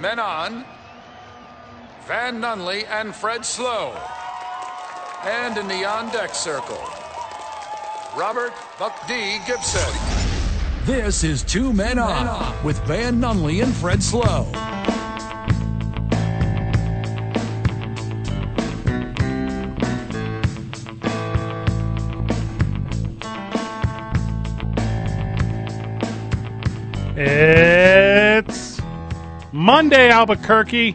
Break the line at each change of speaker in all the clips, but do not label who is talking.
Menon, Van Nunley, and Fred Slow. And in the on deck circle, Robert Buck D. Gibson.
This is Two Men, on, with Van Nunley and Fred Slow.
It's Monday, Albuquerque.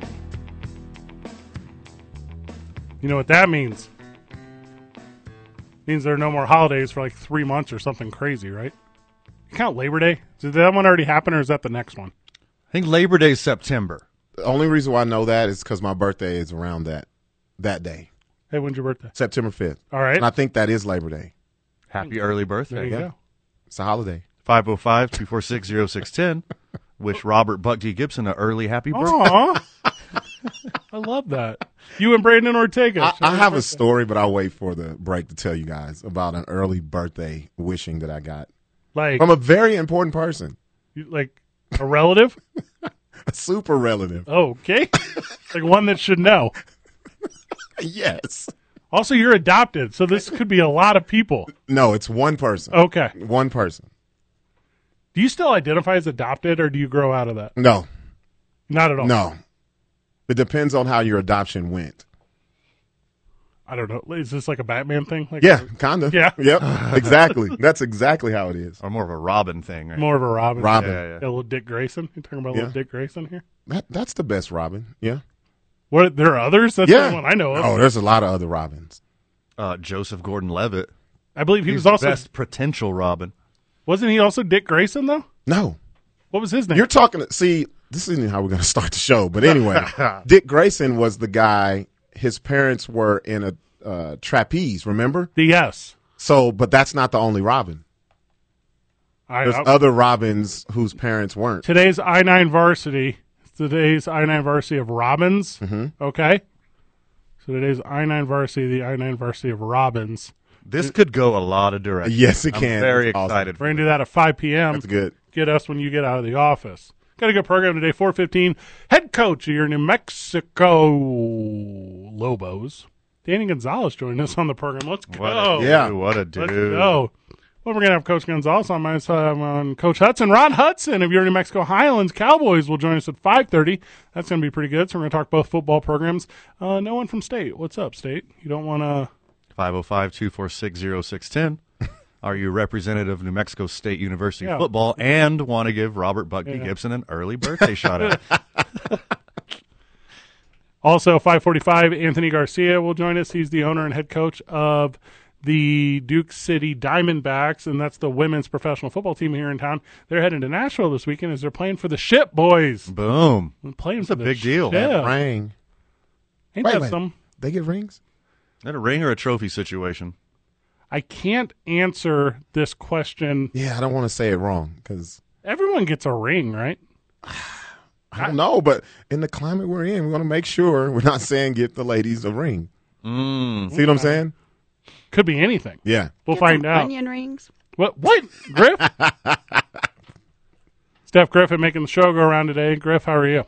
You know what that means? Means there are no more holidays for like three months or something crazy, right? You count Labor Day? Did that one already happen, or is that the next one?
I think Labor Day is September.
The only reason why I know that is because my birthday is around that that day,
Hey, when's your birthday?
September fifth.
All right.
And I think that is Labor Day.
Happy early
there
birthday.
you go.
It's a holiday.
505 246 0610. Wish Robert Buck D. Gibson an early happy
Oh.
birthday.
Aw. I love that. You and Brandon Ortega.
I, I have a story, but I'll wait for the break to tell you guys about an early birthday wishing that I got
like,
from a very important person,
you- like a relative? Oh,
a super relative.
Okay. like one that should know.
Yes.
Also, you're adopted, so this could be a lot of people.
No, it's one person.
Okay.
One person.
Do you still identify as adopted, or do you grow out of that?
No,
Not at all.
no. It depends on how your adoption went.
I don't know. Is this like a Batman thing? Like
Yeah, kind of.
Yeah.
Yep. Exactly. That's exactly how it is.
Or more of a Robin thing. Right?
more of a Robin.
Robin.
Yeah, yeah.
A little Dick Grayson. You talking about
Yeah.
little Dick Grayson here?
That, that's the best Robin. Yeah.
What? There are others. That's the
yeah.
only one I know of.
Oh, there's a lot of other Robins.
Uh, Joseph Gordon Levitt.
I believe he was also
best potential Robin.
wasn't he also Dick Grayson though?
No,
What was his name?
You're talking. See, this isn't how we're going to start the show. But anyway, Dick Grayson was the guy. His parents were in a uh, trapeze. Remember?
the yes.
So, but that's not the only Robin.
I,
There's
I-
other Robins whose parents weren't.
today's I nine varsity. Today's I nine varsity of Robins. Mm-hmm. Okay. So today's I nine varsity, the I nine varsity of Robins.
This could go a lot of directions.
Yes, it
I'm
can.
very
It's awesome.
excited.
We're gonna do that at five p.m.
That's good.
get us when you get out of the office. Got a good program today. Four fifteen. Head coach of your New Mexico Lobos, Danny Gonzalez, joining us on the program. Let's
What
go.
a, dude,
Yeah.
What a
Let's
dude.
go. Well, we're gonna have Coach Gonzalez on my side. I'm on Coach Hudson, Ron Hudson of your New Mexico Highlands Cowboys will join us at 5:30. That's gonna be pretty good. So we're gonna talk both football programs. Uh, no one from state. What's up, state? You don't want to.
505 246 0610. Are you representative of New Mexico State University
Yeah.
football and want to give Robert Buck D. Gibson an early birthday shout out?
Also, 545, Anthony Garcia will join us. He's the owner and head coach of the Duke City Diamondbacks, and that's the women's professional football team here in town. They're heading to Nashville this weekend as they're playing for the ship, boys.
Boom.
They're Playing
That's
for
a
the
big deal.
Ship.
Ring.
Ain't
Wait a
that
minute.
some?
They get rings.
Is that a ring or a trophy situation?
I can't answer this question.
Yeah, I don't want to say it wrong because
Everyone gets a ring, right?
I don't know. But in the climate we're in, we want to make sure we're not saying get the ladies a ring. See what I'm saying?
Could be anything.
Yeah.
We'll
Get
find
some
out.
Onion rings.
What? What? Griff? Steph Griffin making the show go around today. Griff, how are you?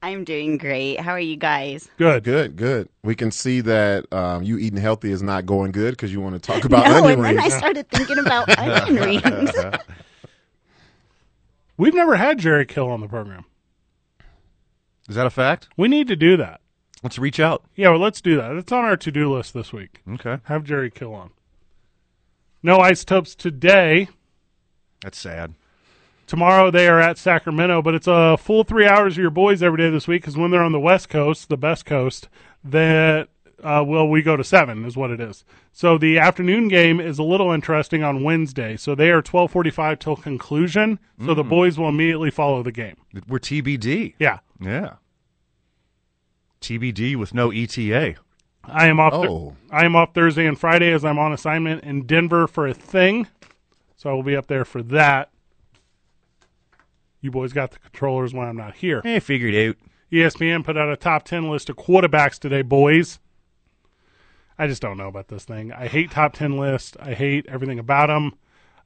I'm doing great. How are you guys?
Good.
Good, good. We can see that um, you eating healthy is not going good because you want to talk about
no,
onion
and then
rings.
I started thinking about onion rings.
We've never had Jerry Kill on the program.
Is that a fact?
We need to do that.
Let's reach out.
Yeah, well, let's do that. It's on our to do list this week.
Okay.
Have Jerry Kill on. No isotopes today.
That's sad.
Tomorrow they are at Sacramento, but it's a full three hours of your boys every day this week because when they're on the West Coast, the best coast, that uh, well we go to seven is what it is. So the afternoon game is a little interesting on Wednesday. So they are twelve forty five till conclusion. So the boys will immediately follow the game.
We're TBD.
Yeah,
Yeah. TBD with no E ETA.
I am off. Thur-
Oh.
I am off Thursday and Friday as I'm on assignment in Denver for a thing, so I will be up there for that. You boys got the controllers when I'm not here. E
Hey, figured out.
ESPN put out a top ten list of quarterbacks today, boys. I just don't know about this thing. I hate top ten lists. I hate everything about them.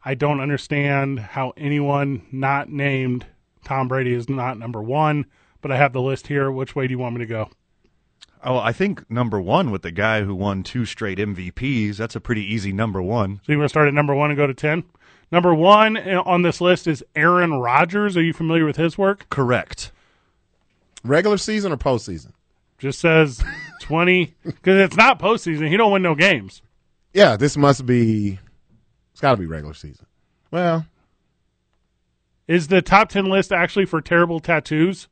I don't understand how anyone not named Tom Brady is not number one. but I have the list here. Which way do you want me to go?
Oh, I think number one with the guy who won two straight MVPs. That's a pretty easy number one.
So you want to start at number one and go to 10? Number one eh, on this list is Aaron Rodgers. Are you familiar with his work?
Correct.
Regular season or postseason?
Just says 20, because it's not postseason. He don't win no games.
Yeah, this must be. It's got to be regular season. Well,
Is the top 10 list actually for terrible tattoos?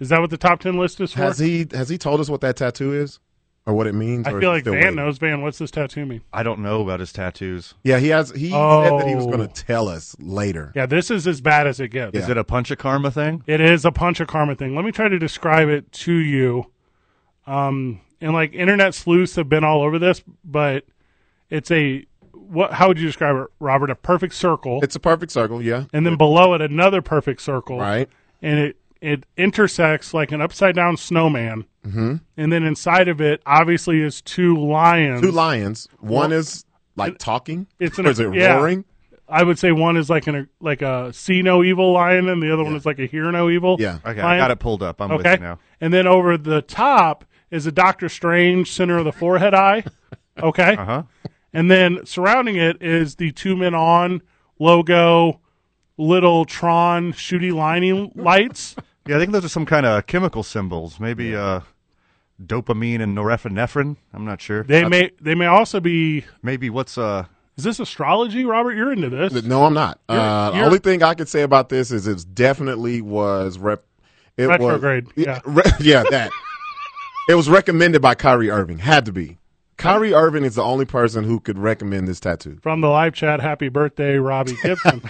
Is that what the top 10 list is for?
has he has he told us what that tattoo is or what it means?
I
or is
feel
he
like
still
Van
waiting?
knows. Van, what's this tattoo mean?
I don't know about his tattoos.
Yeah, he has. He said that he was
Oh.
going to tell us later.
Yeah, this is as bad as it gets.
Is it a punch of karma thing?
It is a punch of karma thing. Let me try to describe it to you. Um, and like internet sleuths have been all over this, but it's a what? How would you describe it, Robert? A perfect circle,
It's a perfect circle. Yeah,
and then below it another perfect circle,
right.
And it it intersects like an upside down snowman, mm-hmm. and then inside of it obviously is two lions.
Two lions. One is like talking.
It's an-
or is it
yeah.
roaring?
I would say one is like an like a see no evil lion, and the other one is like a hear no evil.
Yeah.
Okay, I
Lion.
got it pulled up. I'm
Okay.
with you now.
And then over the top is a Doctor Strange center of the forehead eye. Okay.
Uh huh.
And then surrounding it is the two men on logo, little Tron shooty lining lights.
Yeah, I think those are some kind of chemical symbols. Maybe uh, dopamine and norepinephrine. I'm not sure.
They
Uh,
may they may also be
maybe what's uh
is this astrology, Robert? You're into this.
No, I'm not. uh,
you're-
only thing I could say about this is it definitely was rep. It
Retrograde,
Was,
yeah.
re- yeah, that. it was recommended by Kyrie Irving. Had to be. Kyrie Irving is the only person who could recommend this tattoo.
From the live chat, happy birthday, Robbie Gibson.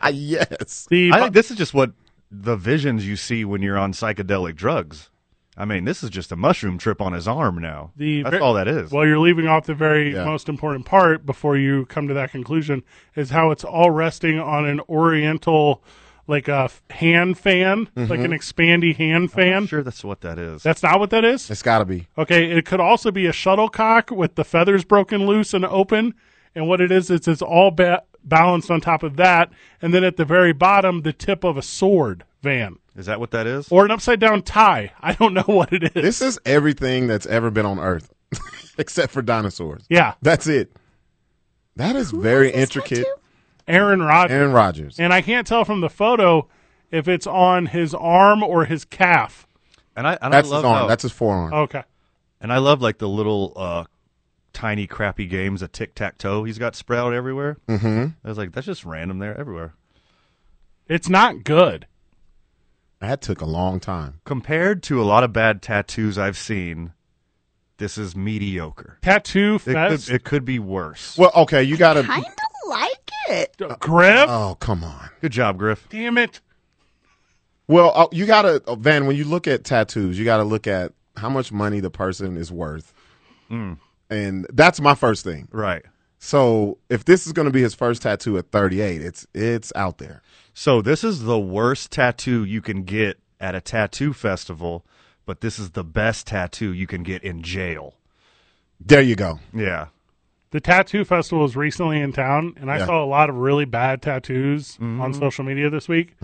Ah, yes.
The
I think this is just what the visions you see when you're on psychedelic drugs. I mean, this is just a mushroom trip on his arm now.
The
That's
ver-
all that is.
Well, you're leaving off the very
Yeah.
most important part before you come to that conclusion is how it's all resting on an oriental, like a f- hand fan, like
Mm-hmm.
an expandy hand fan.
I'm sure that's what that is.
That's not what that is.
It's got to be.
Okay, it could also be a shuttlecock with the feathers broken loose and open. And what it is, is it's all ba- balanced on top of that. And then at the very bottom, the tip of a sword, Van,
Is that what that is?
or an upside down tie. I don't know what it is.
This is everything that's ever been on Earth, except for dinosaurs.
yeah,
That's it. That is very intricate.
Aaron Rodgers.
Aaron Rodgers.
and I can't tell from the photo if it's on his arm or his calf.
and I and
That's
I love
his arm.
how-
That's his forearm.
Okay.
and I love like the little uh tiny crappy games of tic tac toe he's got spread out everywhere. Mm-hmm. I was like, that's just random there everywhere.
It's not good.
That took a long time.
Compared to a lot of bad tattoos I've seen, this is mediocre.
Tattoo
It,
fest.
could, it could be worse.
Well, okay, you got
kind
to.
of like it.
uh,
Griff?
Oh, come on.
Good job, Griff.
Damn it.
Well, uh, you got to, Van, when you look at tattoos, you got to look at how much money the person is worth.
Mm.
And that's my first thing.
Right.
So if this is going to be his first tattoo at 38, it's it's out there.
So this is the worst tattoo you can get at a tattoo festival, but this is the best tattoo you can get in jail.
There you go.
Yeah.
The tattoo festival was recently in town, and I
Yeah.
saw a lot of really bad tattoos on
Mm-hmm.
social media this week.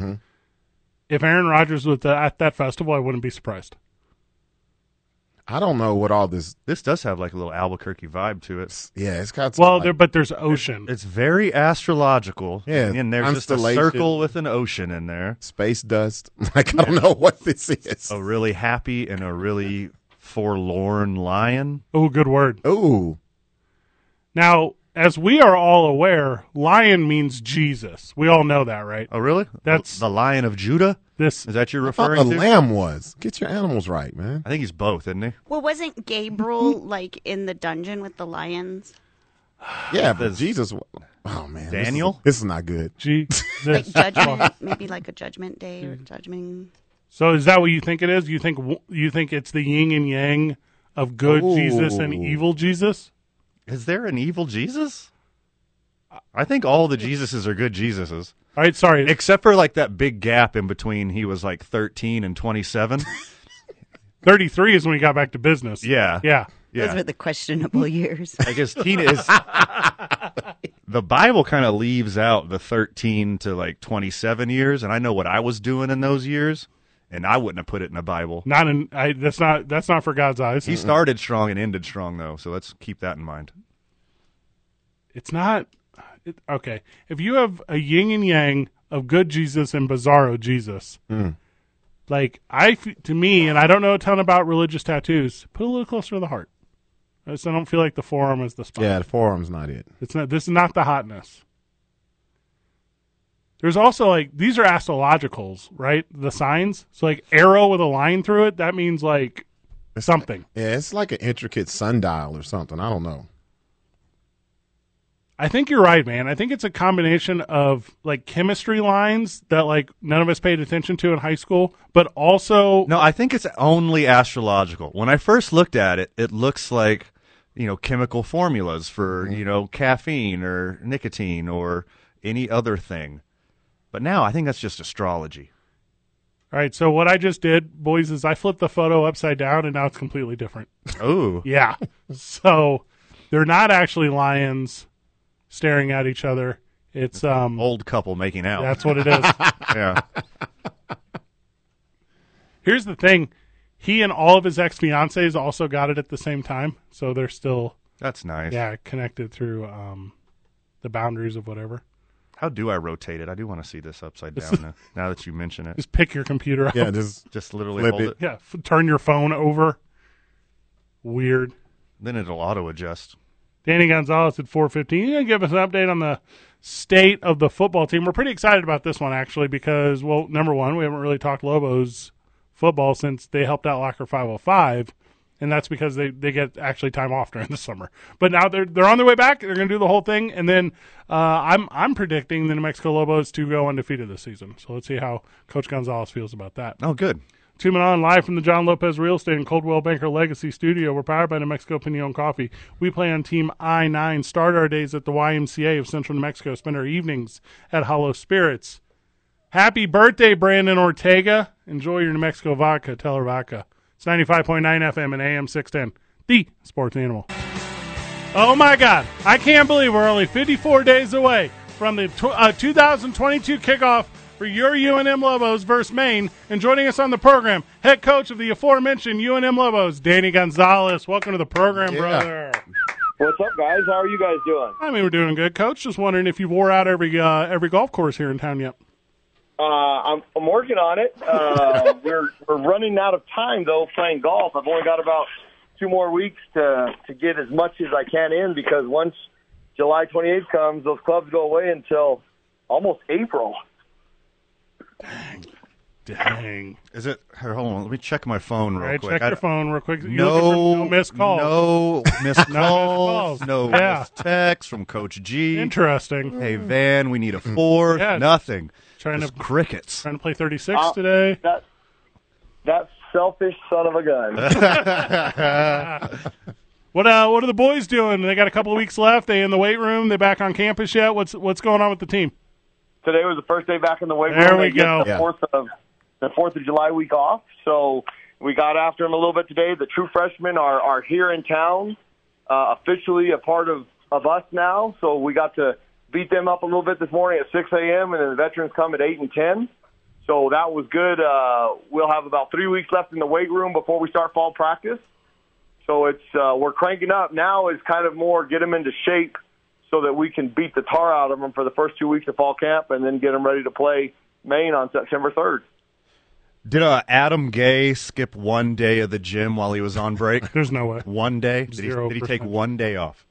If Aaron Rodgers was at that festival, I wouldn't be surprised.
I don't know what all this.
This does have like a little Albuquerque vibe to it.
Yeah, it's got. some,
Well,
like-
there, but there's ocean.
It's very astrological.
Yeah,
And there's just a
constellation.
circle with an ocean in there.
space dust. Like I don't know what this is.
A really happy and a really forlorn lion.
oh, good word.
Ooh,
Now, as we are all aware, lion means Jesus. We all know that, right?
Oh, really?
That's-
the lion of Judah?
This
Is that you're
thought
referring
a
to?
lamb was. Get your animals right, man.
I think he's both, isn't he?
Well, wasn't Gabriel like in the dungeon with the lions?
Yeah, but
This-
Jesus. wa- Oh man, this is-
Daniel?
This is, not good.
Jesus.
Like judgment, maybe like a judgment day or judgment.
So is that what you think it is? You think w- you think it's the yin and yang of good
Ooh.
Jesus and evil Jesus?
Is there an evil Jesus? I think all the Jesuses are good Jesuses.
All right, sorry.
except for like that big gap in between he was like 13 and 27
Thirty-three is when we got back to business.
yeah
yeah.
Those were the questionable years.
i guess teen is the bible kind of leaves out the 13 to like 27 years and i know what i was doing in those years and I wouldn't have put it in the Bible.
Not in. I, that's not. That's not for God's eyes.
He started strong and ended strong though, so let's keep that in mind.
it's not it, okay if you have a yin and yang of good jesus and bizarro jesus
Hmm.
like i f- to me and i don't know a ton about religious tattoos put a little closer to the heart Uh, so i don't feel like the forearm is the spot
Yeah, the forearm's not it.
it's not this is not the hotness there's also like these are astrologicals right the signs so like arrow with a line through it that means like something
Yeah, it's like an intricate sundial or something. I don't
Oh.
know.
I think you're right, man. I think it's a combination of like chemistry lines that like none of us paid attention to in high school, but also
No, I think it's only astrological. When I first looked at it, it looks like you know chemical formulas for
Mm-hmm.
you know caffeine or nicotine or any other thing. But now I think that's just astrology.
all right. So what I just did, boys, is I flipped the photo upside down, and now it's completely different.
Oh,
Yeah. so they're not actually lions staring at each other. It's um.
old couple making out.
That's what it is.
yeah.
Here's the thing. He and all of his ex fiancées also got it at the same time, so they're still
That's nice.
yeah connected through um, the boundaries of whatever.
How do I rotate it? I do want to see this upside down now, now that you mention it.
Just pick your computer up.
Yeah, just
Just literally
Flip
hold
it.
it.
Yeah, f- turn your phone over. Weird.
Then it'll auto adjust.
Danny Gonzalez at 415. You gonna give us an update on the state of the football team? We're pretty excited about this one actually because, well, number one, we haven't really talked Lobos football since they helped out Locker 505, and that's because they, they get actually time off during the summer. But now they're they're on their way back. They're gonna do the whole thing, and then uh, I'm I'm predicting the New Mexico Lobos to go undefeated this season. So let's see how Coach Gonzalez feels about that.
Oh, good.
Tuning on live from the John Lopez Real Estate and Coldwell Banker Legacy Studio. We're powered by New Mexico Pinion Coffee. We play on Team I 9. Start our days at the YMCA of Central New Mexico. Spend our evenings at Hollow Spirits. Happy birthday, Brandon Ortega. Enjoy your New Mexico vodka, Teller Vodka. It's 95.9 FM and AM 610. The Sports Animal. Oh my God. I can't believe we're only 54 days away from the tw- uh, 2022 kickoff for your UNM Lobos versus Maine. And joining us on the program, head coach of the aforementioned UNM Lobos, Danny Gonzalez. Welcome to the program,
Yeah.
brother.
What's up, guys? How are you guys doing?
I mean, we're doing good, coach. Just wondering if you wore out every uh, every golf course here in town yet.
Uh, I'm, I'm working on it. Uh, we're we're running out of time though playing golf. I've only got about two more weeks to to get as much as I can in because once July 28th comes, those clubs go away until almost April.
Dang.
Is it? here, Hold on. Let me check my phone real
All right,
quick.
check
I-
your phone real quick. You
No,
looking for no missed calls.
No missed
calls.
calls. No
Yeah.
missed texts from Coach G.
Interesting.
Hey Van, we need a fourth.
Yeah.
Nothing.
Trying
Just
to-
crickets.
Trying to play 36
Uh,
today.
That that selfish son of a gun.
What uh, what are the boys doing? They got a couple of weeks left. They in the weight room. They back on campus yet? What's what's going on with the team?
Today was the first day back in the weight room.
There we
They get
go.
The
Yeah.
fourth of the Fourth of July week off, so we got after them a little bit today. The true freshmen are are here in town, uh, officially a part of of us now. So we got to beat them up a little bit this morning at 6 a.m. and then the veterans come at 8 and 10. So that was good. Uh, we'll have about three weeks left in the weight room before we start fall practice. So it's uh, we're cranking up now. Is kind of more get them into shape so that we can beat the tar out of them for the first two weeks of fall camp and then get them ready to play Maine on September 3rd.
Did uh, Adam Gay skip one day of the gym while he was on break?
There's no way.
one day? Did he,
Zero
did he take
percent.
one day off?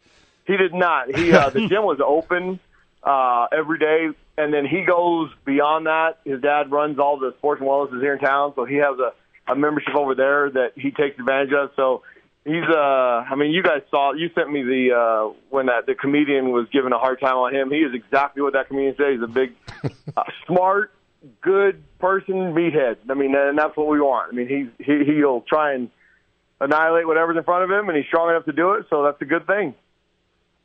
He did not. He uh, the gym was open uh, every day, and then he goes beyond that. His dad runs all the sports and wellnesses here in town, so he has a, a membership over there that he takes advantage of. So he's uh, I mean, you guys saw you sent me the uh, when that the comedian was giving a hard time on him. He is exactly what that comedian said. He's a big, uh, smart, good person, meathead. I mean, and that's what we want. I mean, he's he, he'll try and annihilate whatever's in front of him, and he's strong enough to do it. So that's a good thing.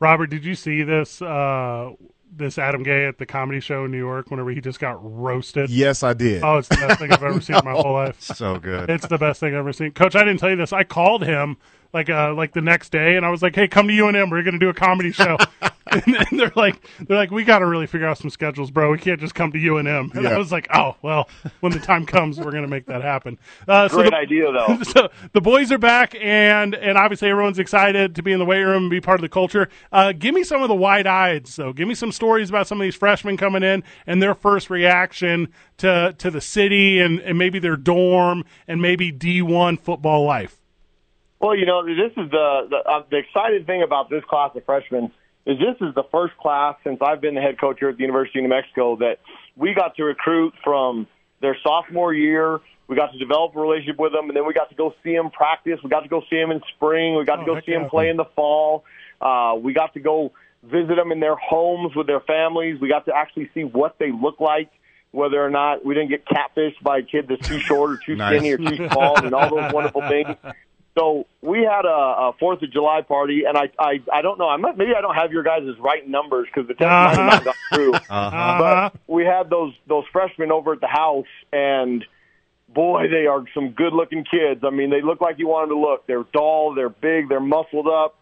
Robert, did you see this uh, this Adam Gay at the comedy show in New York? Whenever he just got roasted.
Yes, I did.
Oh, it's the best thing I've ever seen in my whole life.
So good.
It's the best thing I've ever seen. Coach, I didn't tell you this. I called him like uh, like the next day, and I was like, "Hey, come to UNM. We're going to do a comedy show." and, then they're like, they're like, we got to really figure out some schedules, bro. We can't just come to U and M. And I
Yeah.
was like, oh well, when the time comes, we're gonna make that happen. Uh, so
Great
the-
idea, though.
so the boys are back, and and obviously everyone's excited to be in the weight room and be part of the culture. Uh, give me some of the wide eyed, so give me some stories about some of these freshmen coming in and their first reaction to to the city and, and maybe their dorm and maybe D one football life.
Well, you know, this is the the, uh, the exciting thing about this class of freshmen is this is the first class since I've been the head coach here at the University of New Mexico that we got to recruit from their sophomore year. We got to develop a relationship with them, and then we got to go see them practice. We got to go see them in spring. We got
Oh,
to go
heck
see them
yeah.
play in the fall. Uh, we got to go visit them in their homes with their families. We got to actually see what they look like, whether or not we didn't get catfished by a kid that's too short or too
Nice.
skinny or too small, and all those wonderful things. So we had a, a Fourth of July party, and I, I, I don't know. I might, maybe I don't have your guys' right numbers because the test might have not gone through.
Uh-huh.
But we had those those freshmen over at the house, and boy, they are some good-looking kids. I mean, they look like you want them to look. They're tall, they're big, they're muscled up,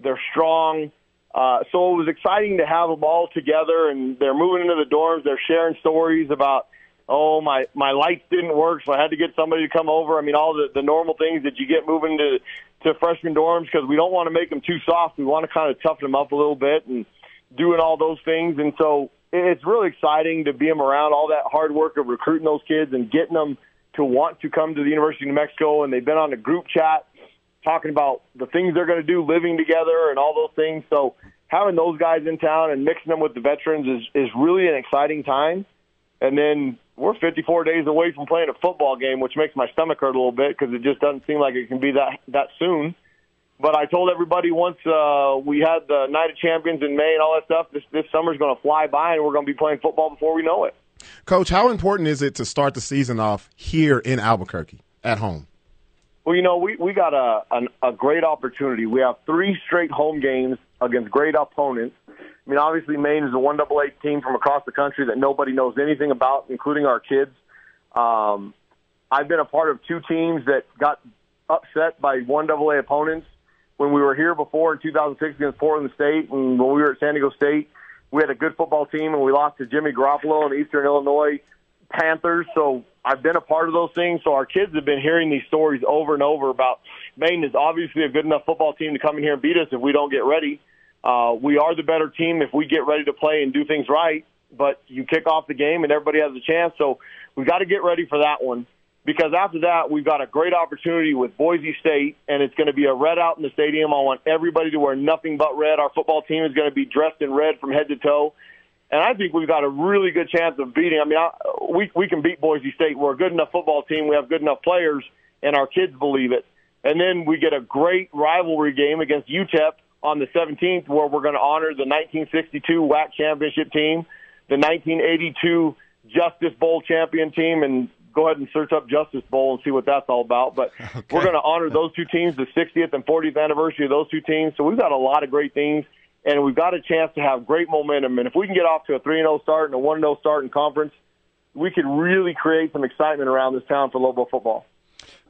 they're strong. Uh, so it was exciting to have them all together, and they're moving into the dorms. They're sharing stories about, oh my my lights didn't work, so I had to get somebody to come over. I mean, all the the normal things that you get moving to to freshman dorms because we don't want to make them too soft. We want to kind of toughen them up a little bit and doing all those things. And so it- it's really exciting to be them around all that hard work of recruiting those kids and getting them to want to come to the University of New Mexico. And they've been on a group chat talking about the things they're going to do living together and all those things. So having those guys in town and mixing them with the veterans is, is really an exciting time. And then we're 54 days away from playing a football game, which makes my stomach hurt a little bit because it just doesn't seem like it can be that, that soon. But I told everybody once uh, we had the Night of Champions in May and all that stuff, this, this summer's going to fly by and we're going to be playing football before we know it.
Coach, how important is it to start the season off here in Albuquerque at home?
Well, you know, we, we got a, an, a great opportunity. We have three straight home games against great opponents. I mean, obviously, Maine is a 1AA team from across the country that nobody knows anything about, including our kids. Um, I've been a part of two teams that got upset by 1AA opponents. When we were here before in 2006 against Portland State, and when we were at San Diego State, we had a good football team, and we lost to Jimmy Garoppolo and Eastern Illinois Panthers. So I've been a part of those things. So our kids have been hearing these stories over and over about Maine is obviously a good enough football team to come in here and beat us if we don't get ready. Uh, we are the better team if we get ready to play and do things right. But you kick off the game and everybody has a chance. So we got to get ready for that one because after that we've got a great opportunity with Boise State, and it's going to be a red out in the stadium. I want everybody to wear nothing but red. Our football team is going to be dressed in red from head to toe, and I think we've got a really good chance of beating. I mean, I, we we can beat Boise State. We're a good enough football team. We have good enough players, and our kids believe it. And then we get a great rivalry game against UTEP on the 17th, where we're going to honor the 1962 WAC championship team, the 1982 Justice Bowl champion team, and go ahead and search up Justice Bowl and see what that's all about. But we're going to honor those two teams, the 60th and 40th anniversary of those two teams. So we've got a lot of great things, and we've got a chance to have great momentum. And if we can get off to a 3 0 start and a 1 0 start in conference, we could really create some excitement around this town for Lobo football.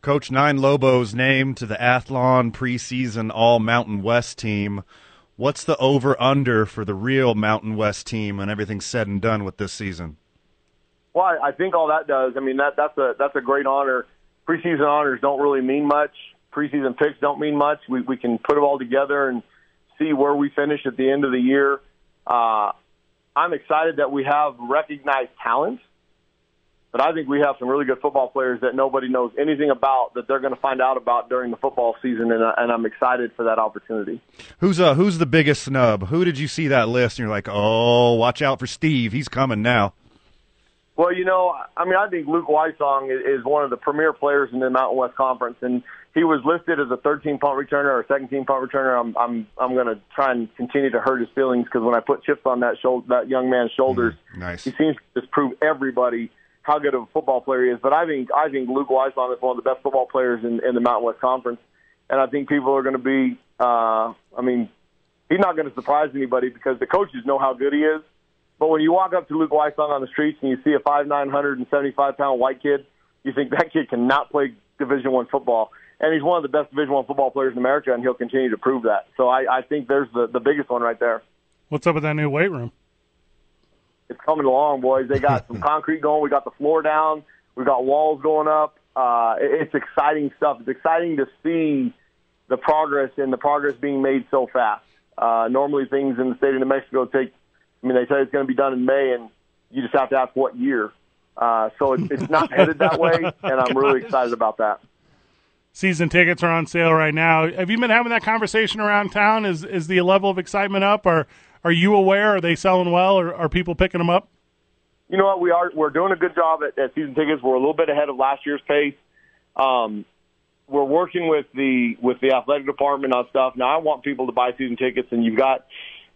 Coach Nine Lobo's name to the Athlon preseason All Mountain West team. What's the over under for the real Mountain West team and everything said and done with this season?
Well, I, I think all that does. I mean, that that's a that's a great honor. Preseason honors don't really mean much. Preseason picks don't mean much. We we can put it all together and see where we finish at the end of the year. Uh, I'm excited that we have recognized talent, but I think we have some really good football players that nobody knows anything about that they're going to find out about during the football season, and, I- and I'm excited for that opportunity.
Who's uh who's the biggest snub? Who did you see that list and you're like, "Oh, watch out for Steve. He's coming now."
Well, you know, I mean, I think Luke Weissong is is one of the premier players in the Mountain West Conference, and he was listed as a 13 punt returner or a 17 punt returner. I'm I'm I'm going to try and continue to hurt his feelings because when I put chips on that shoulder, that young man's shoulders,
Nice.
he seems to just prove everybody how good of a football player he is. But I think I think Luke Weissong is one of the best football players in, in the Mountain West Conference, and I think people are going to be. Uh, I mean, he's not going to surprise anybody because the coaches know how good he is. But when you walk up to Luke Weissong on the streets and you see a five nine hundred and seventy five pound white kid, you think that kid cannot play Division One football, and he's one of the best Division One football players in America, and he'll continue to prove that. So I, I think there's the the biggest one right there.
What's up with that new weight room?
it's coming along, boys. They got some concrete going. We got the floor down. We got walls going up. Uh, it- it's exciting stuff. It's exciting to see the progress and the progress being made so fast. Uh, normally, things in the state of New Mexico take. I mean, they say it's going to be done in May, and you just have to ask what year. Uh, so it's, it's not headed that way, and I'm really excited about that.
Season tickets are on sale right now. Have you been having that conversation around town? Is is the level of excitement up? Or are you aware? Are they selling well? Or are people picking them up?
you know what we are we're doing a good job at, at season tickets we're a little bit ahead of last year's pace um, we're working with the with the athletic department on stuff now i want people to buy season tickets and you've got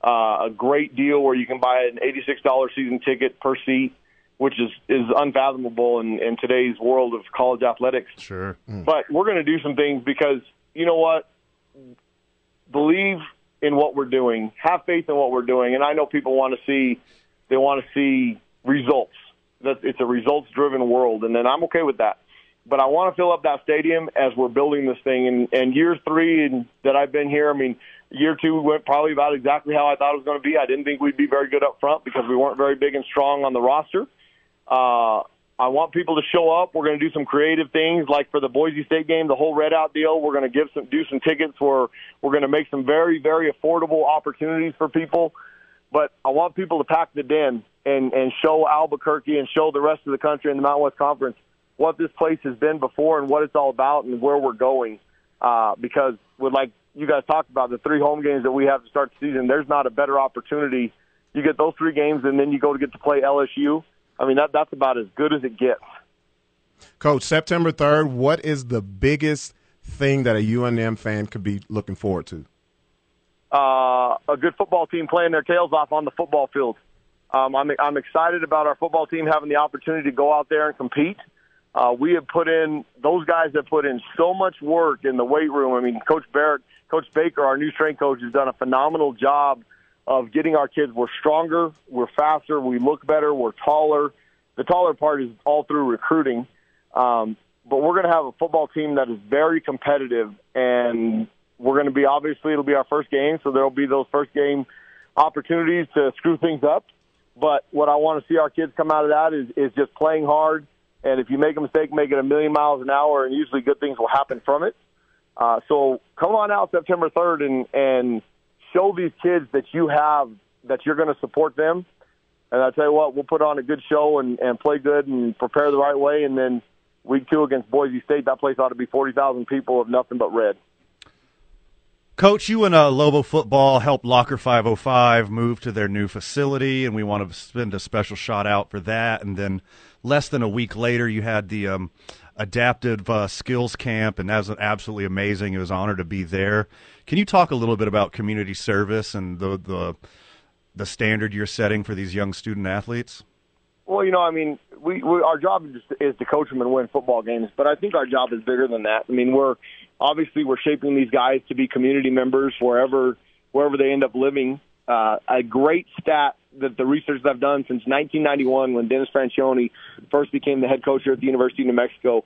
uh, a great deal where you can buy an eighty six dollar season ticket per seat which is is unfathomable in, in today's world of college athletics
Sure.
but we're going to do some things because you know what? Believe in what we're doing. Have faith in what we're doing. And I know people want to see they want to see results. That it's a results driven world, and then I'm okay with that. But I want to fill up that stadium as we're building this thing. And, and year three and that I've been here, I mean, year two went probably about exactly how I thought it was going to be. I didn't think we'd be very good up front because we weren't very big and strong on the roster. Uh, I want people to show up. We're going to do some creative things, like for the Boise State game, the whole red out deal. We're going to give some, do some tickets where we're going to make some very, very affordable opportunities for people. But I want people to pack the den and and show Albuquerque and show the rest of the country and the Mountain West Conference what this place has been before and what it's all about and where we're going. Uh, because with like you guys talked about the three home games that we have to start the season, there's not a better opportunity. You get those three games and then you go to get to play LSU. I mean, that that's about as good as it gets.
Coach, September 3rd, what is the biggest thing that a UNM fan could be looking forward to?
Uh, a good football team playing their tails off on the football field. Um, I'm I'm excited about our football team having the opportunity to go out there and compete. Uh, we have put in those guys have put in so much work in the weight room. I mean, Coach Barrett, Coach Baker, our new strength coach, has done a phenomenal job of getting our kids. We're stronger, we're faster, we look better, we're taller. The taller part is all through recruiting. Um, but we're going to have a football team that is very competitive, and we're going to be obviously it'll be our first game, so there'll be those first game opportunities to screw things up. But what I want to see our kids come out of that is is just playing hard, and if you make a mistake, make it a million miles an hour, and usually good things will happen from it. Uh, so come on out September 3rd and, and show these kids that you have, that you're going to support them. And I tell you what, we'll put on a good show and, and play good and prepare the right way. And then week two against Boise State, that place ought to be 40,000 people of nothing but red.
Coach, you and uh, Lobo Football helped Locker 505 move to their new facility, and we want to spend a special shout out for that. And then less than a week later, you had the um, adaptive uh, skills camp, and that was absolutely amazing. It was an honor to be there. Can you talk a little bit about community service and the the, the standard you're setting for these young student athletes?
Well, you know, I mean, we, we our job is, is to coach them and win football games, but I think our job is bigger than that. I mean, we're obviously we're shaping these guys to be community members wherever wherever they end up living. Uh, a great stat that the research that I've done since 1991, when Dennis Franchione first became the head coach here at the University of New Mexico,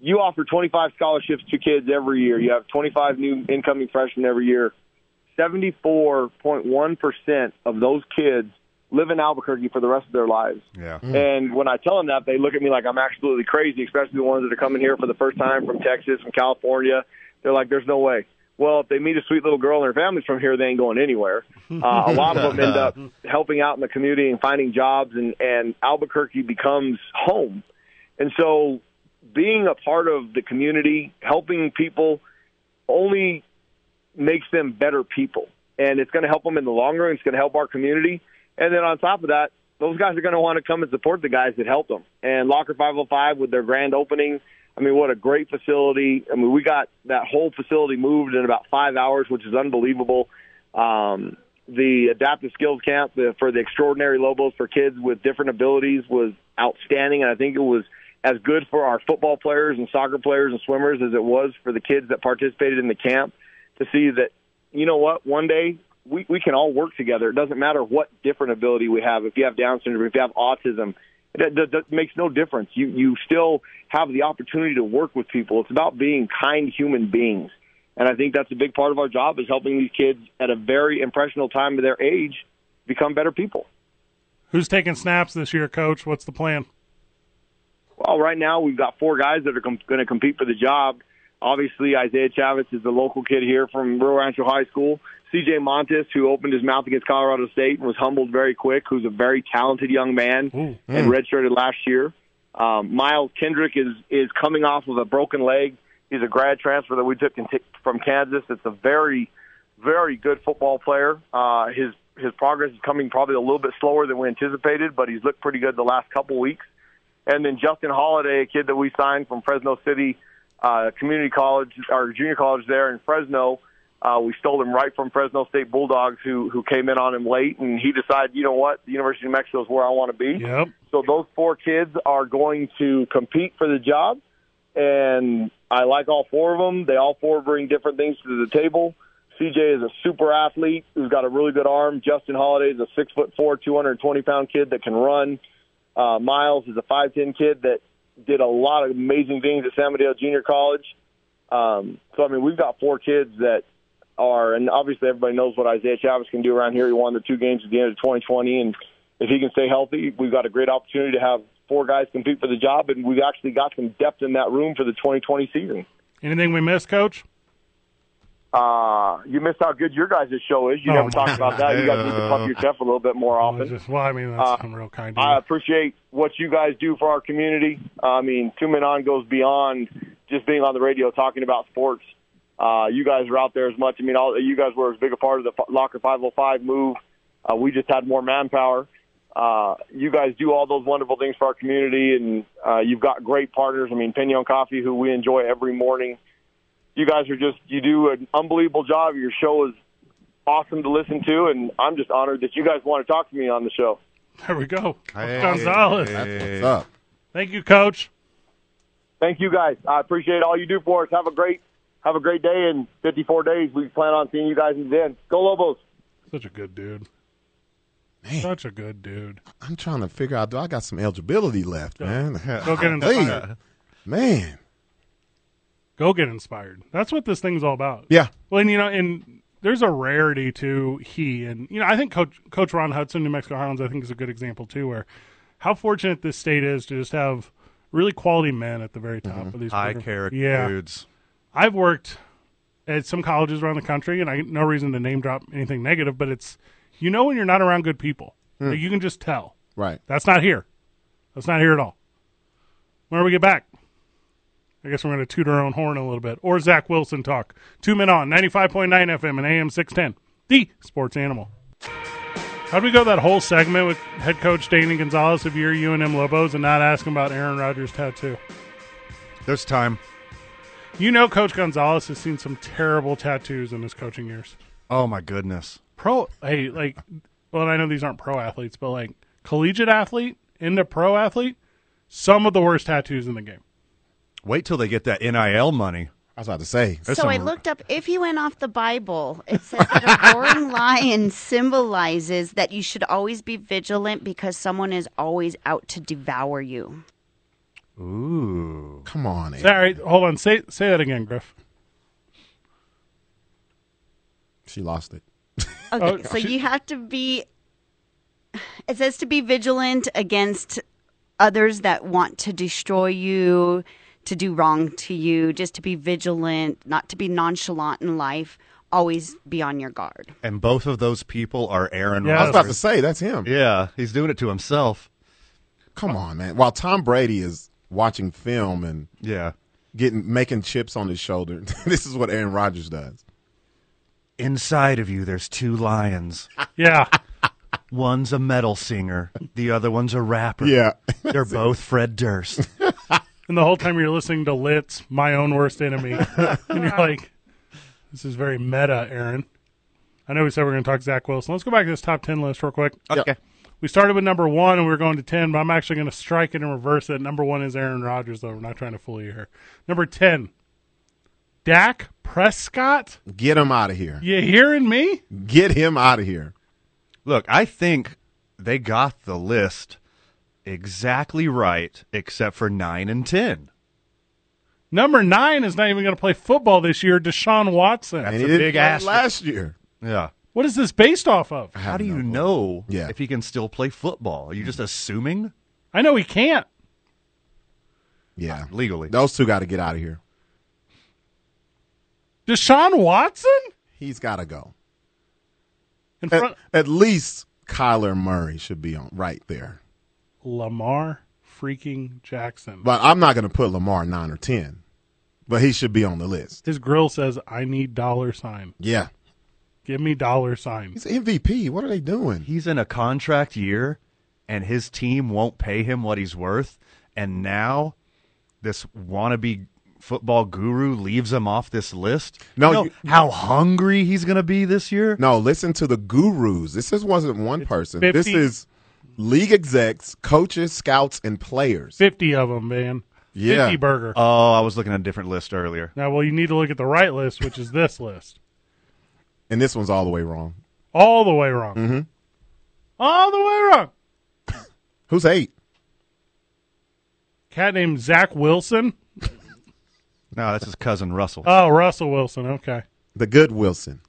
you offer 25 scholarships to kids every year. You have 25 new incoming freshmen every year. 74.1% of those kids live in Albuquerque for the rest of their lives.
Yeah.
And when I tell them that, they look at me like I'm absolutely crazy, especially the ones that are coming here for the first time from Texas, from California. They're like, there's no way. Well, if they meet a sweet little girl and her family's from here, they ain't going anywhere. Uh, a lot of them end up helping out in the community and finding jobs, and, and Albuquerque becomes home. And so being a part of the community, helping people, only makes them better people. And it's going to help them in the long run. It's going to help our community. And then on top of that, those guys are going to want to come and support the guys that helped them. And Locker 505 with their grand opening, I mean, what a great facility. I mean, we got that whole facility moved in about five hours, which is unbelievable. Um, the adaptive skills camp the, for the extraordinary Lobos for kids with different abilities was outstanding. And I think it was as good for our football players and soccer players and swimmers as it was for the kids that participated in the camp to see that you know what one day we, we can all work together. It doesn't matter what different ability we have. If you have Down syndrome, if you have autism, that, that, that makes no difference. You you still have the opportunity to work with people. It's about being kind human beings, and I think that's a big part of our job is helping these kids at a very impressionable time of their age become better people.
Who's taking snaps this year, Coach? What's the plan?
Well, right now we've got four guys that are com- going to compete for the job. Obviously, Isaiah Chavez is the local kid here from Rio Rancho High School. CJ Montes, who opened his mouth against Colorado State and was humbled very quick, who's a very talented young man and redshirted last year. Um, Miles Kendrick is is coming off of a broken leg. He's a grad transfer that we took in from Kansas. It's a very, very good football player. Uh, his his progress is coming probably a little bit slower than we anticipated, but he's looked pretty good the last couple weeks. And then Justin Holiday, a kid that we signed from Fresno City uh, Community College or junior college there in Fresno. Uh, we stole him right from Fresno State Bulldogs, who who came in on him late, and he decided, you know what, the University of Mexico is where I want to be.
Yep.
So those four kids are going to compete for the job, and I like all four of them. They all four bring different things to the table. CJ is a super athlete who's got a really good arm. Justin Holiday is a six foot four, two hundred and twenty pound kid that can run. Uh, Miles is a five ten kid that did a lot of amazing things at San Mateo Junior College. Um, so I mean, we've got four kids that are, and obviously everybody knows what Isaiah Chavez can do around here. He won the two games at the end of 2020, and if he can stay healthy, we've got a great opportunity to have four guys compete for the job, and we've actually got some depth in that room for the 2020 season.
Anything we missed, Coach?
Uh, you missed how good your guys' show is. You
Oh,
never
my
talk about that. You guys need to puff your chest a little bit more
Well,
often.
just- well, I mean, that's unreal kind of you.
I appreciate what you guys do for our community. I mean, Two Men On goes beyond just being on the radio talking about sports. Uh, you guys are out there as much. I mean, all, you guys were as big a part of the F- Locker 505 move. Uh, we just had more manpower. Uh, you guys do all those wonderful things for our community, and uh, you've got great partners. I mean, Pinion Coffee, who we enjoy every morning. You guys are just, you do an unbelievable job. Your show is awesome to listen to, and I'm just honored that you guys want to talk to me on the show.
There we go. Coach
Hey.
Gonzalez.
That's what's up.
Thank you, Coach.
Thank you guys. I appreciate all you do for us. Have a great have a great day in 54 days. We plan on seeing you guys in the end. Go Lobos.
Such a good dude.
Man.
Such a good dude.
I'm trying to figure out. Do I got some eligibility left, man?
Go get inspired.
Hey, man.
Go get inspired. That's what this thing's all about.
Yeah.
Well, and you know, and there's a rarity to he, and you know, I think Coach Coach Ron Hudson, New Mexico Highlands, I think is a good example too, where how fortunate this state is to just have really quality men at the very top of these
Mm-hmm. High
programs.
character
Mm-hmm. Yeah,
dudes.
I've worked at some colleges around the country, and I no reason to name drop anything negative, but it's you know when you're not around good people, Like, you can just tell
Right.
that's not here. That's not here at all. When do we get back? I guess we're going to toot our own horn a little bit. Or Zach Wilson talk. Two men on, 95.9 FM and AM 610. The sports animal. How'd we go that whole segment with head coach Danny Gonzalez of your UNM Lobos and not ask him about Aaron Rodgers' tattoo?
There's time.
You know, Coach Gonzalez has seen some terrible tattoos in his coaching years.
Oh my goodness.
Pro, hey, like, well, and I know these aren't pro athletes, but like collegiate athlete into pro athlete, some of the worst tattoos in the game.
Wait till they get that NIL money.
I was about to say.
There's
so I
some-
looked up if you went off the Bible, it says that a roaring lion symbolizes that you should always be vigilant because someone is always out to devour you.
Ooh.
Come on, Aaron.
All right, hold on. Say say that again, Griff.
She lost it.
Okay, so you have to be. It says to be vigilant against others that want to destroy you, to do wrong to you, just to be vigilant, not to be nonchalant in life, always be on your guard.
And both of those people are Aaron
Yeah,
I was
Rodgers.
about to say that's him.
Yeah, he's doing it to himself.
Come on, man. While Tom Brady is watching film and
Yeah.
getting making chips on his shoulder, this is what Aaron Rodgers does.
Inside of you, there's two lions.
Yeah,
One's a metal singer, the other one's a rapper.
Yeah.
They're both Fred Durst.
and the whole time you're listening to Litz, my own worst enemy, and you're like, "This is very meta, Aaron." I know we said we are going to talk Zach Wilson. Let's go back to this top ten list real quick.
Okay.
We started with number one and we were going to ten, but I'm actually going to strike it and reverse it. Number one is Aaron Rodgers, though. We're not trying to fool you here. Number ten, Dak Prescott.
Get him out of here.
You hearing me?
Get him out of here.
Look, I think they got the list exactly right, except for nine and ten.
Number nine is not even going to play football this year. Deshaun Watson.
And
a
he didn't
big
play
asterisk.
last year.
Yeah.
What is this based off of?
How do you know
Yeah. Mm.
if he can still play football? Are you just assuming
I know he can't.
Yeah,
legally?
those two got to get out of here.
Deshaun Watson
He's got to go.
in front
At, at least Kyler Murray should be on right there.
Lamar freaking Jackson.
But I'm not going to put Lamar nine or ten, but he should be on the list.
His grill says, "I need dollar sign.
Yeah,
Give me dollar sign."
he's MVP. What are they doing?
He's in a contract year and his team won't pay him what he's worth. And now this wannabe football guru leaves him off this list.
No,
You know
you-
how hungry he's going to be this year?
No, listen to the gurus. This is, wasn't one person.
50
This is league execs, coaches, scouts, and players.
Fifty of them, man.
Yeah.
Fifty burger.
Oh, I was looking at a different list earlier.
now, well, you need to look at the right list, which is this list,
And this one's all the way wrong.
all the way wrong. All the way wrong.
Who's eight?
Cat named Zach Wilson.
No, that's his cousin Russell.
Oh, Russell Wilson. Okay,
The good Wilson.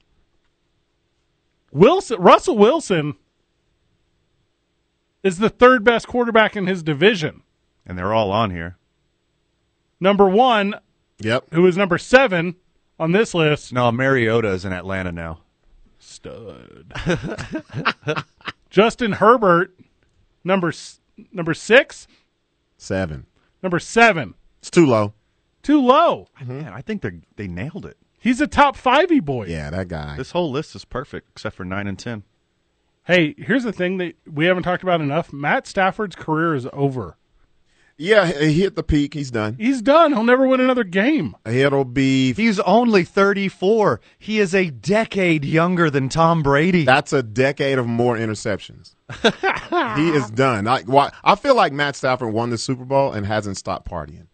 Wilson. Russell Wilson is the third best quarterback in his division.
and they're all on here.
Number one,
Yep.
who is number seven on this list,
No, Mariota is in Atlanta now.
stud. Justin Herbert, number s- number six,
Seven.
number seven,
It's too low.
too low.
Man, I think they they nailed it.
He's a top fivey boy.
Yeah, that guy.
This whole list is perfect except for nine and ten.
Hey, here's the thing that we haven't talked about enough. Matt Stafford's career is over.
yeah, he he hit the peak. He's done.
He's done. He'll never win another game.
It'll be.
He's only thirty four. He is a decade younger than Tom Brady.
That's a decade of more interceptions. he is done. Like, why? I feel like Matt Stafford won the Super Bowl and hasn't stopped partying.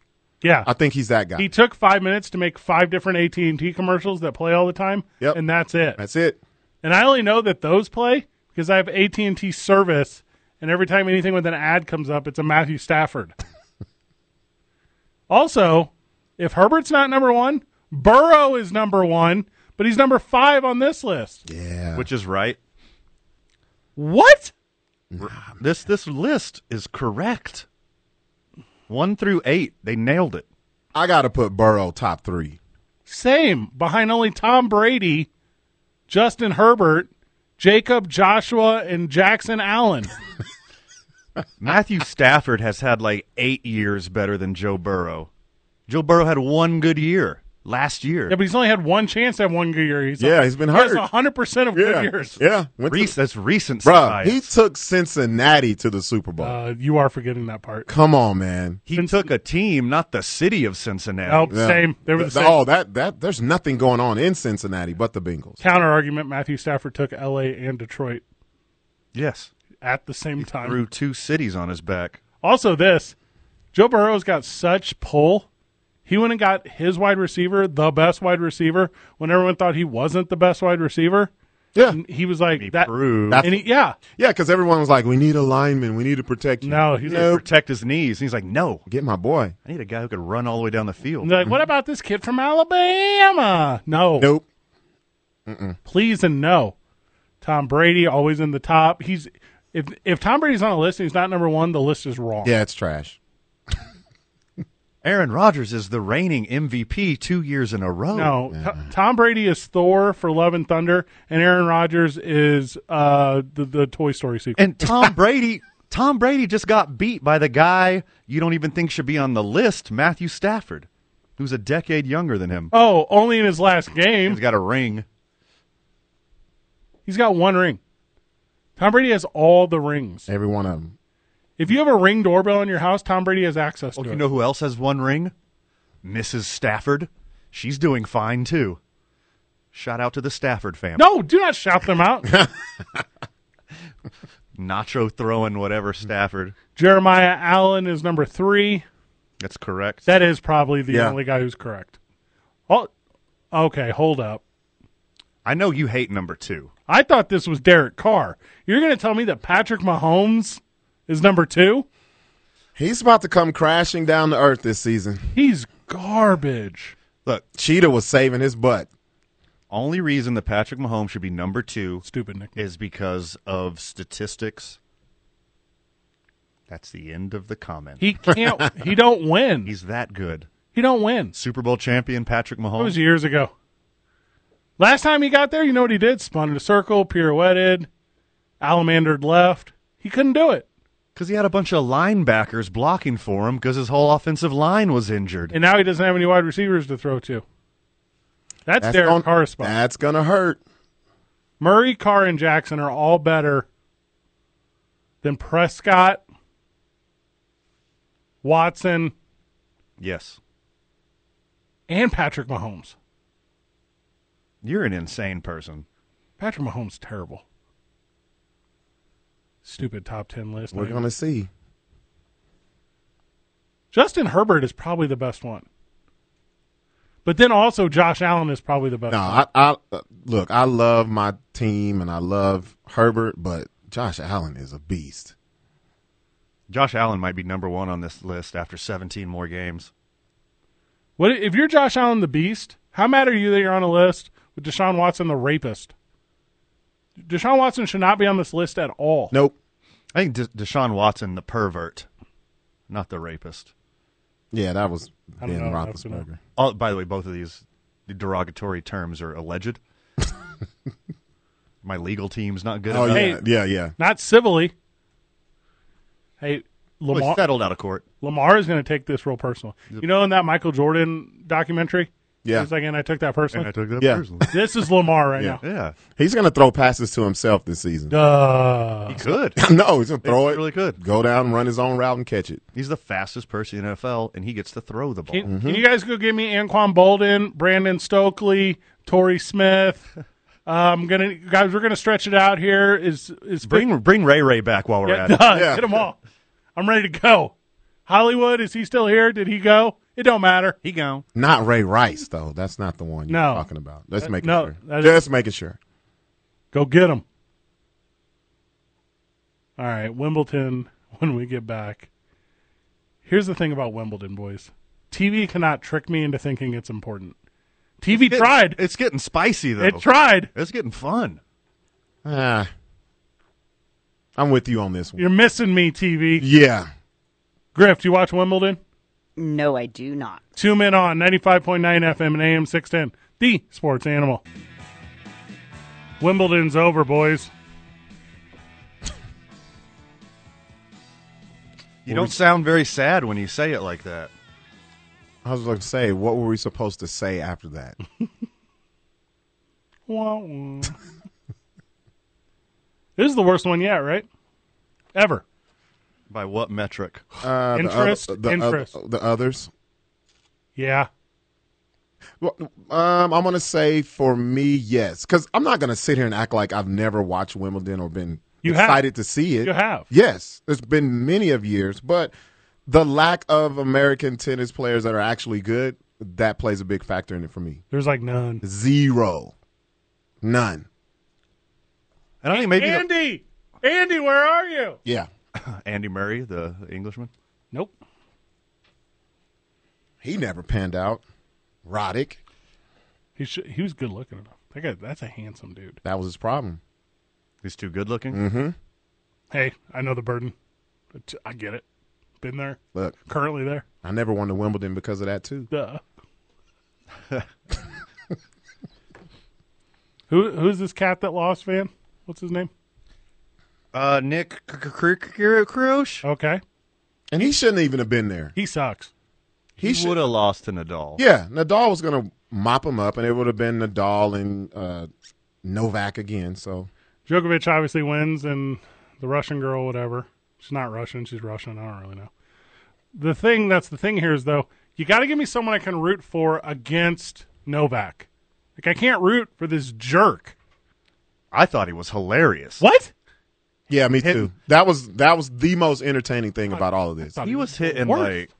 Yeah.
I think he's that guy.
Uh, he took five minutes to make five different AT&T commercials that play all the time,
Yep.
and that's it.
That's it.
And I only know that those play because I have AT and T service, and every time anything with an ad comes up, it's a Matthew Stafford. also, if Herbert's not number one, Burrow is number one, but he's number five on this list.
Yeah.
which is right.
What?
This this list is correct. One through eight, they nailed it.
I got to put Burrow top three.
Same behind only Tom Brady, Justin Herbert, Jacob Joshua, and Jackson Allen.
Matthew Stafford has had like eight years better than Joe Burrow. Joe Burrow had one good year last year.
yeah, but he's only had one chance to have one good year. He's
Yeah, he's been
He has
hurt.
100% of
Yeah.
good years.
Yeah. Went to
Rec- that's recent.
Bruh,
science.
he took Cincinnati to the Super Bowl.
Uh, you are forgetting that part.
Come on, man.
He took a team, not the city of Cincinnati.
Oh,
Yeah.
same. They were the
Th-
same.
Oh, that that there's nothing going on in Cincinnati but the Bengals.
Counter argument: Matthew Stafford took L.A. and Detroit
Yes.
at the same time.
Threw two cities on his back.
Also, this Joe Burrow's got such pull. He went and got his wide receiver, the best wide receiver, when everyone thought he wasn't the best wide receiver.
Yeah,
And he was like that.
proved-
and he, yeah,
yeah, because everyone was like, "We need a lineman. We need to protect you."
no, he's
To
like,
protect his knees. And he's like, no,
Get my boy.
I need a guy who could run all the way down the field.
and they're like, what about this kid from Alabama? No,
Nope.
please and no. Tom Brady always in the top. He's if if Tom Brady's on a list and he's not number one, the list is wrong.
Yeah, it's trash.
Aaron Rodgers is the reigning MVP two years in a row.
No, T- Tom Brady is Thor for Love and Thunder, and Aaron Rodgers is uh, the the Toy Story sequel.
And Tom Brady. Tom Brady just got beat by the guy you don't even think should be on the list, Matthew Stafford, who's a decade younger than him.
oh, only in his last
He's
game,
got a ring.
he's got one ring. Tom Brady has all the rings.
Every one of them.
If you have a ring doorbell in your house, Tom Brady has access to
Oh,
it.
you know who else has one ring? Mrs. Stafford. She's doing fine too. Shout out to the Stafford family.
no, do not shout them out.
Nacho throwing whatever Stafford.
Jeremiah Allen is number three.
That's correct.
That is probably the
Yeah.
only guy who's correct. Oh, okay, hold up.
I know you hate number two.
I thought this was Derek Carr. You're going to tell me that Patrick Mahomes is number two?
He's about to come crashing down to earth this season.
He's garbage.
Look, Cheetah was saving his butt.
Only reason that Patrick Mahomes should be number two
Stupid nickname.
is because of statistics. That's the end of the comment.
He can't. he don't win.
He's that good.
He don't win.
Super Bowl champion Patrick
That was
Mahomes.
years ago. Last time he got there, you know what he did? Spun in a circle, pirouetted, alamandered left. He couldn't do it.
Because he had a bunch of linebackers blocking for him because his whole offensive line was injured.
And now he doesn't have any wide receivers to throw to. That's, Derek
gonna,
Carr's spot.
That's gonna hurt.
Murray, Carr, and Jackson are all better than Prescott, Watson,
yes.
and Patrick Mahomes.
You're an insane person.
Patrick Mahomes terrible. Stupid top ten list.
We're
Not even-
gonna see.
Justin Herbert is probably the best one. But then also Josh Allen is probably the best.
No,
one.
I, I uh, look. I love my team and I love Herbert, but Josh Allen is a beast.
Josh Allen might be number one on this list after 17 more games.
What if you're Josh Allen the beast? How mad are you that you're on a list with Deshaun Watson the rapist? Deshaun Watson should not be on this list at all.
Nope.
I think De- Deshaun Watson, the pervert, not the rapist.
Yeah, that was
I
Ben
don't know. That's gonna-
Roethlisberger.
Oh, by the way, both of these derogatory terms are alleged. My legal team's not good
Oh
enough.
yeah, yeah, yeah.
Not civilly. Hey,
Well,
Lamar,
he's settled out of court.
Lamar is going to take this real personal. You know, in that Michael Jordan documentary,
Yeah.
he's like, and I took that personally.
took that
Yeah.
personally.
this is Lamar right now.
yeah,
He's gonna throw passes to himself this season.
Duh.
he could.
no, he's gonna throw it.
really good.
Go down, run his own route, and catch it.
He's the fastest person in the NFL, and he gets to throw the ball.
Can, can you guys go get me Anquan Bolden, Brandon Stokely, Torrey Smith? I'm gonna guys, we're gonna stretch it out here. Is is
Bring bring Ray Ray back while we're
yeah,
at it.
done.
Yeah.
Hit 'em all. I'm ready to go. Hollywood, is he still here? Did he go? It don't matter.
He gone.
Not Ray Rice though. That's not the one you're
No. Uh,
talking about. Let's make
no,
sure.
that
Just making sure.
Go get him. All right, Wimbledon. When we get back, here's the thing about Wimbledon, boys. TV cannot trick me into thinking it's important. TV tried.
It's getting spicy though.
It tried.
It's getting fun.
Ah, I'm with you on this one.
You're missing me, TV.
yeah.
Griff, do you watch Wimbledon?
No, I do not.
Two men on 95.9 FM and AM 610, the sports animal. Wimbledon's over, boys.
You don't sound very sad when you say it like that.
I was going to say, what were we supposed to say after that?
Wah, wah. this is the worst one yet, right? Ever.
By what metric?
Uh,
Interest,
The, other- the,
interest.
oth- the others.
Yeah.
Well, um, I'm going to say for me, yes, because I'm not going to sit here and act like I've never watched Wimbledon or been
You have.
excited to see it.
You have.
Yes, there's been many of years, but the lack of American tennis players that are actually good that plays a big factor in it for me.
There's like none.
Zero, none.
And I think maybe the-
Andy! Andy, where are you?
Yeah,
Andy Murray, the Englishman.
Nope.
he never panned out. Roddick,
He sh- he was good looking enough. That guy, that's a handsome dude.
that was his problem.
He's too good looking.
Hey, I know the burden. But I get it. Been there.
Look,
Currently there.
I never won to Wimbledon because of that too.
Duh. Who who's this cat that lost, Van? What's his name?
Uh, Nick Kyrgios.
Okay,
And he shouldn't even have been there.
he sucks.
He,
should-
would have lost to Nadal.
Yeah, Nadal was going to mop him up, and it would have been Nadal and uh, Novak again. So
Djokovic obviously wins, and the Russian girl, whatever. She's not Russian. She's Russian. I don't really know. The thing that's the thing here is though, you got to give me someone I can root for against Novak. Like I can't root for this jerk.
I thought he was hilarious.
What?
yeah, me too. That was that was the most entertaining thing about all of this.
He was hitting
Worth.
like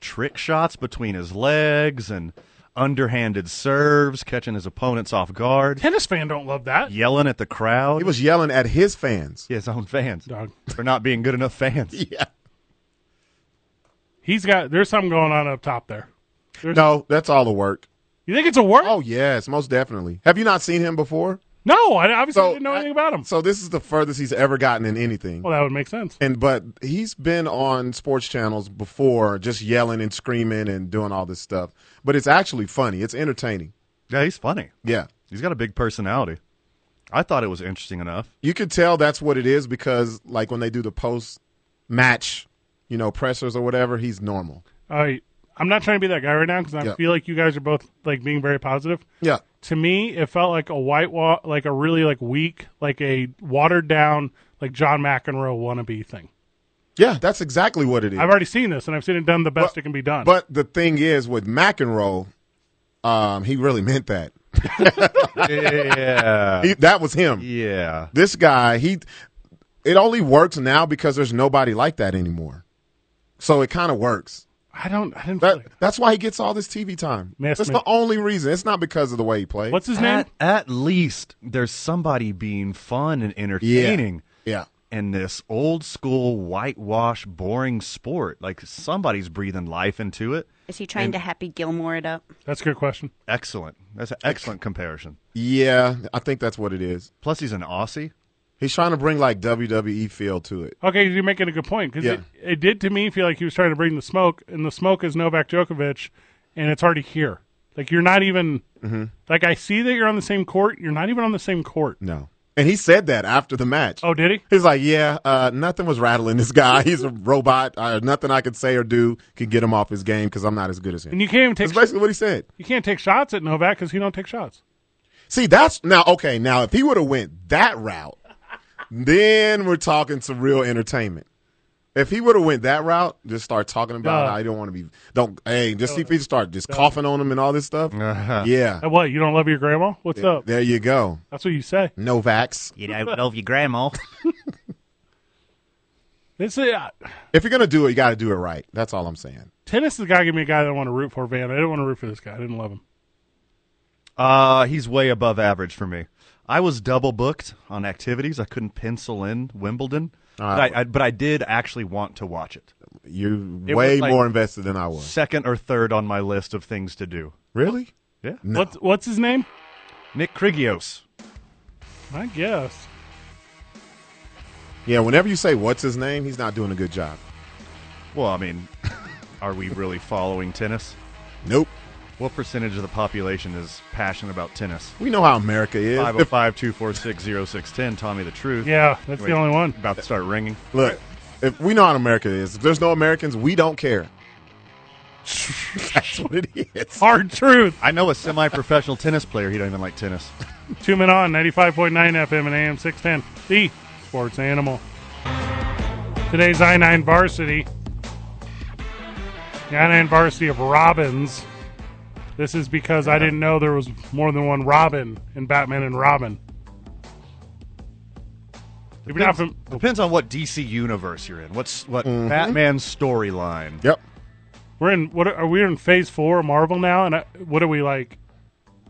trick shots between his legs and underhanded serves, catching his opponents off guard,
Tennis fan don't love that.
yelling at the crowd.
He was yelling at his fans.
his own fans
Dog.
for not being good enough fans.
Yeah.
He's got. There's something going on up top there.
No, that's all the work.
You think it's a work?
Oh yes, most definitely. Have you not seen him before?
no, I obviously didn't know anything about him. Oh.
So this is the furthest he's ever gotten in anything.
well, that would make sense.
And but he's been on sports channels before, just yelling and screaming and doing all this stuff. But it's actually funny. It's entertaining.
Yeah, he's funny.
Yeah.
He's got a big personality. I thought it was interesting enough.
you could tell that's what it is because like when they do the post match you know pressers or whatever he's normal
All right, I'm not trying to be that guy right now because I
Yeah.
feel like you guys are both like being very positive.
yeah
To me, it felt like a white wa- like a really like weak, like a watered down, like John McEnroe wannabe thing.
yeah that's exactly what it is.
I've already seen this, and I've seen it done the best it can be done.
but the thing is with mcenroe um he really meant that
yeah.
he, that was him
Yeah.
this guy he it only works now because there's nobody like that anymore so it kind of works
I don't. I didn't. feel
that,
like-
that's why he gets all this tv time
Yes,
that's
man.
the only reason it's not because of the way he plays
What's his name?
At, at least there's somebody being fun and entertaining
yeah
in this old school whitewash boring sport. Like somebody's breathing life into it.
Is he trying to Happy Gilmore it up?
That's a good question.
Excellent. That's an excellent comparison.
yeah i think that's what it is
Plus he's an Aussie.
He's trying to bring like WWE feel to it.
Okay, you're making a good point because
Yeah.
it, it did to me feel like he was trying to bring the smoke, and the smoke is Novak Djokovic, and it's already here. Like you're not even
Mm-hmm.
like I see that you're on the same court. You're not even on the same court.
No. And he said that after the match.
Oh, did he?
He's like, yeah, uh, nothing was rattling this guy. He's a robot. Uh, nothing I could say or do could get him off his game because I'm not as good as him.
And you can't even take
That's basically what he said.
you can't take shots at Novak because he don't take shots.
See, that's now okay. Now, if he would have went that route, then we're talking some real entertainment. If he would have went that route, just start talking about
Duh.
how I don't want to be don't hey, just see if he start just coughing on him and all this stuff. Yeah,
Uh, what you don't love your grandma? What's up?
there you go.
That's what you say.
No vax.
You know, love your grandma.
This is, uh,
If you're gonna do it, you got to do it right. That's all I'm saying.
tennis has got to give me a guy that I want to root for. Van, I didn't want to root for this guy. I didn't love him.
Uh, he's way above average for me. I was double booked on activities. I couldn't pencil in Wimbledon, but, I, I, but I did actually want to watch it.
You're
It
way
was like-
more invested than I was.
Second or third on my list of things to do.
Really?
Yeah,
No.
What's what's his name?
Nick Krigios.
I guess.
Yeah, whenever you say what's his name, he's not doing a good job.
Well, I mean, are we really following tennis?
Nope.
What percentage of the population is passionate about tennis?
We know how America is. If-
505-246-0610, Tommy the Truth.
Yeah, that's
Wait.
the only one.
About to start ringing.
look, if we know how America is. If there's no Americans, we don't care. That's what it is.
Hard truth.
I know a semi-professional tennis player. He don't even like tennis.
Two men on 95.9 FM and AM 610. The sports animal. Today's I 9 varsity. The I 9 varsity of Robins. This is because I didn't know there was more than one Robin in Batman and Robin. If you're not fam-
Depends on what DC universe you're in. What's what
Mm-hmm.
Batman storyline?
Yep.
we're in what are, are we in phase four of Marvel now? And I, what are we like?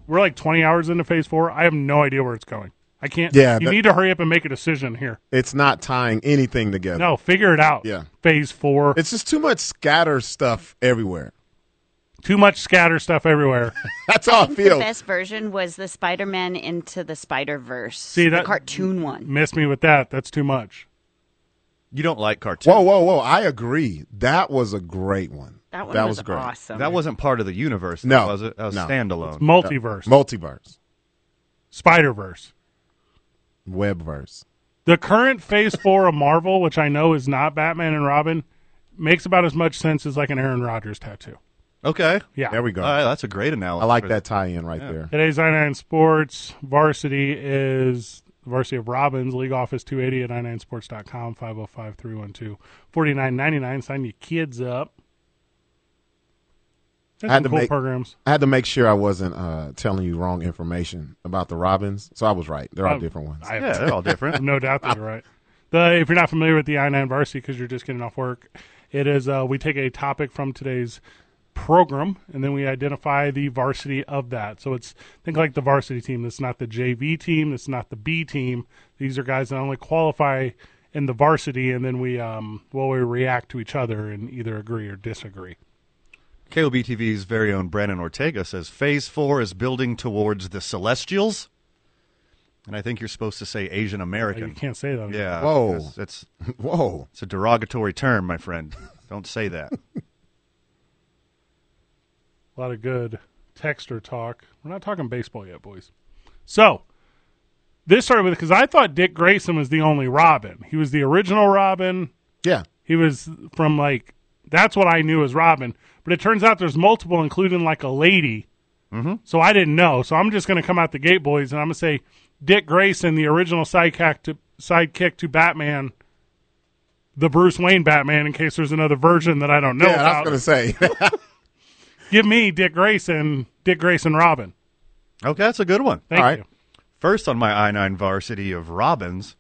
We're like 20 hours into phase four. I have no idea where it's going. I can't.
Yeah,
you
that-
need to hurry up and make a decision here.
It's not tying anything together.
No, figure it out.
Yeah.
Phase four.
It's just too much scatter stuff everywhere.
Too much scatter stuff everywhere.
That's how I
The
feel.
best version was the Spider Man into the Spider Verse.
See, that-
the cartoon one.
Miss me with that. That's too much.
You don't like cartoons.
Whoa, whoa, whoa. I agree. That was a great one.
That one was, awesome.
That wasn't part of the universe, though,
No.
was it? That was
No.
standalone.
Multiverse.
Multiverse.
Spider Verse.
Webverse.
The current phase four of Marvel, which I know is not Batman and Robin, makes about as much sense as like an Aaron Rodgers tattoo.
okay.
Yeah.
There we go.
All right, that's a great analogy.
I like
for
that tie in right there.
Today's I9 Sports varsity is the varsity of Robbins, league office 280 at i9sports.com, 505 312 4999. Sign your kids up. There's
I had
some
to
cool
make-
programs.
I had to make sure I wasn't uh, telling you wrong information about the Robins, so I was right. They're all
Oh,
different ones.
I-
Yeah, they're all different.
No doubt that you're right. The, if you're not familiar with the I9 varsity because you're just getting off work, it is uh, we take a topic from today's program and then we identify the varsity of that. So it's think like the varsity team. That's not the JV team. That's not the B team. These are guys that only qualify in the varsity, and then we um, well we react to each other and either agree or disagree.
KOBTV's very own Brandon Ortega says Phase 4 is building towards the Celestials. And I think you're supposed to say Asian
You
American.
can't say that.
Yeah.
Whoa.
That's, that's
Whoa.
it's a derogatory term, my friend. Don't say that.
A lot of good texter talk. We're not talking baseball yet, boys. So this started with because I thought Dick Grayson was the only Robin. He was the original Robin.
Yeah.
He was from like that's what I knew as Robin, but it turns out there's multiple, including like a lady. Mm-hmm. So I didn't know. So I'm just going to come out the gate, boys, and I'm going to say Dick Grayson, the original sidekick to sidekick to Batman, the Bruce Wayne Batman. In case there's another version that I don't know
Yeah, I
about,
was going to say.
give me Dick Grayson, Dick Grayson Robin.
Okay, that's a good one.
Thank
All right.
you.
First on my I9 varsity of Robbins,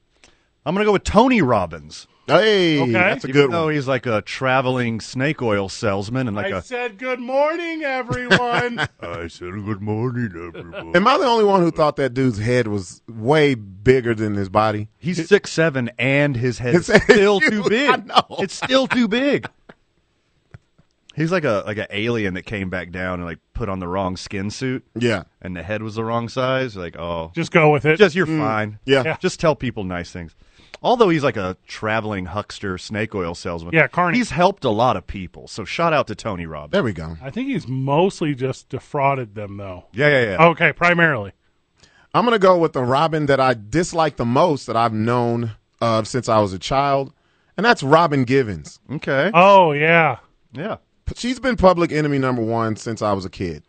I'm going to go with Tony Robbins.
hey,
Okay.
that's a
Even
good
though
one.
he's like a traveling snake oil salesman and like
I
a
said good morning, everyone.
I said good morning, everyone.
Am I the only one who thought that dude's head was way bigger than his body?
He's six seven, and his head is
His head is
still too
huge.
big.
I know.
It's still too big. He's like a like an alien that came back down and like put on the wrong skin suit,
Yeah.
and the head was the wrong size. Like, oh,
just go with it.
just you're fine.
Yeah.
Yeah.
just tell people nice things. Although he's like a traveling huckster, snake oil salesman.
Yeah, Carney.
He's helped a lot of people. So shout out to Tony Robbins.
There we go.
I think he's mostly just defrauded them, though.
Yeah, yeah, yeah.
Okay, primarily.
I'm gonna go with the Robin that I dislike the most that I've known uh, since I was a child, and that's Robin Givens.
Okay,
Oh yeah,
yeah.
She's been public enemy number one since I was a kid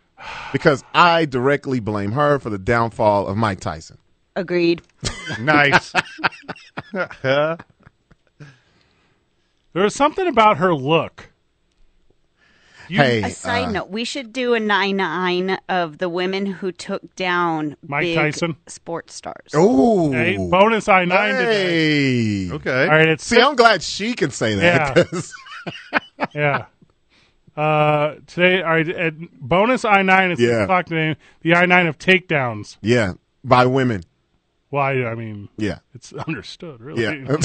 because I directly blame her for the downfall of Mike Tyson.
Agreed.
Nice.
there was something about her look. You-
hey,
A side
uh,
note: We should do a nine-nine of the women who took down
Mike
big
Tyson?
sports stars.
ooh,
Hey, bonus I nine today.
hey.
okay.
All right, it's
See, I'm glad she can say that.
Yeah.
'cause-
yeah. Uh, today, all right, at bonus I nine at six
Yeah.
o'clock today. The I nine of takedowns.
yeah, by women.
Why? I mean,
Yeah,
it's understood, really.
yeah.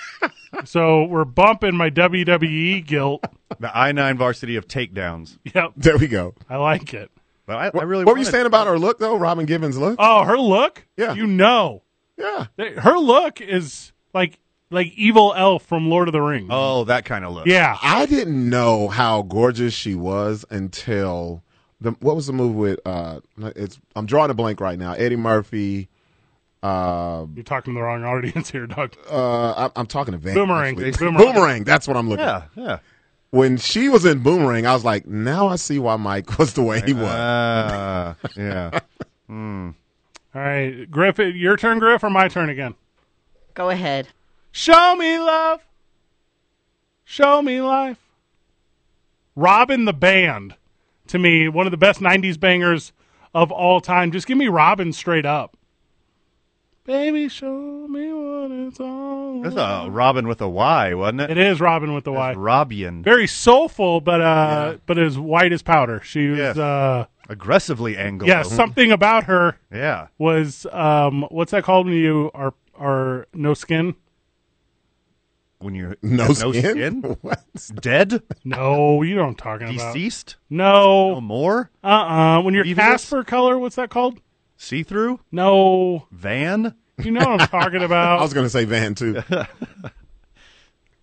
so we're bumping my WWE guilt.
The I nine varsity of takedowns.
Yep,
there we go.
I like it.
But I, I really
what were you
wanted-
saying about her look, though? Robin Givens' look.
Oh, her look.
Yeah.
you know,
yeah,
They- her look is like like evil elf from Lord of the Rings.
Oh, that kind of look.
yeah,
I didn't know how gorgeous she was until the what was the movie with uh it's I'm drawing a blank right now. Eddie Murphy. Uh,
you're talking to the wrong audience here, Doug.
uh, I, I'm talking to Van.
Boomerang.
actually.
Boomerang.
Boomerang. That's what I'm looking.
Yeah,
at.
yeah.
When she was in Boomerang, I was like, now I see why Mike was the way he was.
Uh, yeah.
All right, Griff, your turn, Griff, or my turn again?
Go ahead.
Show me love. Show me life. Robin the Band, to me, one of the best 90s bangers of all time. Just give me Robin straight up. Baby, show me what it's all.
That's a Robin with a Y, wasn't it?
It is Robin with the Y.
Robian.
Very soulful, but uh, but as white as powder. She was,
Yes.
uh,
Aggressively Anglo.
yeah, something about her
Yeah.
was, um, what's that called when you are, are no skin?
When you're
No,
no
skin.
skin?
What?
Dead?
No, you know what I'm talking about.
Deceased?
No.
No more?
Uh-uh. When you're
Previous?
Casper color, what's that called?
See through?
No.
Van?
You know what I'm talking
I
about.
was gonna say Van too.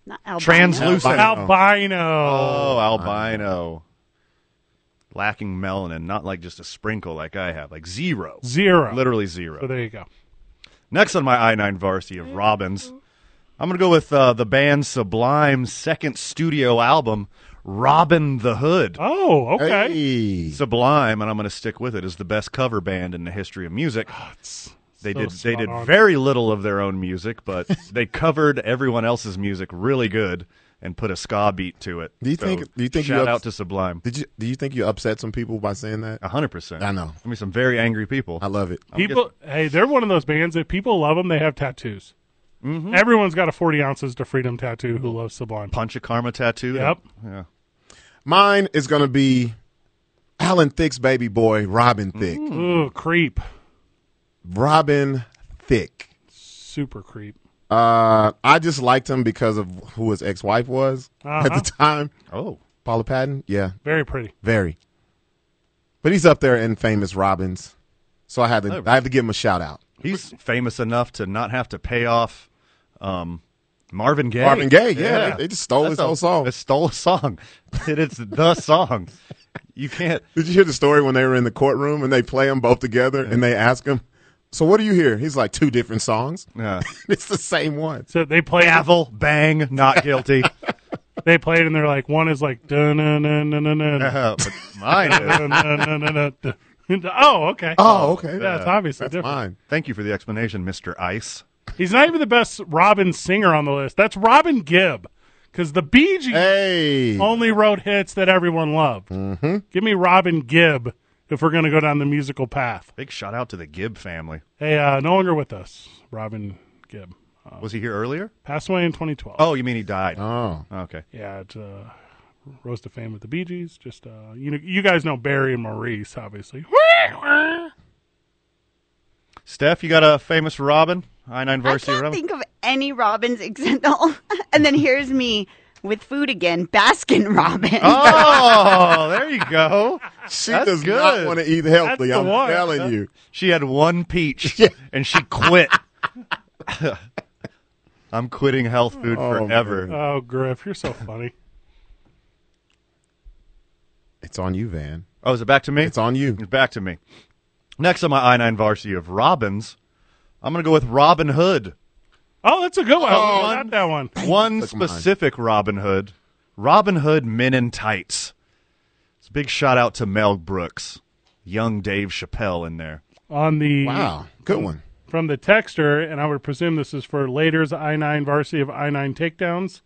Not albino.
Translucent.
Albino.
Oh, albino. Lacking melanin, not like just a sprinkle like I have, like zero.
Zero.
Literally zero.
So there you go.
Next on my I9 varsity of Robbins, I'm going to go with uh, the band Sublime's second studio album, Robin the Hood.
Oh, okay.
Hey.
Sublime, and I'm going to stick with it, is the best cover band in the history of music. They
so
did they
spot
did
on.
very little of their own music, but they covered everyone else's music really good and put a ska beat to it.
Do you
So,
think- do you think you
shout
ups-
out to Sublime?
Did you? Do you think you upset some people by saying that?
hundred percent.
I know.
I mean, some very angry people.
I love it.
People, hey, they're one of those bands that people love them. They have tattoos.
Mm-hmm.
Everyone's got a 40 ounces to freedom tattoo who loves Sublime.
Punch a karma tattoo.
Yep.
Yeah.
Mine is gonna be Alan Thick's baby boy, Robin Thick.
Ooh, creep.
Robin Thick.
Super creep.
Uh, I just liked him because of who his ex-wife was at the time,
Oh.
Paula Patton? Yeah,
Very pretty.
very. But he's up there in famous Robbins, so I had
Oh,
to I had to give him a shout out.
He's famous enough to not have to pay off um, Marvin Gaye.
Marvin Gaye, yeah, they- they just stole his
a-
whole song.
They stole a song. it is the song. You can't.
Did you hear the story when they were in the courtroom and they play them both together and they ask him, "So what do you hear?" He's like, two different songs.
Uh,
it's the same one.
So they play
gavel, bang, not guilty.
they played and they're like one is like dun dun dun dun dun dun
Uh, but mine is.
dun dun dun dun dun dun. Oh, okay.
Oh, okay,
yeah, it's obviously different.
fine.
Thank you for the explanation, Mr. Ice.
He's not even the best Robin singer on the list. That's Robin Gibb, because the Bee Gees
Hey,
only wrote hits that everyone loved. Mm-hmm. Give me Robin Gibb if we're going to go down the musical path.
Big shout out to the Gibb family.
Hey, uh, no longer with us, Robin Gibb.
Was he here earlier?
Passed away in 2012.
Oh, you mean he died?
oh,
Okay.
Yeah, it, uh, rose to fame with the Bee Gees. Just uh, you know, you guys know Barry and Maurice, obviously. Oh,
Steph, you got a famous Robin? I nine
I
varsity
can't
Robin.
think of any Robins except the. And then here's me with food again, Baskin Robbins.
oh, there you go.
she
That's
does not
good.
want to eat healthy.
That's the
I'm
one.
telling you.
She had one peach and she quit. I'm quitting health food forever.
Oh, Griff, you're so funny.
It's on you, Van.
Oh, is it back to me?
It's on you.
It's back to me. Next on my I9 varsity of Robins, I'm going to go with Robin Hood.
Oh, that's a good one.
Oh,
I got that one.
One
Took mine.
specific Robin Hood, Robin Hood Men in Tights. It's a big shout out to Mel Brooks, young Dave Chappelle in there.
On the
Wow, good one.
from the texter, and I would presume this is for later's I nine varsity of I nine takedowns.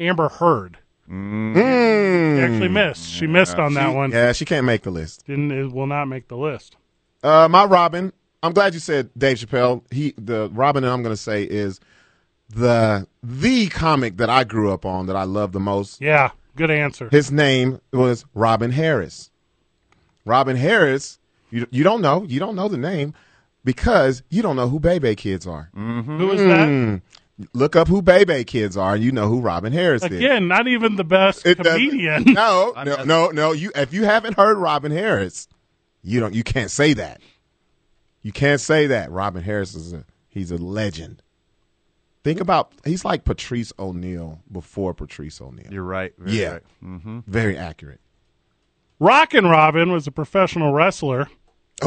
Amber Heard She actually missed. She missed on that one.
Hmm. Yeah, Hmm. she can't make the list.
Didn't it will not make the list.
Uh, my Robin. I'm glad you said Dave Chappelle. He the Robin that I'm going to say is the the comic that I grew up on that I love the most.
Yeah, good answer.
His name was Robin Harris. Robin Harris. You you don't know you don't know the name because you don't know who Bebe Kids are.
Who is that?
Look up who Bebe Kids are, and you know who Robin Harris is.
Again, not even the best
It doesn't-
comedian.
No, no, no, no. You if you haven't heard Robin Harris, you don't. You can't say that. You can't say that. Robin Harris is a he's a legend. Think about he's like Patrice O'Neill before Patrice O'Neill.
You're right. Very
yeah,
right. Mm-hmm.
very accurate.
Rockin' Robin was a professional wrestler.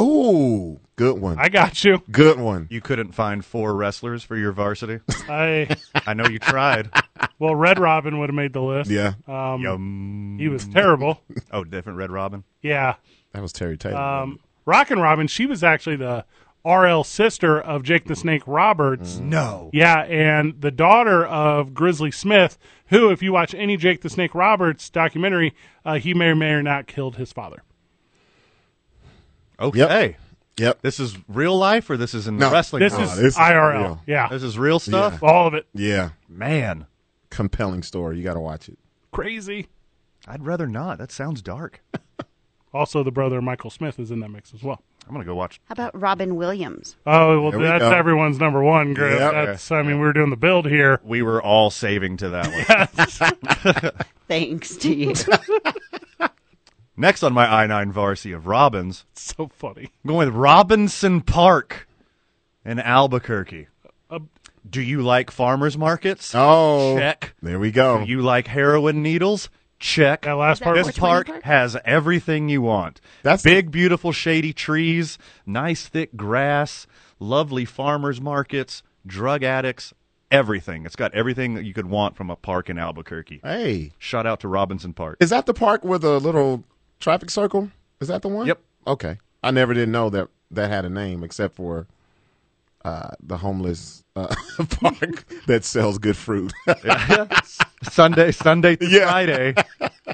Oh, good one.
I got you.
good one.
You couldn't find four wrestlers for your varsity.
I
I know you tried.
well, Red Robin would have made the list.
Yeah,
Um,
Yum.
he was terrible.
Oh, different Red Robin.
Yeah.
that was Terry Taylor.
Um, Rockin' Robin. She was actually the RL sister of Jake the Snake Roberts.
Mm-hmm.
No.
Yeah, and the daughter of Grizzly Smith, who, if you watch any Jake the Snake Roberts documentary, uh, he may or may or not killed his father.
Okay.
Yep. yep.
This is real life or this is in
No,
the wrestling
This
world?
is
Oh, this is
IRL.
real.
Yeah.
This is real stuff?
all of it.
Yeah,
Man,
compelling story. You got to watch it.
Crazy.
I'd rather not. That sounds dark.
Also, the brother of Michael Smith is in that mix as well.
I'm going to go watch.
How about Robin Williams?
Oh well,
There we
that's
go.
everyone's number one, Griff.
Yep.
That's I mean, we were doing the build here.
We were all saving to that one.
Thanks to you.
Next on my I9 varsity of Robins,
It's so funny.
I'm going with Robinson Park in Albuquerque. Do you like farmers markets?
Oh,
Check.
there we go.
Do you like heroin needles? Check.
That last
that
part.
what
This
was-
Which one
park
park?
has everything you want.
That's the-
big, beautiful, shady trees, nice, thick grass, lovely farmers markets, drug addicts, everything. It's got everything that you could want from a park in Albuquerque.
hey,
Shout out to Robinson Park.
Is that the park with the little traffic circle? Is that the one?
Yep.
Okay. I never did know that that had a name except for uh, the homeless uh, park that sells good fruit.
Sunday, Sunday through
Yeah.
Friday,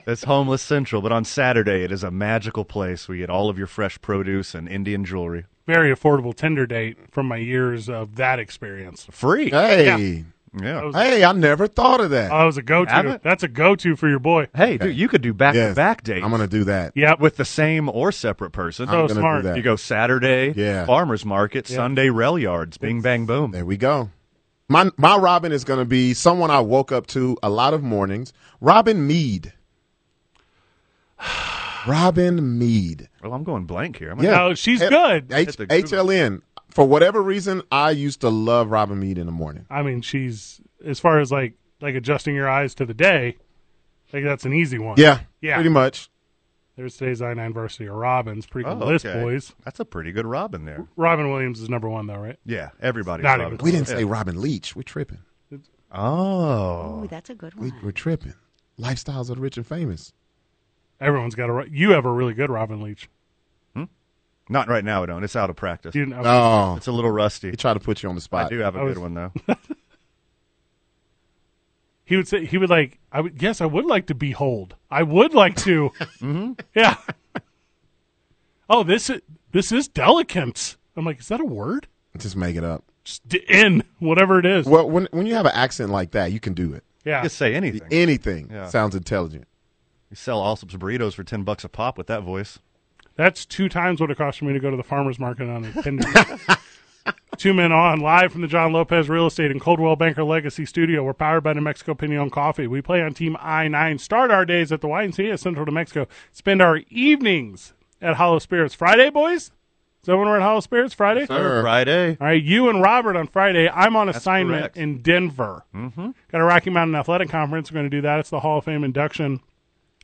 it's homeless central, but on Saturday it is a magical place where you get all of your fresh produce and Indian jewelry
very affordable Tinder date from my years of that experience.
free.
hey.
Oh,
Yeah. Uh,
Hey, I never thought of that.
Oh, it was a
Have
go-to.
it?
That's a go-to for your boy.
Hey, dude, you could do back
Yes.
to back dates.
I'm going to do that.
Yep.
with the same or separate
Oh,
person.
I'm
so
gonna
smart.
Do that.
You go Saturday,
Yeah.
farmers market, Sunday rail yards, bing bang boom.
There we go. My my Robin is going to be someone I woke up to a lot of mornings. Robin Mead. Robin Mead.
Well, I'm going blank here. I'm
Yeah.
No, she's good.
H-
the Google.
HLN. For whatever reason, I used to love Robin Mead in the morning.
I mean, she's as far as like like adjusting your eyes to the day. Like that's an easy one.
Yeah.
Yeah.
Pretty much.
There's today's I nine varsity of Robbins. Pretty good
Oh,
list,
okay.
boys.
That's a pretty good Robin there.
Robin Williams is number one though, right?
Yeah, everybody's
Not
Robin.
even-
We didn't say Robin Leach. We're tripping.
Oh,
Ooh, that's a good
We,
one.
we're tripping. Lifestyles of the rich and famous.
Everyone's got a. ro- You have a really good Robin Leach.
not right now. I don't. It's out of practice.
You know,
Oh,
It's a little rusty.
he tried to put you on the spot.
I do have a
I was-
good one though.
he would say he would like. I would yes, I would like to behold. I would like to. Mm-hmm. Yeah. Oh, this is this is delicate. I'm like, is that a word?
Just make it up.
Just d- in whatever it is.
Well, when when you have an accent like that, you can do it.
yeah.
Just say anything.
Anything
Yeah.
sounds intelligent.
You sell Allsup's burritos for ten bucks a pop with that voice.
That's two times what it cost for me to go to the farmer's market on a Tinder. two men on live from the John Lopez Real Estate and Coldwell Banker Legacy Studio. We're powered by New Mexico Pinion Coffee. We play on Team I nine. Start our days at the YMCA at Central New Mexico. Spend our evenings at Hollow Spirits Friday, boys. Is that when we're at Hollow Spirits Friday?
Friday.
All right, you and Robert on Friday. I'm on assignment
correct.
in Denver. Mm-hmm. Got a Rocky Mountain Athletic Conference. We're going to do that. It's the Hall of Fame induction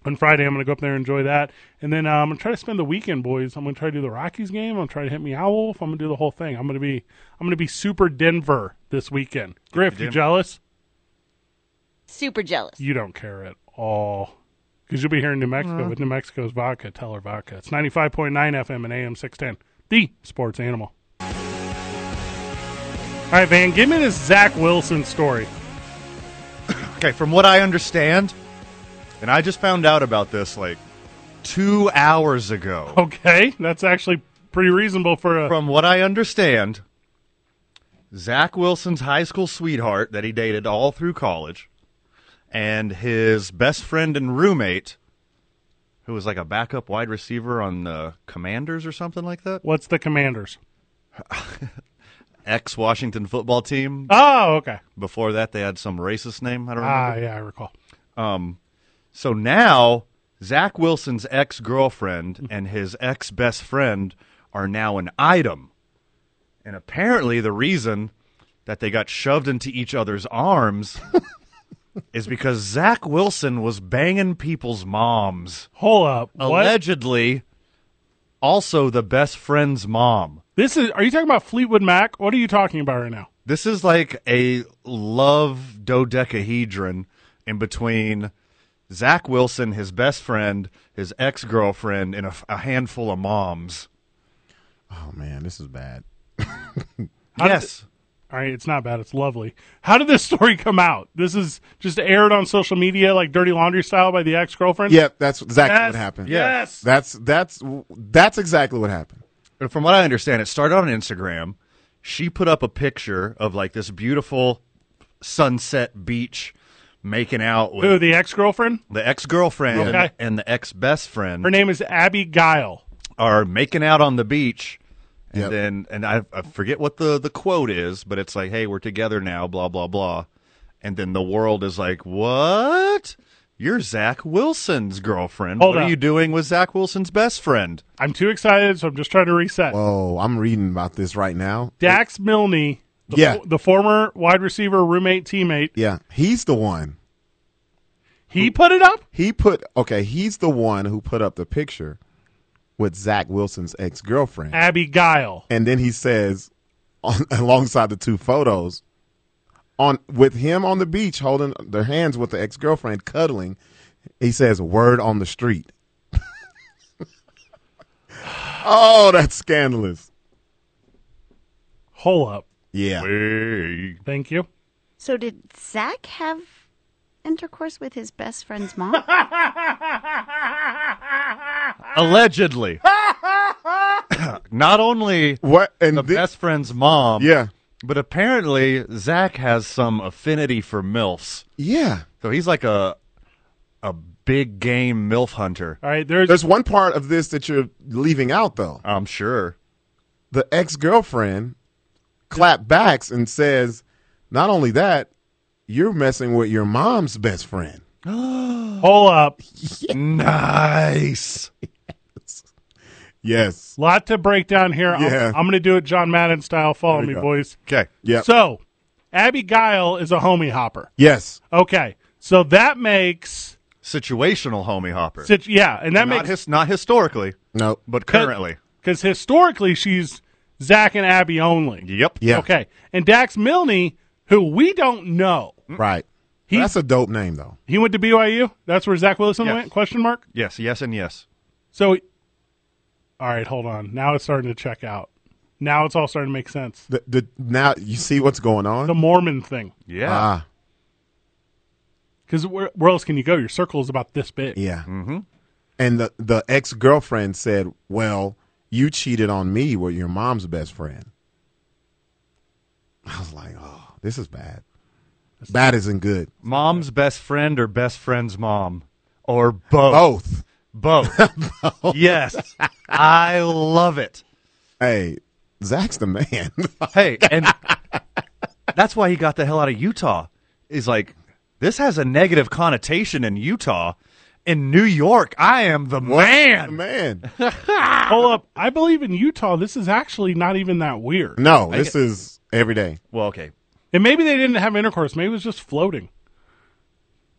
on Friday. I'm going to go up there and enjoy that. And then uh, I'm going to try to spend the weekend, boys. I'm going to try to do the Rockies game. I'm going to try to hit me owl. I'm going to do the whole thing. I'm going to be I'm going to be super Denver this weekend. Griff, you
Denver.
jealous?
Super jealous.
You don't care at all. Because you'll be here in New Mexico with New Mexico's vodka, Teller Vodka. It's 95.9 FM and AM 610, the sports animal. All right, Van, give me this Zach Wilson story.
Okay, from what I understand, and I just found out about this like two hours ago.
Okay, that's actually pretty reasonable for a.
From what I understand, Zach Wilson's high school sweetheart that he dated all through college, and his best friend and roommate, who was like a backup wide receiver on the Commanders or something like that,
what's the commanders?
ex Washington football team.
Oh, okay.
Before that, they had some racist name. I don't remember.
Ah, yeah, I recall.
So now Zach Wilson's ex girlfriend and his ex best friend are now an item. And apparently, the reason that they got shoved into each other's arms is because Zach Wilson was banging people's moms.
Hold up. What?
Allegedly, also the best friend's mom.
This is. Are you talking about Fleetwood Mac? What are you talking about right now?
This is like a love dodecahedron in between Zach Wilson, his best friend, his ex girlfriend, and a, a handful of moms.
Oh man, this is bad.
yes.
All right, it's not bad. It's lovely. How did this story come out? This is just aired on social media, like dirty laundry style, by the ex girlfriend.
Yep, that's exactly
Yes.
what happened.
Yes.
That's that's that's exactly what happened.
But from what I understand, it started on Instagram. She put up a picture of like this beautiful sunset beach making out with
Who the ex girlfriend?
the ex girlfriend
Okay.
and the ex best friend.
Her name is Abby Guile.
are making out on the beach, and
Yep.
then and I, I forget what the the quote is, but it's like, "Hey, we're together now," blah blah blah, and then the world is like, "What? You're Zach Wilson's girlfriend?
Hold
what
up.
are you doing with Zach Wilson's best friend?"
I'm too excited, so I'm just trying to reset.
Oh, I'm reading about this right now.
Dax Milne, the,
Yeah.
the former wide receiver, roommate, teammate,
Yeah, he's the one.
he put it up.
He put okay. He's the one who put up the picture with Zach Wilson's ex girlfriend,
Abby Guile.
and then he says, on, alongside the two photos, on with him on the beach holding their hands with the ex girlfriend cuddling, he says, "Word on the street." oh, that's scandalous.
Hold up.
Yeah.
Thank you.
So did Zach have intercourse with his best friend's mom?
Allegedly, not only
What and
the
thi-
best friend's mom,
Yeah.
but apparently Zach has some affinity for milfs,
Yeah.
so he's like a a big game milf hunter.
All right, there's,
There's one part of this that you're leaving out though.
I'm sure.
The ex-girlfriend clap backs and says, "Not only that, you're messing with your mom's best friend."
Hole up.
Nice.
Yes.
Lot to break down here. I'm-
Yeah.
I'm, going to do it John Madden style. Follow
There you
me,
go.
boys.
Okay.
Yep.
So, Abby Guile is a homie hopper.
yes.
Okay. So that makes.
Situational homie hopper.
sit- Yeah. And that
not,
makes.
his, not historically,
No.
but currently.
Because historically, she's Zach and Abby only.
Yep.
Yeah.
Okay. And Dax Milne, who we don't know,
Right.
He-
That's a dope name though.
he went to BYU. That's where Zach Wilson
Yes.
went? Question mark.
Yes, yes, and yes.
So, all right, hold on. Now it's starting to check out. Now it's all starting to make sense.
The, the now you see what's going on.
The Mormon thing.
Yeah.
ah.
Because where, where else can you go? Your circle is about this big.
Yeah. Mm-hmm. And the the ex girlfriend said, "Well, you cheated on me with your mom's best friend." I was like, "Oh, this is bad. Bad isn't good.
Mom's best friend or best friend's mom or both.
Both.
Both. yes. I love it.
Hey, Zach's the man.
Hey, and that's why he got the hell out of Utah. Is like this has a negative connotation in Utah. In New York, I am the man.
man,
Hold up. I believe in Utah, this is actually not even that weird.
no, this is every day.
Well, okay.
And maybe they didn't have intercourse. Maybe it was just floating.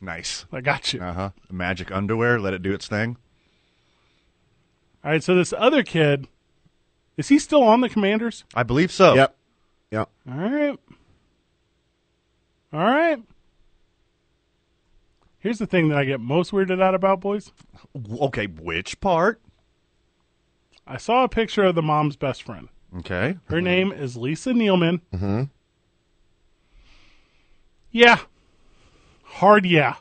Nice.
I got you.
Uh-huh. Magic underwear, let it do its thing.
All right. So this other kid, is he still on the Commanders?
I believe
Oh.
so.
Yep, yep.
All right. All right. Here's the thing that I get most weirded out about, boys.
W- Okay, which part?
I saw a picture of the mom's best friend.
Okay.
Her name is Lisa Nealman. Mm-hmm. Yeah. Hard yeah.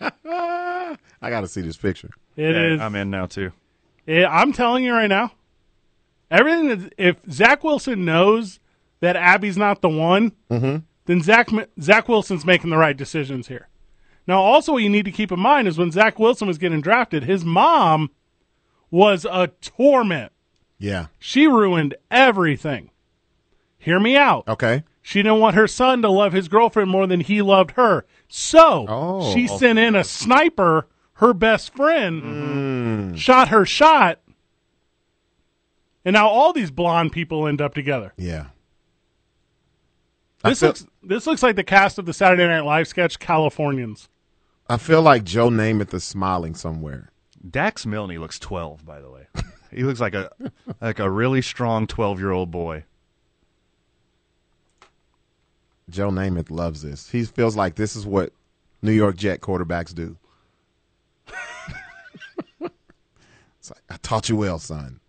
I got to see this picture.
It is-
I'm in now too.
it- Eh, I'm telling you right now. Everything that if Zach Wilson knows that Abby's not the one, then Zach Ma- Zach Wilson's making the right decisions here. Now, also, what you need to keep in mind is when Zach Wilson was getting drafted, his mom was a torment.
Yeah.
She ruined everything. Hear me out.
Okay.
She didn't want her son to love his girlfriend more than he loved her. So
Oh.
she sent in a sniper, her best friend,
Mm.
shot her shot. And now all these blonde people end up together.
Yeah. I
This
feel-
looks this looks like the cast of the Saturday Night Live sketch Californians.
I feel like Joe Namath is smiling somewhere.
Dax Milne looks 12, by the way. he looks like a like a really strong 12-year-old boy.
Joe Namath loves this. He feels like this is what New York Jet quarterbacks do. it's like, I taught you well, son.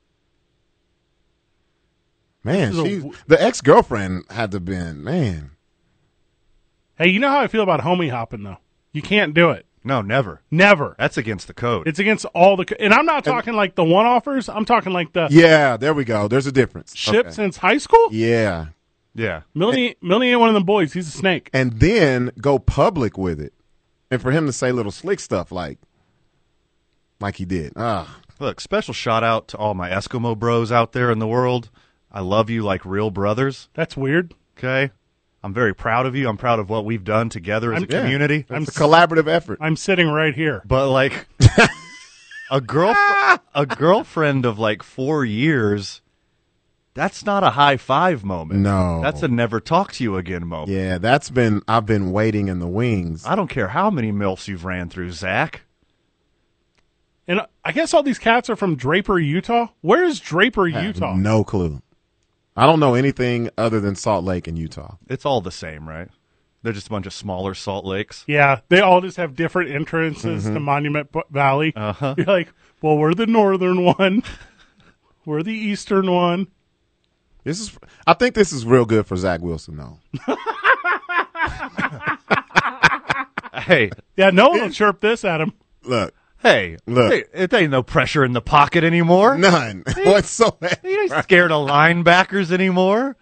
Man,
This is a
she,
w-
the ex girlfriend had to been man.
Hey, you know how I feel about homie hopping though. You can't do it.
No, never.
Never.
That's against the code.
It's against all the co- and I'm not talking like the one offers. I'm talking like the
Yeah, there we go. There's a difference.
ship
Okay.
since high school.
Yeah,
yeah.
Millie, Millie ain't one of them boys. He's a snake.
and then go public with it, and for him to say little slick stuff like, like he did. Ah,
Look, special shout out to all my Eskimo bros out there in the world. I love you like real brothers,
That's weird.
okay? I'm very proud of you. I'm proud of what we've done together as a
I'm-
yeah.
community.
It's
I'm
a collaborative effort.
I'm sitting right here.
But like a girl a girlfriend of like 4 years, that's not a high five moment.
No.
That's a never talk to you again moment.
Yeah, that's been I've been waiting in the wings.
I don't care how many milfs you've ran through, Zach.
And I guess all these cats are from Draper, Utah. Where is Draper,
I have
Utah?
No clue. I don't know anything other than Salt Lake and Utah.
It's all the same, right? They're just a bunch of smaller Salt Lakes.
Yeah, they all just have different entrances
Mm-hmm.
to Monument B- Valley. Uh-huh. You're like, well, we're the northern one. we're the eastern one.
This is I think this is real good for Zach Wilson though.
Hey,
Yeah, no one will chirp this at him.
Look,
hey,
Look.
hey, it ain't no pressure in the pocket anymore.
none whatsoever.
You ain't scared of linebackers anymore.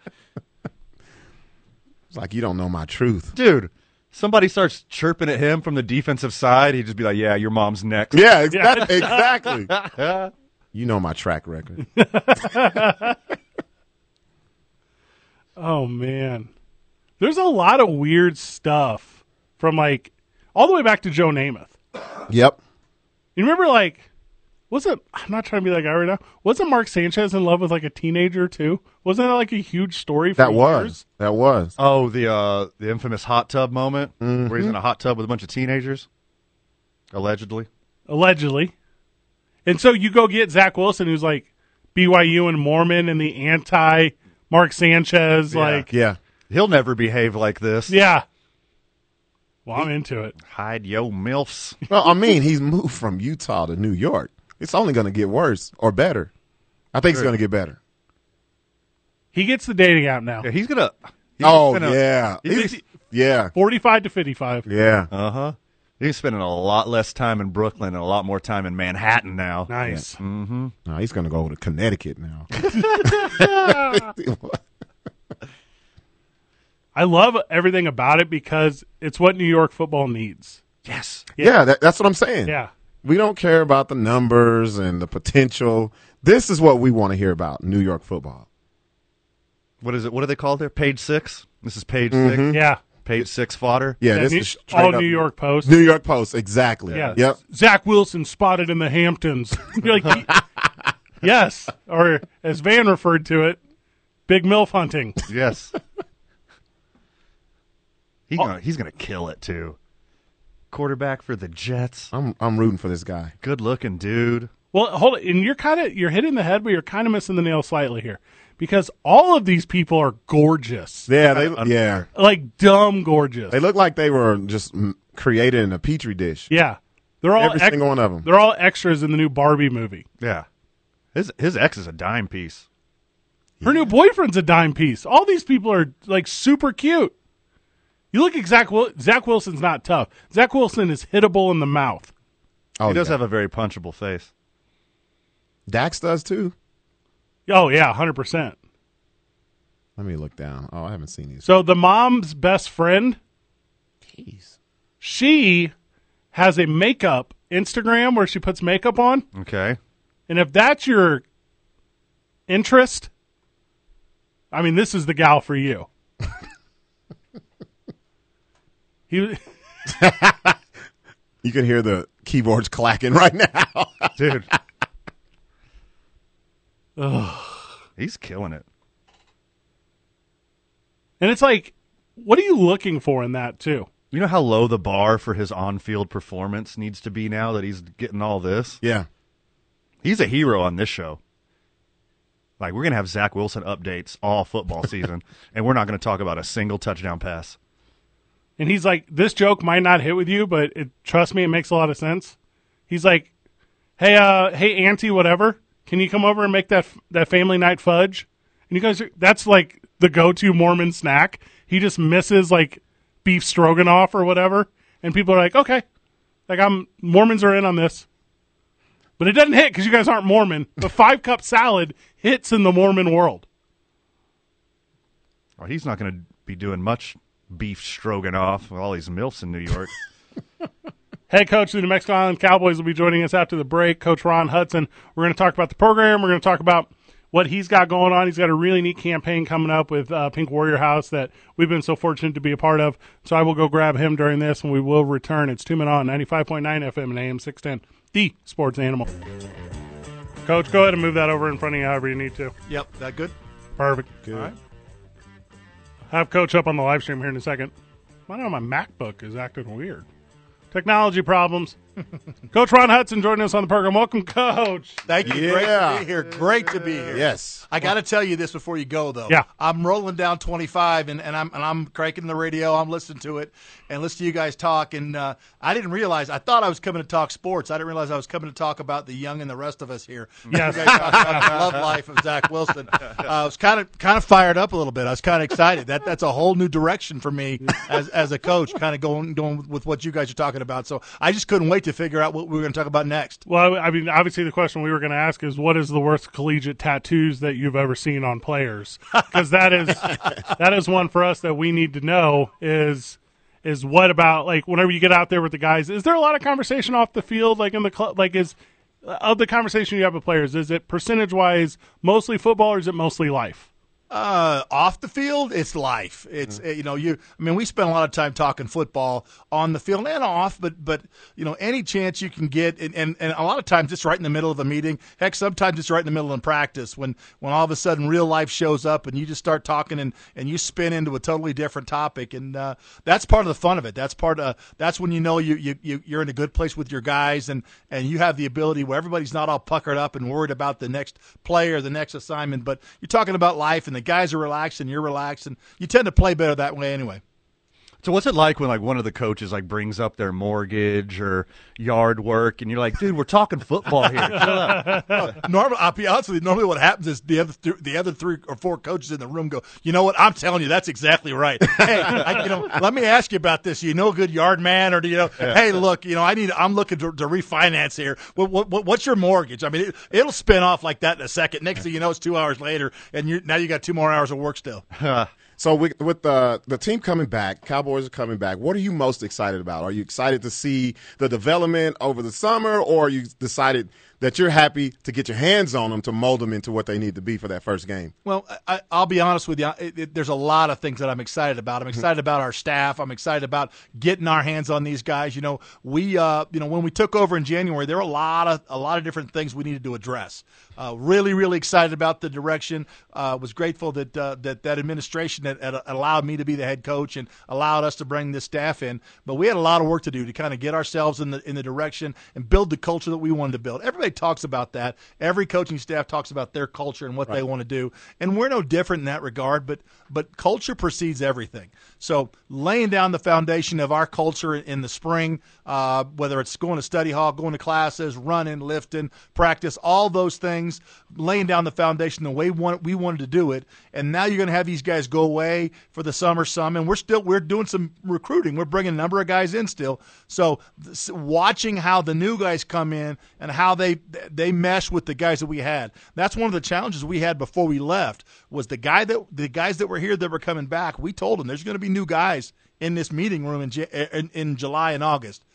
It's like you don't know my truth.
Dude, somebody starts chirping at him from the defensive side. He'd just be like, yeah, your mom's next.
Yeah, ex- that- exactly. you know my track record.
Oh man, there's a lot of weird stuff from like all the way back to Joe Namath.
Yep.
You remember, like, wasn't I'm not trying to be like guy right now. Wasn't Mark Sanchez in love with like a teenager too? Wasn't that like a huge story? For
That was.
years?
That was.
Oh, the uh, the infamous hot tub moment where he's in a hot tub with a bunch of teenagers, allegedly.
allegedly. And so you go get Zach Wilson, who's like BYU and Mormon and the anti Mark Sanchez. Like,
Yeah.
He'll never behave like this.
yeah. Well, I'm into it.
Hide yo milfs.
Well, I mean, he's moved from Utah to New York. It's only going to get worse or better. I think it's going to get better.
He gets the dating app now,
Yeah, he's gonna. He's
Oh
gonna-
yeah,
He's,
He's- yeah,
forty-five to fifty-five.
yeah.
uh huh. He's spending a lot less time in Brooklyn and a lot more time in Manhattan now.
Nice.
No, he's going to go to Connecticut now.
I love everything about it because it's what New York football needs.
Yes.
yeah, that, that's what I'm saying.
Yeah.
we don't care about the numbers and the potential. This is what we want to hear about New York football.
What is it? What do they call there? Page six. This is page six.
Yeah.
Page six fodder.
Mm-hmm. Yeah,
That
this
New-
is straight
all
up-
New York Post.
New York Post, exactly.
Yeah.
Yep.
Zach Wilson spotted in the Hamptons. You're like, yes, or as Van referred to it, big milf hunting.
Yes. he gonna, he's gonna kill it too. Quarterback for the Jets.
I'm I'm rooting for this guy.
Good looking dude.
Well, hold it, and you're kind of you're hitting the head, but you're kind of missing the nail slightly here because all of these people are gorgeous,
Yeah, they yeah
like dumb gorgeous.
they look like they were just mm, created in a petri dish.
yeah, they're all
Every
ex-
single one of 'em.
They're all extras in Oh, the new Barbie movie.
Yeah. His his ex is a dime piece.
Her new boyfriend's a dime piece. All these people are like super cute. You look at Zach. Wil- Zach Wilson's not tough. Zach Wilson is hittable in the mouth.
Oh,
he does
yeah.
have a very punchable face.
Dax does too.
Oh yeah, hundred percent.
Let me look down. Oh, I haven't seen these.
So the mom's best friend, she has a makeup Instagram where she puts makeup on,
Okay.
and if that's your interest, I mean, this is the gal for you. he,
You can hear the keyboards clacking right now.
Dude. He's killing it.
and it's like, what are you looking for in that too?
You know how low the bar for his on-field performance needs to be now that he's getting all this?
yeah.
He's a hero on this show. Like we're gonna have Zach Wilson updates all football season, and we're not gonna talk about a single touchdown pass.
And he's like, this joke might not hit with you, but it, trust me, it makes a lot of sense. He's like, hey, uh, hey, auntie, whatever, can you come over and make that f- that family night fudge? And you guys, are, that's like the go-to Mormon snack. He just misses like beef stroganoff or whatever, and people are like, okay, like I'm Mormons are in on this, but it doesn't hit because you guys aren't Mormon. But five cup salad hits in the Mormon world.
Well, he's not gonna be doing much beef stroganoff with all these milfs in New York.
Head coach of the New Mexico Island Cowboys will be joining us after the break. Coach Ron Hudson. We're going to talk about the program. We're going to talk about what he's got going on. He's got a really neat campaign coming up with uh, Pink Warrior House that we've been so fortunate to be a part of. So I will go grab him during this, and we will return. It's two men on ninety five point nine FM and AM six ten. The Sports Animal. Coach, go ahead and move that over in front of you however you need to.
Yep, that good?
Perfect. All right. Have Coach up on the live stream here in a second. Why not my MacBook is acting weird? Technology problems. Coach Ron Hudson joining us on the program. Welcome, Coach.
Thank you. Great
Yeah.
to be here. Great to be here.
Yes.
I got to tell you this before you go, though.
Yeah.
I'm rolling down 25, and, and I'm and I'm cranking the radio. I'm listening to it, and listen to you guys talk. And uh, I didn't realize. I thought I was coming to talk sports. I didn't realize I was coming to talk about the young and the rest of us here.
Yes.
You guys talked about the love life of Zach Wilson. Uh, I was kind of kind of fired up a little bit. I was kind of excited. That that's a whole new direction for me as as a coach. Kind of going going with what you guys are talking about. So I just couldn't wait to figure out what we were going to talk about next.
Well, I I mean, obviously, the question we were going to ask is what is the worst collegiate tattoos that you've ever seen on players? Because that is that is one for us that we need to know is is what about like whenever you get out there with the guys, is there a lot of conversation off the field? Like in the club, like is of the conversation you have with players, is it percentage wise mostly football or is it mostly life?
Uh, off the field, it's life. It's uh, you know you. I mean, we spend a lot of time talking football on the field and off, but but you know any chance you can get, and, and and a lot of times it's right in the middle of a meeting. Heck, sometimes it's right in the middle of practice when when all of a sudden real life shows up and you just start talking and and you spin into a totally different topic, and uh, that's part of the fun of it. That's part of that's when you know you you you- you're in a good place with your guys, and and you have the ability where everybody's not all puckered up and worried about the next play or the next assignment, but you're talking about life, and the guys are relaxed, and you're relaxed, and you tend to play better that way anyway.
So what's it like when like one of the coaches like brings up their mortgage or yard work and you're like, dude, we're talking football here. Chill out.
Normally, I'll be honest with you. Normally, what happens is the other th- the other three or four coaches in the room go, "You know what? I'm telling you, that's exactly right. Hey, I, you know, let me ask you about this. You know, a good yard man, or do you know? Hey, look, you know, I need. I'm looking to, to refinance here. What, what, what, what's your mortgage? I mean, it, it'll spin off like that in a second. Next thing you know, it's two hours later, and you now you got two more hours of work still.
So with, with the the team coming back, Cowboys are coming back. What are you most excited about? Are you excited to see the development over the summer, or are you decided that you're happy to get your hands on them to mold them into what they need to be for that first game?
Well, I, I- I'll be honest with you. I- It, it, there's a lot of things that I'm excited about. I'm excited about our staff. I'm excited about getting our hands on these guys. You know, we, uh, you know, when we took over in January, there were a lot of a lot of different things we needed to address. Uh, really, really excited about the direction. Uh, was grateful that uh, that that administration that, that allowed me to be the head coach and allowed us to bring this staff in. But we had a lot of work to do to kind of get ourselves in the in the direction and build the culture that we wanted to build. Everybody talks about that. Every coaching staff talks about their culture and what they want to do, and we're no different in that regard. But but culture precedes everything. So laying down the foundation of our culture in the spring, uh, whether it's going to study hall, going to classes, running, lifting, practice, all those things, laying down the foundation the way we, want, we wanted to do it. And now you're going to have these guys go away for the summer some, and we're still we're doing some recruiting. We're bringing a number of guys in still. So this, watching how the new guys come in and how they they mesh with the guys that we had. That's one of the challenges we had before we left was the guy that the guys that were here that were coming back. We told them there's going to be new guys in this meeting room in, Ja- in in July and August.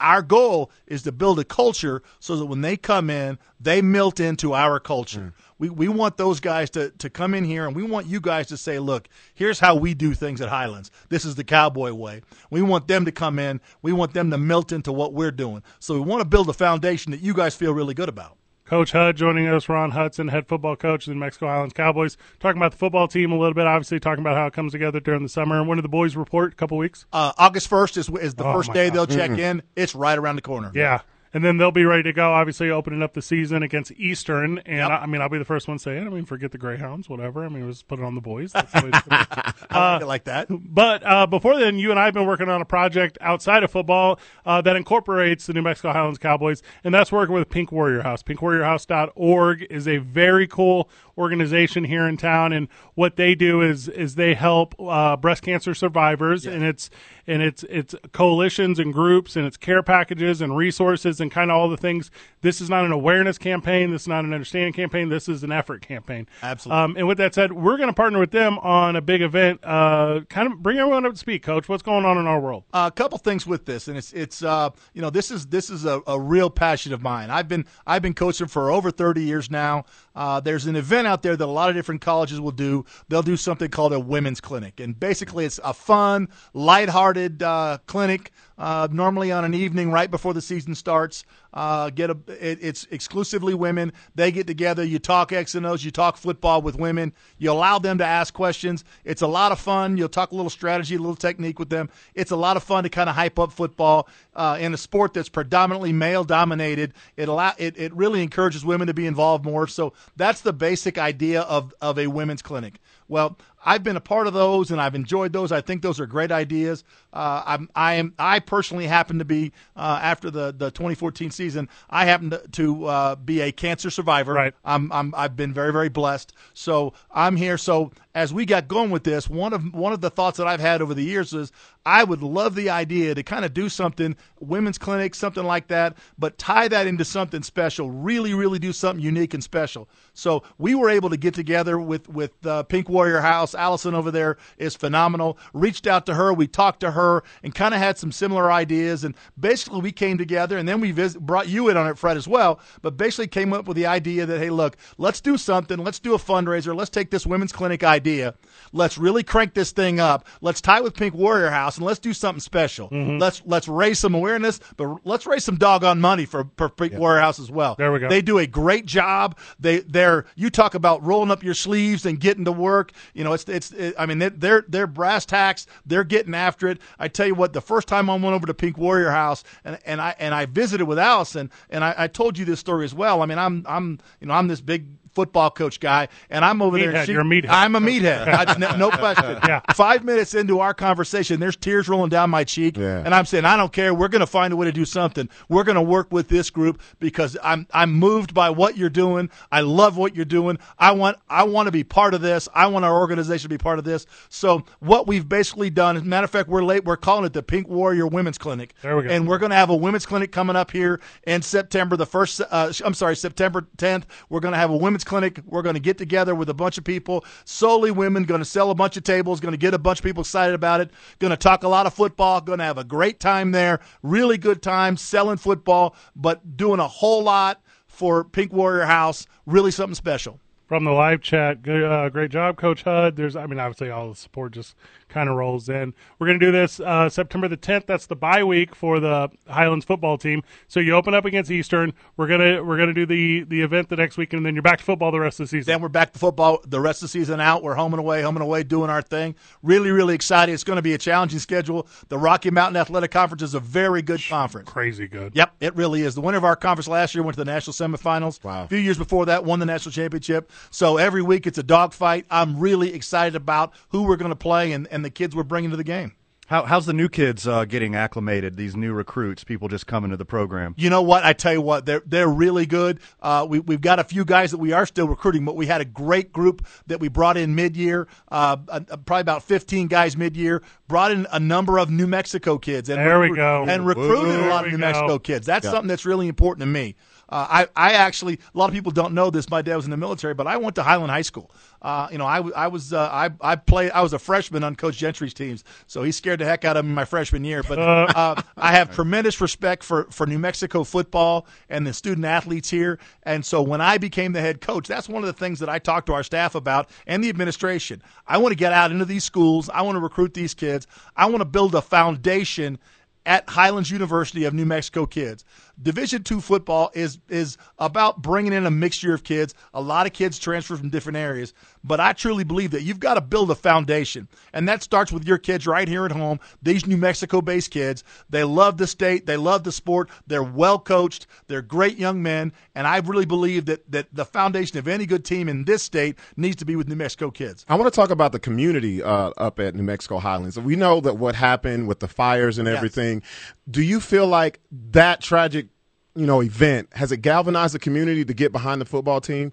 Our goal is to build a culture so that when they come in, they melt into our culture. We, we want those guys to, to come in here and we want you guys to say, look, here's how we do things at Highlands. This is the cowboy way. We want them to come in. We want them to melt into what we're doing. So we want to build a foundation that you guys feel really good about.
Coach Hud joining us, Ron Hudson, head football coach of the Mexico Highlands Cowboys, talking about the football team a little bit, obviously talking about how it comes together during the summer. And when do the boys report? A couple weeks?
Uh, August 1st is, is the
Oh,
first
my
day
God.
they'll check in. It's right around the corner.
Yeah. And then they'll be ready to go, obviously opening up the season against Eastern. And I, I mean, I'll be the first one saying, I mean, forget the Greyhounds, whatever. I mean, let's put it on the boys. That's the way to-
I
uh,
like it like that.
But uh, before then, you and I have been working on a project outside of football uh, that incorporates the New Mexico Highlands Cowboys, and that's working with Pink Warrior House. PinkWarriorHouse.org is a very cool organization here in town, and what they do is is they help uh, breast cancer survivors, and it's and it's it's coalitions and groups, and it's care packages and resources, and kind of all the things. This is not an awareness campaign. This is not an understanding campaign. This is an effort campaign.
Absolutely.
Um, and with that said, we're going to partner with them on a big event. Uh, kind of bring everyone up to speed, Coach. What's going on in our world?
Uh, a couple things with this, and it's it's uh, you know this is this is a, a real passion of mine. I've been I've been coaching for over thirty years now. Uh, there's an event out there that a lot of different colleges will do. They'll do something called a women's clinic, and basically it's a fun, lighthearted uh, clinic. Uh, normally on an evening right before the season starts, uh, get a it, it's exclusively women. They get together. You talk X and O's. You talk football with women. You allow them to ask questions. It's a lot of fun. You'll talk a little strategy, a little technique with them. It's a lot of fun to kind of hype up football uh, in a sport that's predominantly male dominated. It allow it, it really encourages women to be involved more. So that's the basic idea of of a women's clinic. Well, I've been a part of those and I've enjoyed those. I think those are great ideas. Uh, I'm, I am I personally happen to be uh, after the, the 2014 season. I happen to, to uh, be a cancer survivor.
Right.
I'm, I'm I've been very very blessed. So I'm here. So as we got going with this, one of one of the thoughts that I've had over the years is I would love the idea to kind of do something women's clinic, something like that, but tie that into something special. Really, really do something unique and special. So we were able to get together with with uh, Pink Warrior House House. Allison over there is phenomenal. Reached out to her. We talked to her and kind of had some similar ideas. And basically, we came together and then we vis- brought you in on it, Fred, as well. But basically, came up with the idea that, hey, look, let's do something. Let's do a fundraiser. Let's take this women's clinic idea. Let's really crank this thing up. Let's tie with Pink Warrior House and let's do something special.
Mm-hmm.
Let's let's raise some awareness, but let's raise some doggone money for, for Pink Warrior House as well.
There we go.
They do a great job. They they're you talk about rolling up your sleeves and getting to work. You know, it's it's it, I mean they're- they're they're brass tacks. They're getting after it. I tell you what, the first time I went over to Pink Warrior House and and I and I visited with Allison and I, I told you this story as well. I mean, I'm I'm you know I'm this big football coach guy and I'm over there. and
Meathead, you're a meathead.
I'm a meathead. I, no, no question.
Yeah.
Five minutes into our conversation, there's tears rolling down my cheek,
Yeah.
and I'm saying, I don't care. We're going to find a way to do something. We're going to work with this group because I'm I'm moved by what you're doing. I love what you're doing. I want I want to be part of this. I want our organization to be part of this. So what we've basically done, as a matter of fact, we're late. We're calling it the Pink Warrior Women's Clinic.
There we go.
And we're going to have a women's clinic coming up here in September. The first, uh, I'm sorry, September 10th. We're going to have a women's clinic. We're going to get together with a bunch of people, solely women. Going to sell a bunch of tables. Going to get a bunch of people excited about it. Going to talk a lot of football. Going to have a great time there. Really good time selling football, but doing a whole lot for Pink Warrior House. Really something special.
from the live chat. Good, uh, great job, Coach HUD. There's, I mean, obviously all the support just kind of rolls in. We're going to do this uh, September the 10th. That's the bye week for the Highlands football team. So you open up against Eastern. We're gonna we're gonna do the the event the next weekend, and then you're back to football the rest of the season.
Then we're back to football the rest of the season out. We're home and away, home and away, doing our thing. Really, really excited. It's going to be a challenging schedule. The Rocky Mountain Athletic Conference is a very good conference.
Crazy good.
Yep, it really is. The winner of our conference last year went to the national semifinals. Wow. A few years before that, won the national championship. So every week it's a dogfight. I'm really excited about who we're going to play and, and the kids we're bringing to the game.
How, how's the new kids uh, getting acclimated? These new recruits, people just coming to the program.
You know what? I tell you what, they're they're really good. Uh, we we've got a few guys that we are still recruiting, but we had a great group that we brought in mid year. Uh, uh, probably about fifteen guys mid year. Brought in a number of New Mexico kids. And
There we go.
And recruited
There
a lot
we
of New
go.
Mexico kids. That's something that's really important to me. Uh, I, I actually, a lot of people don't know this. My dad was in the military, but I went to Highland High School. Uh, you know, I, w- I was, uh, I, I played, I was a freshman on Coach Gentry's teams, so he scared the heck out of me my freshman year. But uh, I have tremendous respect for, for New Mexico football and the student athletes here. And so when I became the head coach, that's one of the things that I talked to our staff about and the administration. I want to get out into these schools. I want to recruit these kids. I want to build a foundation at Highlands University of New Mexico kids. Division two football is is about bringing in a mixture of kids. A lot of kids transfer from different areas, but I truly believe that you've got to build a foundation, and that starts with your kids right here at home. These New Mexico-based kids, they love the state, they love the sport, they're well coached, they're great young men, and I really believe that that the foundation of any good team in this state needs to be with New Mexico kids.
I want to talk about the community uh, up at New Mexico Highlands. We know that what happened with the fires and everything. Do you feel like that tragic, you know, event has it galvanized the community to get behind the football team?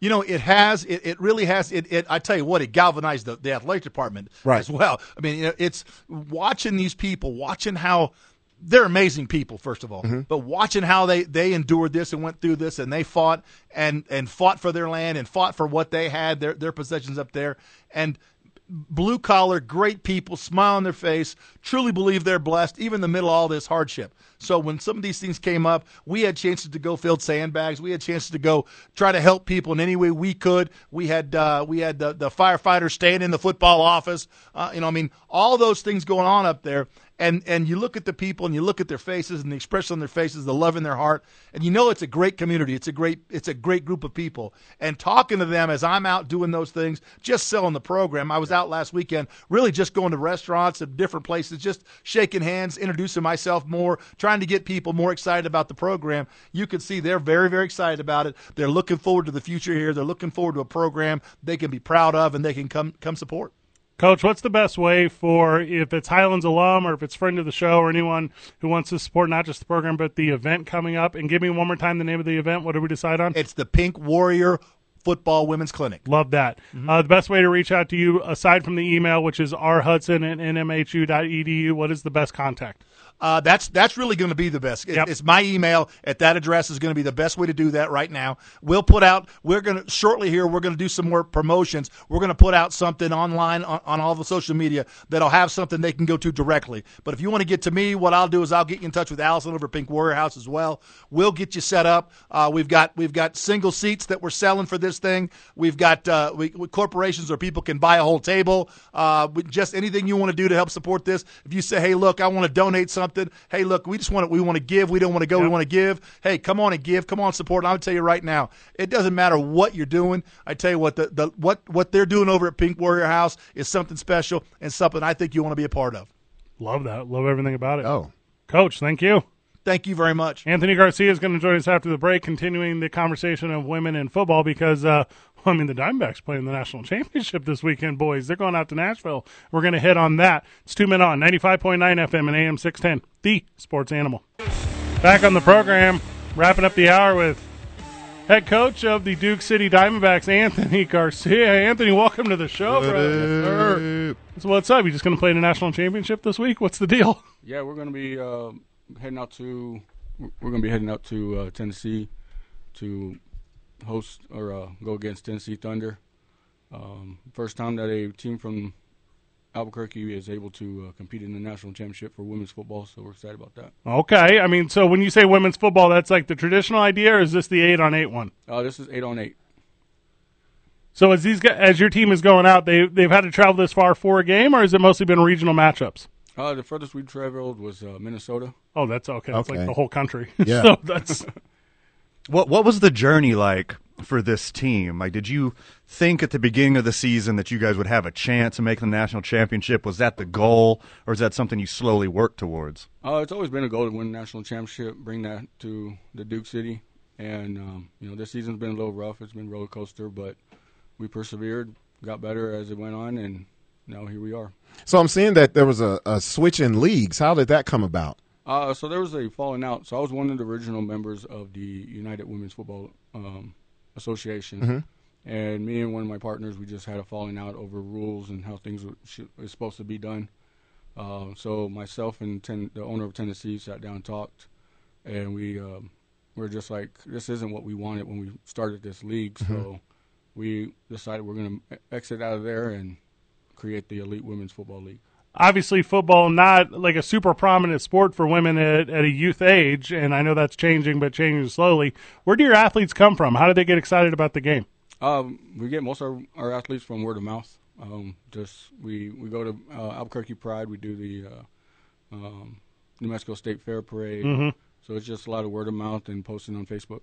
You know, it has. It, it really has. It, it. I tell you what, it galvanized the, the athletic department
Right.
as well. I mean, you know, it's watching these people, watching how they're amazing people, first of all, but watching how they they endured this and went through this and they fought and and fought for their land and fought for what they had, their their possessions up there, and blue collar, great people, smile on their face, truly believe they're blessed, even in the middle of all this hardship. So when some of these things came up, we had chances to go field sandbags. We had chances to go try to help people in any way we could. We had uh, we had the, the firefighters staying in the football office. Uh, you know, I mean, all those things going on up there. And, and you look at the people and you look at their faces and the expression on their faces, the love in their heart, and you know it's a great community. It's a great it's a great group of people. And talking to them as I'm out doing those things, just selling the program. I was out last weekend, really just going to restaurants and different places, just shaking hands, introducing myself more, trying to get people more excited about the program. You can see they're very, very excited about it. They're looking forward to the future here. They're looking forward to a program they can be proud of and they can come come support.
Coach, what's the best way for if it's Highlands alum or if it's friend of the show or anyone who wants to support not just the program but the event coming up? And give me one more time the name of the event. What did we decide on?
It's the Pink Warrior Football Women's Clinic.
Love that. Uh, the best way to reach out to e you, aside from the email, which is rhudson at nmhu.edu, what is the best contact?
Uh, that's that's really going to be the best. It-
Yep.
It's my email at that address is going to be the best way to do that right now. We'll put out. We're going to shortly here. We're going to do some more promotions. We're going to put out something online on, on all the social media that'll have something they can go to directly. But if you want to get to me, what I'll do is I'll get you in touch with Allison over at Pink Warrior House as well. We'll get you set up. Uh, we've got we've got single seats that we're selling for this thing. We've got uh, we, we- corporations where people can buy a whole table. Uh, we- just anything you want to do to help support this. If you say, hey, look, I want to donate something. Hey, look, we just want to we want to give. We don't want to go. We want to give. Hey, come on and give. Come on, support. I'll tell you right now, it doesn't matter what you're doing. I tell you what the, the what what they're doing over at Pink Warrior House is something special and something I think you want to be a part of.
Love that. Love everything about it.
Oh,
Coach, thank you.
Thank you very much.
Anthony Garcia is going to join us after the break, continuing the conversation of women in football because, uh, I mean, the Diamondbacks playing the national championship this weekend, boys. They're going out to Nashville. We're going to hit on that. It's two men on 95.9 FM and AM 610, the sports animal. Back on the program, wrapping up the hour with head coach of the Duke City Diamondbacks, Anthony Garcia. Anthony, welcome to the show, bro. So, what's up? You just going to play in the national championship this week? What's the deal?
Yeah, we're gonna be uh, heading out to we're gonna be heading out to uh, Tennessee to host or uh, go against Tennessee Thunder. Um, first time that a team from Albuquerque is able to uh, compete in the national championship for women's football, so we're excited about that.
Okay, I mean, so when you say women's football, that's like the traditional idea, or is this the eight on eight one?
Uh, this is eight on eight.
So as these gu- as your team is going out, they they've had to travel this far for a game, or has it mostly been regional matchups?
Uh, the furthest we traveled was uh, Minnesota.
Oh, that's okay. That's like
Okay.
the whole country.
Yeah.
so that's
What what was the journey like for this team? Like, did you think at the beginning of the season that you guys would have a chance of making the national championship? Was that the goal, or is that something you slowly worked towards?
Uh, it's always been a goal to win the national championship, bring that to the Duke City, and um, you know this season's been a little rough. It's been roller coaster, but we persevered, got better as it went on, and now here we are.
so I'm seeing that there was a, a switch in leagues. How did that come about?
Uh, so there was a falling out. So I was one of the original members of the United Women's Football um, Association, and me and one of my partners we just had a falling out over rules and how things were, should, is supposed to be done. Uh, so myself and ten, the owner of Tennessee sat down and talked, and we um, were just like, this isn't what we wanted when we started this league. So we decided we're going to exit out of there and create the Elite Women's Football League.
obviously football not like a super prominent sport for women at, at a youth age, and I know that's changing, but changing slowly. Where do your athletes come from? How do they get excited about the game?
Um, we get most of our, our athletes from word of mouth. Um, just we, we go to uh, Albuquerque Pride. We do the uh, um, New Mexico State Fair Parade. So it's just a lot of word of mouth and posting on Facebook.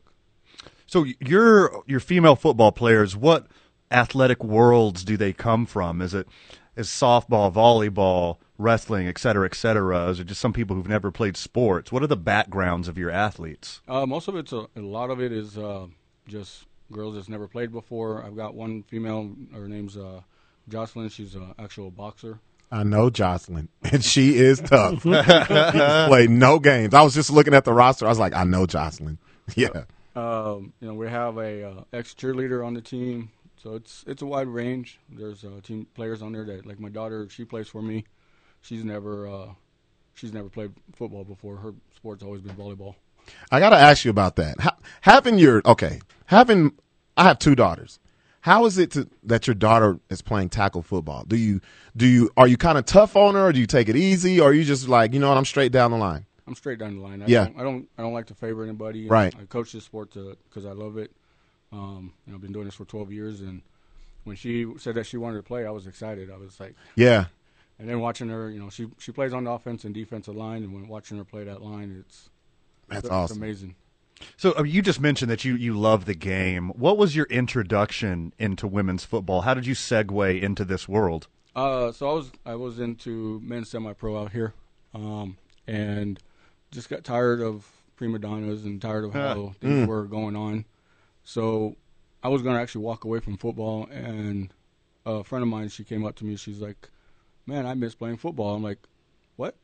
So y- your your female football players, what athletic worlds do they come from? Is it is softball, volleyball, wrestling, et cetera, et cetera? Is it just some people who've never played sports? What are the backgrounds of your athletes?
Uh, most of it's a, a lot of it is uh, just girls that's never played before. I've got one female. Her name's uh, Jocelyn. She's an actual boxer.
I know Jocelyn, and she is tough. Play no games. I was just looking at the roster. I was like, I know Jocelyn. Yeah.
Um, you know, we have a uh, ex cheerleader on the team, so it's it's a wide range. There's uh, team players on there that, like my daughter, she plays for me. She's never uh, she's never played football before. Her sport's always been volleyball.
I gotta ask you about that. How, having your okay, having I have two daughters. How is it to, that your daughter is playing tackle football? Do you do you are you kind of tough on her, or do you take it easy, or are you just like you know what I'm straight down the line?
I'm straight down the line. I
Yeah.
Don't, I don't I don't like to favor anybody. and
Right.
I coach this sport because I love it. Um, you know, I've been doing this for 12 years, and when she said that she wanted to play, I was excited. I was like,
Yeah,
and then watching her, you know, she she plays on the offense and defensive line, and when watching her play that line, it's
that's
it's
awesome.
amazing.
So I mean, you just mentioned that you you love the game. What was your introduction into women's football? How did you segue into this world?
Uh, so I was I was into men's semi-pro out here, um, and just got tired of prima donnas and tired of how things were going on. So I was gonna actually walk away from football, and a friend of mine she came up to me. She's like, "Man, I miss playing football." I'm like, "What?"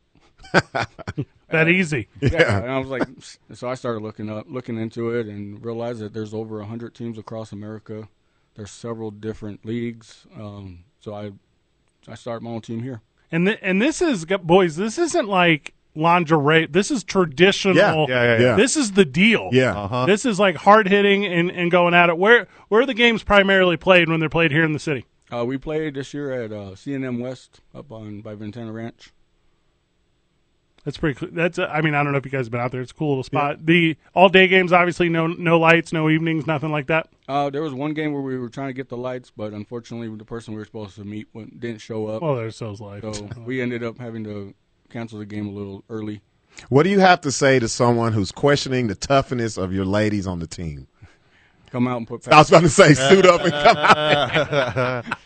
That easy.
Yeah. And I was like, so I started looking up, looking into it, and realized that there's over hundred teams across America. There's several different leagues. Um, so I I started my own team here.
And th- and this is g- boys. This isn't like lingerie. This is traditional.
Yeah, yeah, yeah, yeah.
This is the deal.
Yeah. Uh-huh.
This is like hard hitting and, and going at it. Where where are the games primarily played when they're played here in the city?
Uh, we played this year at uh, CNM West up on by Ventana Ranch.
That's pretty. Cool. That's. uh, I mean, I don't know if you guys have been out there. It's a cool little spot. The all day games, obviously, no no lights, no evenings, nothing like that.
Uh, there was one game where we were trying to get the lights, but unfortunately, the person we were supposed to meet went- didn't show up.
Well, there's those lights.
so we ended up having to cancel the game a little early.
What do you have to say to someone who's questioning the toughness of your ladies on the team?
Come out and put.
I was about to say, suit up and come out.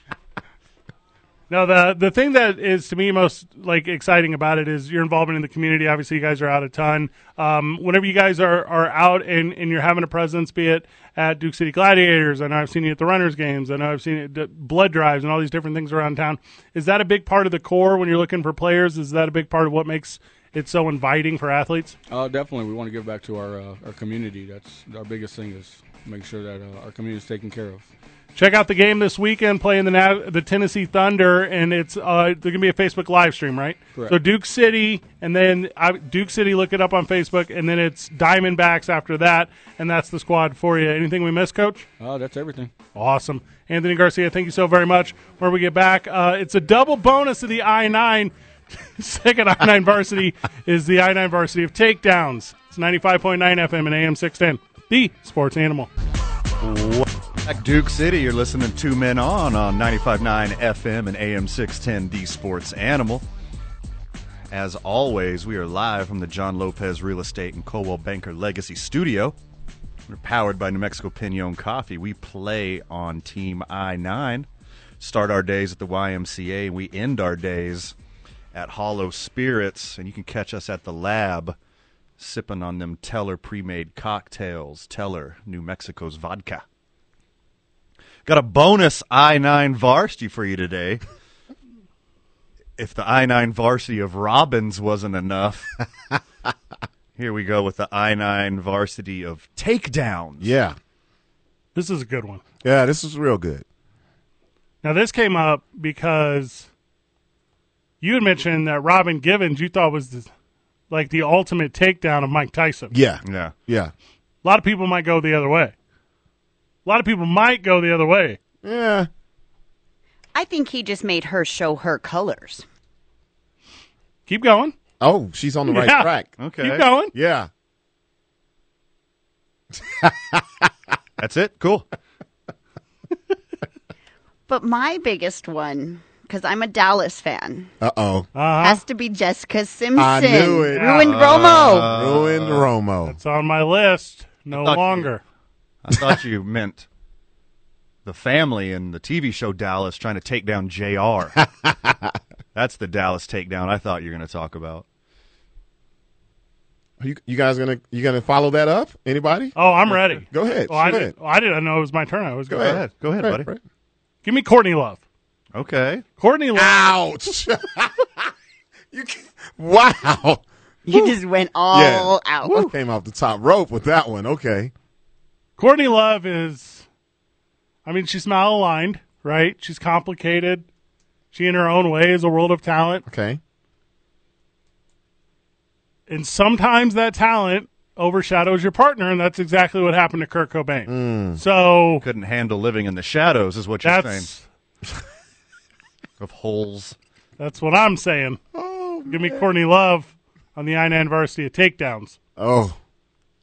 No, the the thing that is to me most like exciting about it is your involvement in the community. Obviously, you guys are out a ton. Um, whenever you guys are, are out and, and you're having a presence, be it at Duke City Gladiators, I know I've seen you at the Runners games, I know I've seen it at blood drives and all these different things around town. Is that a big part of the core when you're looking for players? Is that a big part of what makes it so inviting for athletes?
Uh, definitely, we want to give back to our uh, our community. That's our biggest thing is make sure that uh, our community is taken care of.
Check out the game this weekend playing the Nav- the Tennessee Thunder, and it's uh, they're gonna be a Facebook live stream, right?
Correct.
So Duke City, and then uh, Duke City, look it up on Facebook, and then it's Diamondbacks after that, and that's the squad for you. Anything we missed, Coach?
Uh, that's everything.
Awesome, Anthony Garcia. Thank you so very much. Where we get back, uh, it's a double bonus of the I nine. Second I nine varsity is the I nine varsity of takedowns. It's ninety five point nine FM and AM six ten. The sports animal.
Back Duke City, you're listening to Men On on 95.9 FM and AM 610, the sports animal. As always, we are live from the John Lopez Real Estate and Coldwell Banker Legacy Studio. We're powered by New Mexico Pinon Coffee. We play on Team I 9, start our days at the YMCA, and we end our days at Hollow Spirits. And you can catch us at the lab sipping on them Teller pre made cocktails, Teller, New Mexico's vodka. Got a bonus I 9 varsity for you today. If the I 9 varsity of Robbins wasn't enough, here we go with the I 9 varsity of takedowns.
Yeah.
This is a good one.
Yeah, this is real good.
Now this came up because you had mentioned that Robin Givens you thought was the, like the ultimate takedown of Mike Tyson.
Yeah.
Yeah.
Yeah.
A lot of people might go the other way. A lot of people might go the other way.
Yeah.
I think he just made her show her colors.
Keep going.
Oh, she's on the right
Yeah.
track.
Okay.
Keep going.
Yeah.
That's it. Cool.
But my biggest one, because I'm a Dallas fan,
Uh oh.
has to be Jessica Simpson.
I knew it. Uh,
Ruined Romo.
Ruined Romo.
It's on my list no
thought you-
longer.
I thought you meant the family in the TV show Dallas trying to take down JR. That's the Dallas takedown I thought you were going to talk about.
You, you guys gonna you gonna follow that up? Anybody?
Oh, I'm ready.
Go ahead.
Oh, I,
Go
did,
ahead.
oh, I didn't know it was my turn. I was
Go
going.
ahead.
Go ahead,
Go
buddy.
ahead, Brett.
Give me Courtney Love.
Okay.
Courtney Love.
Ah. Ouch! you can, wow.
You just went all out.
Woo. Came off the top rope with that one. Okay.
Courtney Love is, I mean, she's malaligned, right? She's complicated. She, in her own way, is a world of talent.
Okay.
And sometimes that talent overshadows your partner, and that's exactly what happened to Kurt Cobain.
Hmm.
So
Couldn't handle living in the shadows, is what you're saying.
that's
Of holes.
that's what I'm saying.
Oh,
Give me Courtney Love on the I-9 varsity of takedowns.
Oh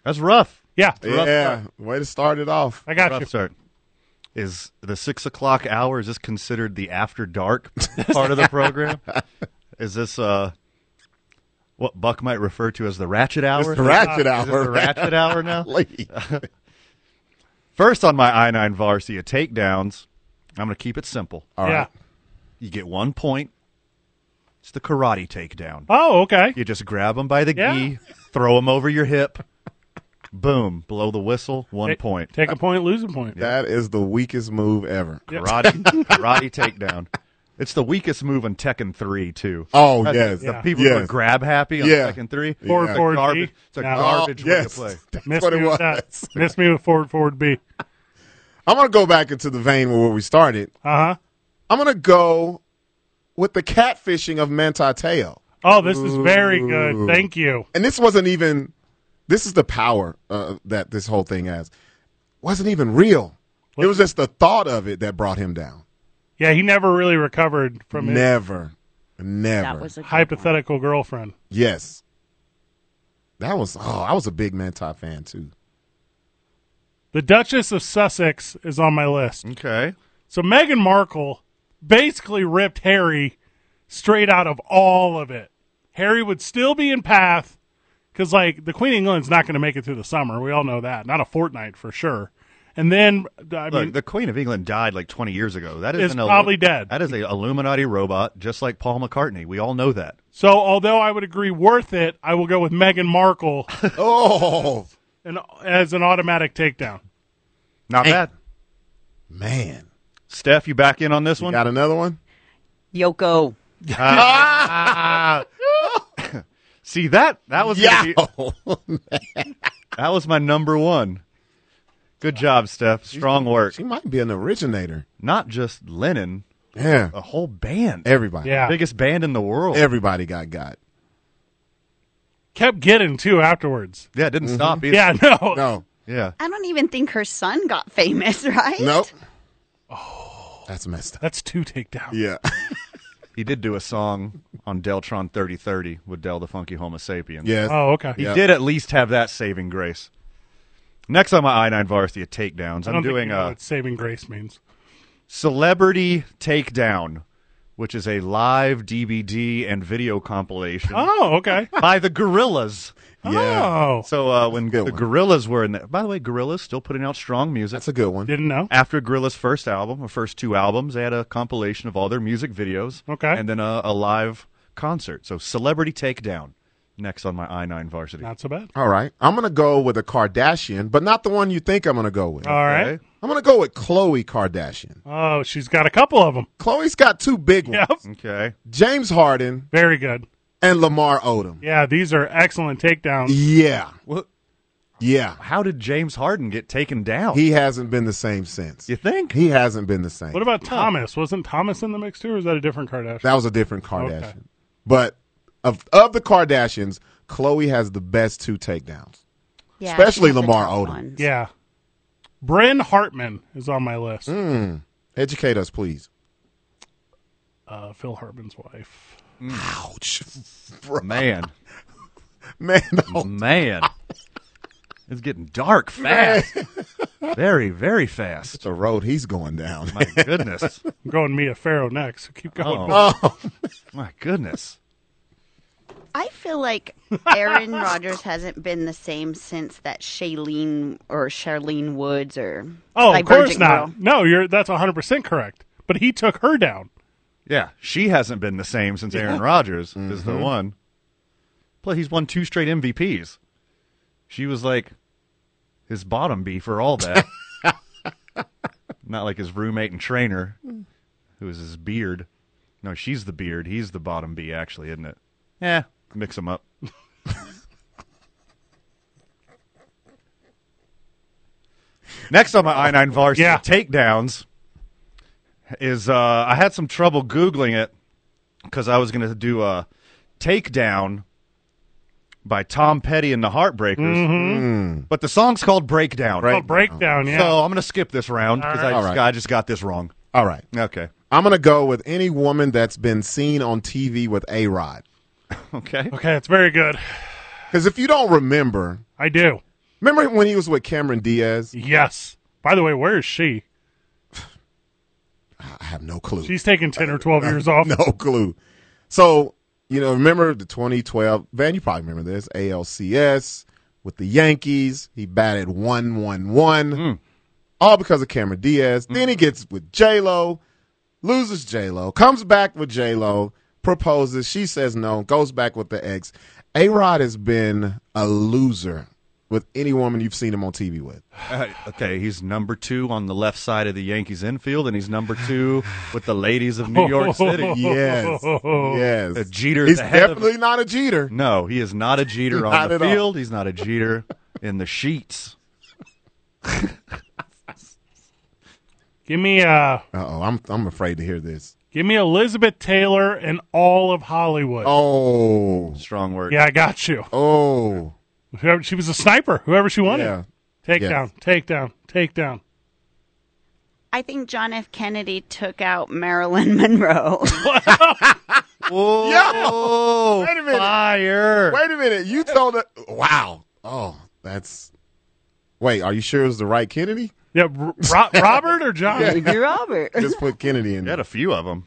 That's rough.
Yeah,
yeah. Way to start it off.
I got
rough
you.
start. Is the six o'clock hour? Is this considered the after dark part of the program? Is this uh, what Buck might refer to as the ratchet hour?
It's the
Is
ratchet
this
hour.
the ratchet hour now?
Golly.
First on my I nine varsity of takedowns, I'm going to keep it simple.
All
yeah.
right.
You get one point. It's the karate takedown.
Oh, okay.
You just grab them by the
Yeah.
gi, throw them over your hip, boom, blow the whistle, one
Ta-
point.
Take a point, lose a point.
That is the weakest move ever.
Karate, karate takedown. It's the weakest move in Tekken 3, too.
Oh yes.
The
Yeah.
people who are
Yes.
grab happy on
Yeah.
Tekken 3.
Forward,
It's a
forward,
garbage,
D.
it's a
No.
garbage
Oh,
way
yes.
to play.
That's
Miss
what
me
it
with
was.
that. Miss me with forward, forward B.
I'm gonna go back into the vein where we started.
Uh huh.
I'm gonna go with the catfishing of Manti Te'o.
Oh, this is very good. Thank you.
and this wasn't even this is the power uh, that this whole thing has wasn't even real it was just the thought of it that brought him down
Yeah, he never really recovered from his
never never
That was a good
hypothetical girlfriend.
yes that was oh i was a big mentai fan too
The Duchess of Sussex is on my list.
Okay.
So Meghan Markle basically ripped Harry straight out of all of it. Harry would still be in path because, like, the Queen of England's not going to make it through the summer. We all know that. Not a fortnight for sure. And then, I
Look,
mean,
the Queen of England died like 20 years ago. That is
Is
an illu-
probably dead.
That is a Illuminati robot, just like Paul McCartney. We all know that.
so although I would agree worth it, I will go with Meghan Markle
oh
and, as an automatic takedown.
Not bad.
man
Steph, you back in on this one?
got another one
Yoko.
See that that was gonna
yeah
be- that was my number one. Good job, Steph. Strong work.
she might be an originator
Not just Lennon,
yeah
a whole band,
everybody
Yeah.
biggest band in the world.
everybody got got
Kept getting, too, afterwards.
yeah, it didn't stop either.
Yeah, no.
no
yeah.
I don't even think her son got famous, right?
nope
Oh.
that's messed up
That's two takedowns.
yeah
He did do a song on Deltron 3030 with Del the Funky Homo Sapien.
yes
Oh, okay.
He
Yeah.
did at least have that saving grace. Next on my I9 Varsity takedowns,
I
I'm
don't think
doing uh,
you know
a
what saving grace means.
celebrity takedown, which is a live DVD and video compilation
Oh, okay.
by the Gorillas.
yeah
Oh,
So uh, when the
good one.
Gorillas were in there, by the way, Gorillas still putting out strong music.
that's a good one
didn't know.
After Gorilla's first album, or first two albums, they had a compilation of all their music videos.
Okay.
And then a, a live concert. So Celebrity Takedown, next on my I9 Varsity.
Not so bad.
All right. I'm going to go with a Kardashian, but not the one you think I'm going to go with.
All right.
Okay.
I'm going to go with Khloe Kardashian.
Oh, she's got a couple of them.
Khloe's got two big ones
Yep.
Okay.
James Harden
Very good.
and Lamar Odom.
Yeah, these are excellent takedowns.
Yeah.
Well,
Yeah.
how did James Harden get taken down?
He hasn't been the same since.
you think?
He hasn't been the same.
What about Thomas? Wasn't Thomas in the mix too, or is that a different Kardashian?
that was a different Kardashian.
Okay.
But of, of the Kardashians, Khloe has the best two takedowns.
Yeah,
Especially
she has the
Lamar
top
Odom.
ones.
yeah. Bryn Hartman is on my list.
Educate us, please.
Uh, Phil Hartman's wife.
Ouch.
Man.
Man, oh,
Man. It's getting dark fast. very, very fast.
the road he's going down.
My goodness.
I'm going Mia Farrow next. So keep going.
Oh. My goodness.
I feel like Aaron Rodgers hasn't been the same since that Shailene or Charlene Woods or
Oh, of course
Divergent
not.
Girl.
No, you're that's 100 percent correct. But he took her down.
Yeah, she hasn't been the same since Aaron Rodgers is the one. Plus, he's won two straight MVPs. She was like his bottom bee for all that. Not like his roommate and trainer, who is his beard. No, she's the beard. He's the bottom bee, actually, isn't it? Yeah, mix them up. Next on my I9 varsity
Yeah.
takedowns is uh, I had some trouble googling it because I was going to do a takedown by Tom Petty and the Heartbreakers, but the song's called Breakdown.
Oh, breakdown. Yeah.
So I'm going to skip this round because I,
All
just
right.
got- I just got this wrong.
All right.
Okay.
I'm gonna go with any woman that's been seen on TV with A Rod.
Okay.
okay, it's very good.
Because if you don't remember,
I do.
remember when he was with Cameron Diaz?
Yes. By the way, where is she?
I have no clue.
She's taking 10 or 12 years off.
no clue. So you know, remember the 2012 Van? You probably remember this ALCS with the Yankees. He batted one one
Hmm.
one, all because of Cameron Diaz. Then he gets with J Lo, loses J Lo, comes back with J Lo, proposes. She says no, goes back with the ex. A Rod has been a loser with any woman you've seen him on TV with.
Uh, okay. He's number two on the left side of the Yankees infield, and he's number two with the ladies of New York City.
Yes, yes.
A Jeter.
He's
the head of- Mm.
definitely not a Jeter.
no, he is not a Jeter
Not
on the
at all.
field. He's not a Jeter in the sheets.
Give me uh
Uh oh, I'm I'm afraid to hear this.
Give me Elizabeth Taylor and all of Hollywood.
Oh,
Strong word.
Yeah, I got you.
oh,
Whoever, she was a sniper. Whoever she wanted.
yeah.
Take
Yes.
down. Take down. Take down.
I think John F. Kennedy took out Marilyn Monroe.
Whoa!
Wait a minute.
Fire!
Wait a minute. You told it. Wow. Oh, that's. Wait, are you sure it was the right Kennedy?
Yeah, Ro- Ro- Robert or John?
Robert.
Just put Kennedy in
They
there.
had a few of them.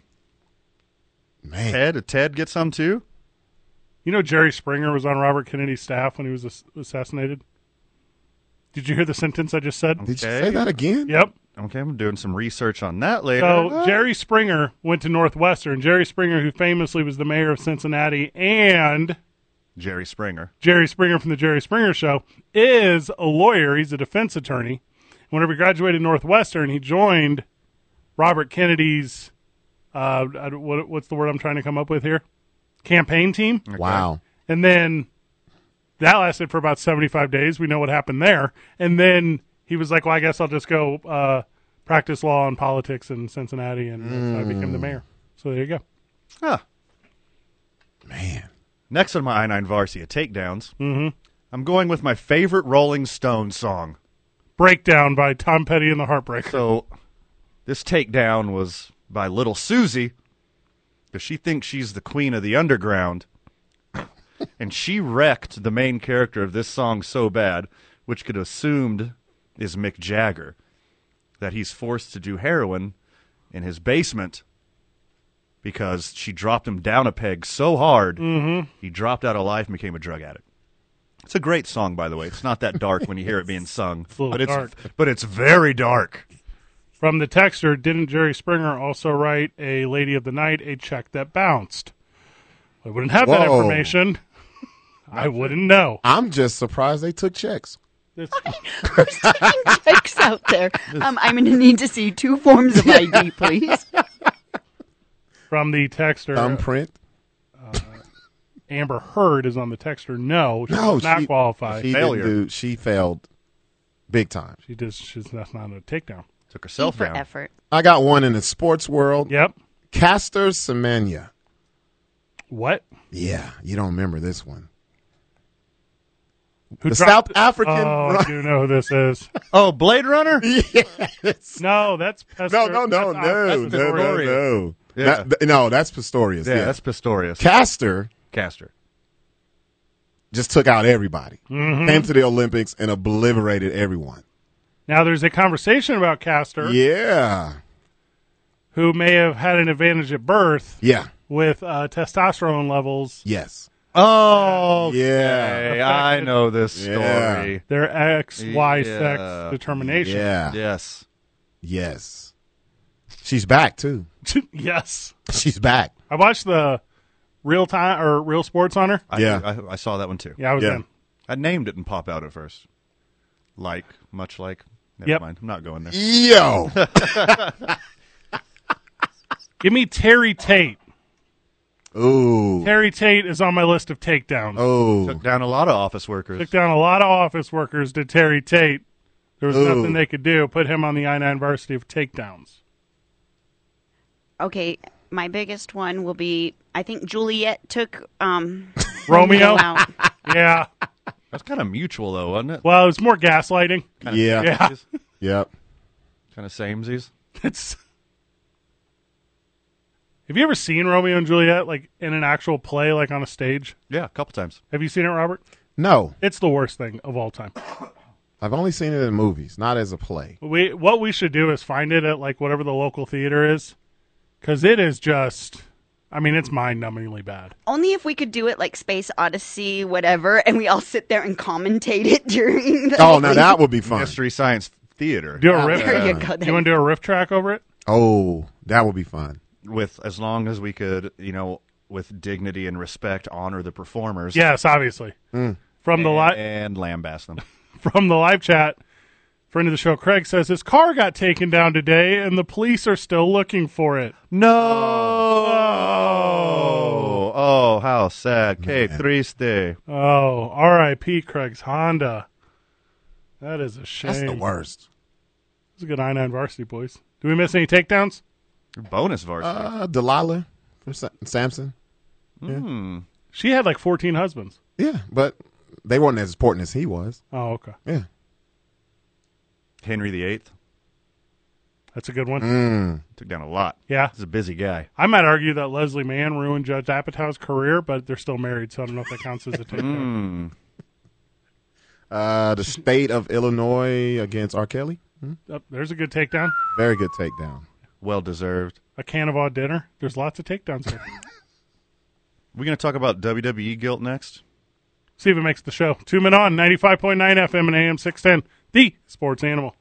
Man.
Ted, did Ted get some too?
You know Jerry Springer was on Robert Kennedy's staff when he was ass- assassinated. Did you hear the sentence I just said?
Did you
Okay.
say that again?
Yep.
Okay, I'm doing some research on that later.
So Jerry Springer went to Northwestern. Jerry Springer, who famously was the mayor of Cincinnati, and
Jerry Springer.
Jerry Springer from the Jerry Springer Show, is a lawyer. He's a defense attorney. Whenever he graduated Northwestern, he joined Robert Kennedy's. Uh, I don't- what, what's the word I'm trying to come up with here? Campaign team.
Wow.
And then that lasted for about 75 days. We know what happened there. And then he was like, well, I guess I'll just go uh, practice law and politics in Cincinnati. And that's how I became the mayor. So there you go.
Huh.
Man.
Next on my I9 Varsity takedowns, mm-hmm. I'm going with my favorite Rolling Stones song.
Breakdown by Tom Petty and the Heartbreakers.
So this takedown was by Little Susie because she thinks she's the queen of the underground. and she wrecked the main character of this song so bad, which could assumed is Mick Jagger, that he's forced to do heroin in his basement because she dropped him down a peg so hard he dropped out of life and became a drug addict. It's a great song, by the way. It's not that dark when you hear it being sung,
little
but it's
dark.
but it's very dark.
From the texter, didn't Jerry Springer also write A Lady of the Night, a check that bounced? I wouldn't have that
Whoa.
information. I wouldn't know.
I'm just surprised they took checks.
It's-
Who's taking checks out there? Um, I'm going to need to see two forms of ID, please.
from the texter,
Thumbprint.
Amber Heard is on the texter. No, she
No,
does not
she,
qualify.
She,
Failure.
didn't do, she failed big time.
She just she's that's not a takedown.
Took herself
For
down.
effort.
I got one in the sports world.
Yep.
Castor Semenya.
What?
Yeah, you don't remember this one.
Who
The
dropped-
South African.
Oh, I do know who this is.
Oh, Blade Runner?
No, that's
no,
Pester-
no, no, no,
that's- uh, that's
no, no, no,
Pistorius.
Yeah.
That- th- no, that's Pistorius.
Yeah,
Yeah,
that's Pistorius.
Castor
Caster.
just took out everybody. Came to the Olympics and obliterated everyone.
Now there's a conversation about Castor,
Yeah,
who may have had an advantage at birth
yeah,
with uh, testosterone levels.
yes,
Oh,
yeah,
okay. I know this
Yeah.
story.
Their X, Y,
Yeah.
sex determination.
yeah,
Yes.
yes. She's back too.
yes.
She's back.
I watched the real time or real sports on her.
I,
Yeah.
I, I saw that one too.
Yeah, I was
Yeah.
in.
I named didn't pop out at first. Like, much like. Never
Yep.
mind. I'm not going there.
Yo,
Give me Terry Tate.
ooh,
Terry Tate is on my list of takedowns.
oh,
Took down a lot of office workers.
Took down a lot of office workers to Terry Tate. There was
Ooh.
nothing they could do. Put him on the I 9 varsity of takedowns.
Okay, my biggest one will be I think Juliet took um,
Romeo?
out.
yeah.
That's kind of mutual, though, wasn't it?
Well, it was more gaslighting.
yeah,
Yeah.
yep.
Kind of samesies.
It's. Have you ever seen Romeo and Juliet like in an actual play, like on a stage?
Yeah, a couple times.
Have you seen it, Robert?
No,
It's the worst thing of all time.
I've only seen it in movies, not as a play.
We what we should do is find it at like whatever the local theater is, because it is just. I mean, it's mind-numbingly bad.
Only if we could do it like Space Odyssey, whatever, and we all sit there and commentate it during the.
Oh, now that would be fun.
History Science Theater.
Do a riff.
There you go.
You want to do a riff track over it?
Oh, that would be fun.
With as long as we could, you know, with dignity and respect, honor the performers.
Yes, obviously. From the live
And lambast them.
from the live chat, friend of the show Craig says his car got taken down today, and the police are still looking for it.
No. Oh, how sad. Que triste.
Oh, R.I.P. Craig's Honda. That is a shame.
That's the worst.
It's a good I nine varsity boys. Do we miss any takedowns?
Bonus varsity.
Uh, Delilah from Sa- Samson.
She had like 14 husbands.
Yeah, but they weren't as important as he was.
Oh, okay.
Yeah.
Henry VIII
That's a good one.
took down a lot.
Yeah.
He's a busy guy.
I might argue that Leslie Mann ruined Judge Apatow's career, but they're still married, so I don't know if that counts as a takedown.
Uh, the state of Illinois against R. Kelly.
Oh, there's a good takedown.
Very good takedown.
Well deserved.
A can of odd dinner. There's lots of takedowns here.
We're going to talk about WWE guilt next.
See if it makes the show. Two men on 95.9 FM and AM 610, the sports animal.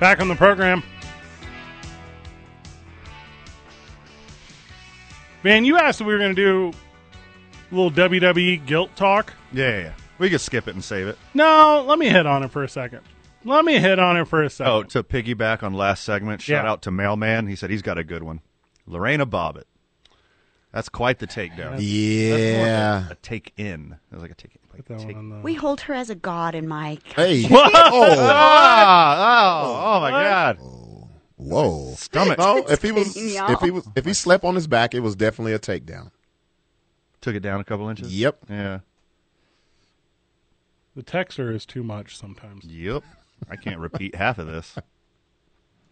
Back on the program. Man, you asked if we were going to do a little WWE guilt talk.
Yeah, yeah, yeah. We could skip it and save it.
No, let me hit on it for a second. Let me hit on it for a second.
Oh, to piggyback on last segment, shout
Yeah.
out to Mailman. He said he's got a good one. Lorena Bobbitt. That's quite the takedown.
Yeah.
A take in. That was like a take in. Like
That one
take-
on the-
We hold her as a god in my.
Hey. Oh.
Ah, oh, oh my God.
Whoa.
Stomach.
No, if he was,
Taking y'all.
if he was, if he slept on his back, it was definitely a takedown.
Took it down a couple inches.
Yep.
Yeah.
The texture is too much sometimes.
Yep. I can't repeat half of this.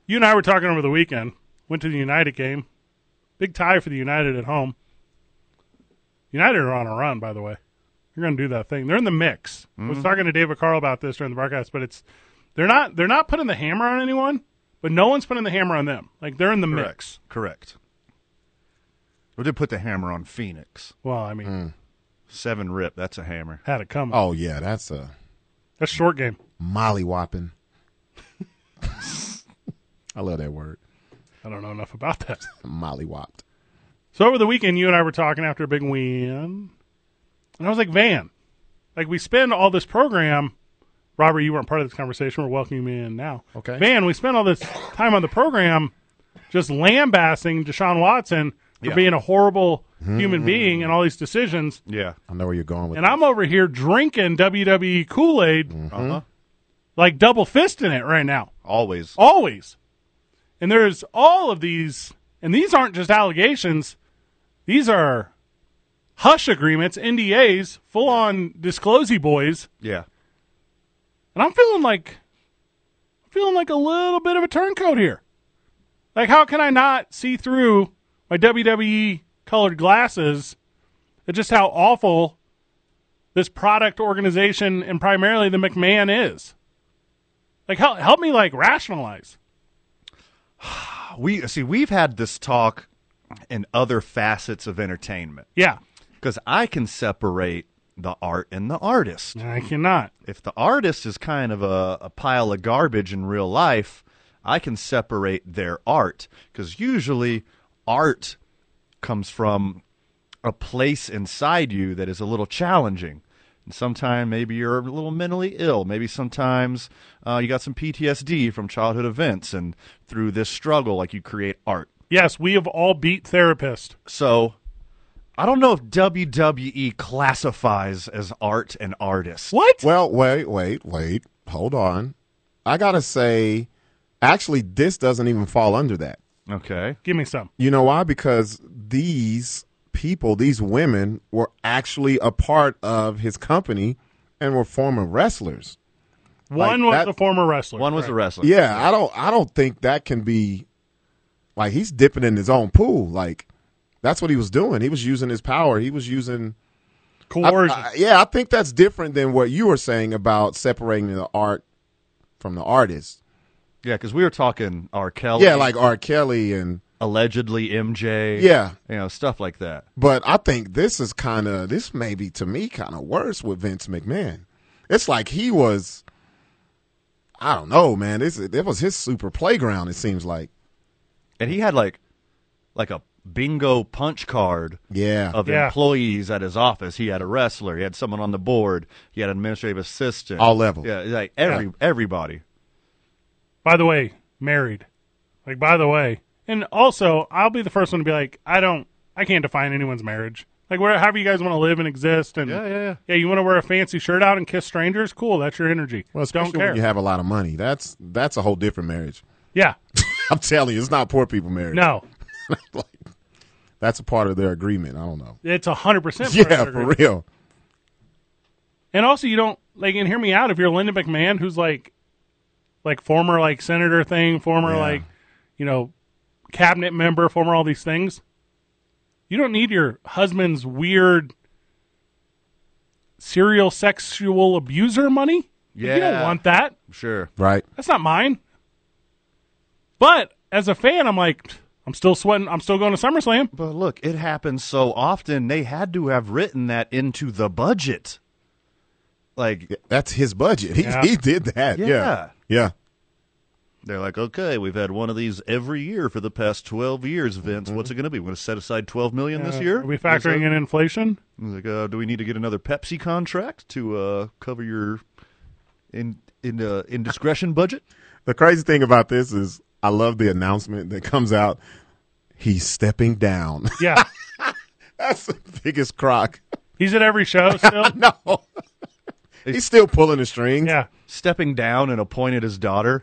You and I were talking over the weekend. Went to the United game. Big tie for the United at home. United are on a run, by the way. They're going to do that thing. They're in the mix. I
Mm-hmm.
was talking to David Carl about this during the broadcast, but it's they're not they're not putting the hammer on anyone, but no one's putting the hammer on them. Like they're in the mix.
Correct. We did put the hammer on Phoenix.
Well, I mean,
Mm. Seven rip. That's a hammer.
had it coming.
Oh yeah, that's a
That's short game.
molly whopping. I love that word.
I don't know enough about that.
Molly whopped.
So over the weekend, you and I were talking after a big win, and I was like, "Van, like we spend all this program." Robert, you weren't part of this conversation. We're welcoming you in now.
Okay.
Van, we spent all this time on the program just lambasting Deshaun Watson for
Yeah.
being a horrible human being and all these decisions,
Yeah.
I know where you're going with
and I'm over here drinking WWE Kool Aid,
Uh huh.
like double fisting it right now
Always.
always. And there's all of these, and these aren't just allegations. These are hush agreements, NDAs, full on disclosey boys.
Yeah.
And I'm feeling like, I'm feeling like a little bit of a turncoat here. Like, how can I not see through my WWE colored glasses at just how awful this product organization and primarily the McMahon is? Like, help, help me, like, rationalize.
We see. We've had this talk in other facets of entertainment
Yeah.
because I can separate the art and the artist.
I cannot.
If the artist is kind of a, a pile of garbage in real life, I can separate their art because usually art comes from a place inside you that is a little challenging. And sometimes maybe you're a little mentally ill. Maybe sometimes uh, you got some PTSD from childhood events, and through this struggle, like you create art.
Yes, we have all beat therapist.
So I don't know if WWE classifies as art and artist.
What?
Well, wait, wait, wait. Hold on. I gotta say, actually, this doesn't even fall under that.
Okay.
Give me some.
You know why? Because these people, these women, were actually a part of his company and were former wrestlers.
One was
that-
a former wrestler.
One was a wrestler.
Yeah, I don't. I don't think that can be. Like he's dipping in his own pool. Like that's what he was doing. He was using his power. He was using. I-
coercion.
I- yeah, I think that's different than what you were saying about separating the art from the artist.
Yeah, because we were talking R. Kelly.
Yeah, like R. Kelly and
allegedly MJ.
Yeah.
you know stuff like that.
but I think this is kind of this may be to me kind of worse with Vince McMahon. It's like he was I don't know, man. This it was his super playground it seems like.
And he had like like a bingo punch card
Yeah.
of
Yeah.
employees at his office. He had a wrestler. He had someone on the board. He had an administrative assistant.
All levels.
Yeah, like every everybody.
by the way, married. Like, by the way. And also, I'll be the first one to be like, I don't, I can't define anyone's marriage. Like, where, however you guys want to live and exist. And
Yeah, yeah, yeah.
you want to wear a fancy shirt out and kiss strangers? Cool, that's your energy.
well, especially
don't care.
when you have a lot of money. That's that's a whole different marriage.
Yeah.
I'm telling you, it's not poor people marriage.
No.
like, that's a part of their agreement. I don't know.
It's a hundred percent.
Yeah, for real.
And also, you don't like and hear me out. If you're Linda McMahon, who's like, like former like senator thing, former
Yeah.
like, you know, cabinet member, former all these things, you don't need your husband's weird serial sexual abuser money. Like, you don't
Yeah.
want that.
Sure.
Right.
That's not mine. But as a fan, I'm like, I'm still sweating. I'm still going to SummerSlam.
But look, it happens so often. They had to have written that into the budget. Like
That's his budget. He,
Yeah.
he did that. Yeah.
Yeah.
Yeah.
they're like, okay, we've had one of these every year for the past twelve years, Vince. What's it going to be? We're going to set aside twelve million this
Are
year.
Mm-hmm. Uh, we factoring in inflation?
He's like, uh, do we need to get another Pepsi contract to uh, cover your in in uh, indiscretion budget?
The crazy thing about this is I love the announcement that comes out. He's stepping down.
Yeah.
That's the biggest crock.
He's at every show still.
No. He's still pulling the strings.
Yeah.
Stepping down and appointed his daughter.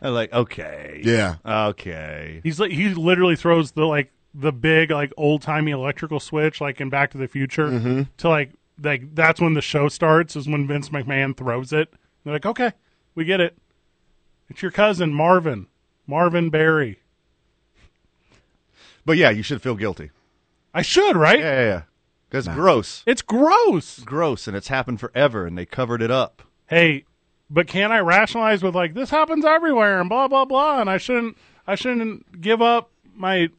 I'm like, okay,
Yeah.
okay,
He's li- he literally throws the like the big like old timey electrical switch like in Back to the Future to like like that's when the show starts is when Vince McMahon throws it. they're like, okay, we get it. It's your cousin Marvin, Marvin Barry.
but yeah, you should feel guilty.
I should right.
Yeah, yeah, yeah. That's gross,
It's gross.
gross, and it's happened forever, and they covered it up.
Hey, but can I rationalize with like this happens everywhere and blah blah blah and I shouldn't I shouldn't give up my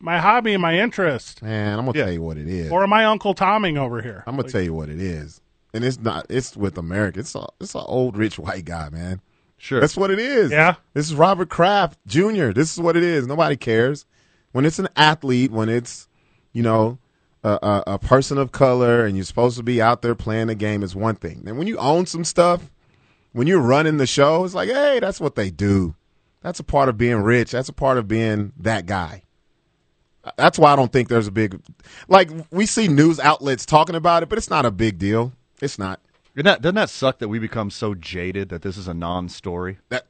my hobby and my interest
Man, I'm gonna
Yeah.
tell you what it is.
or am I Uncle Tomming over here?
I'm gonna tell you what it is, and it's not. It's with America. It's a it's an old rich white guy, man.
Sure,
That's what it is.
Yeah.
This is Robert Kraft Jr. This is what it is. Nobody cares when it's an athlete. When it's you know a, a, a person of color, and you're supposed to be out there playing the game is one thing. And when you own some stuff, when you're running the show, it's like, hey, that's what they do. That's a part of being rich. That's a part of being that guy. That's why I don't think there's a big like we see news outlets talking about it, but it's not a big deal. It's not
Isn't that, doesn't that suck that we become so jaded that this is a non-story?
that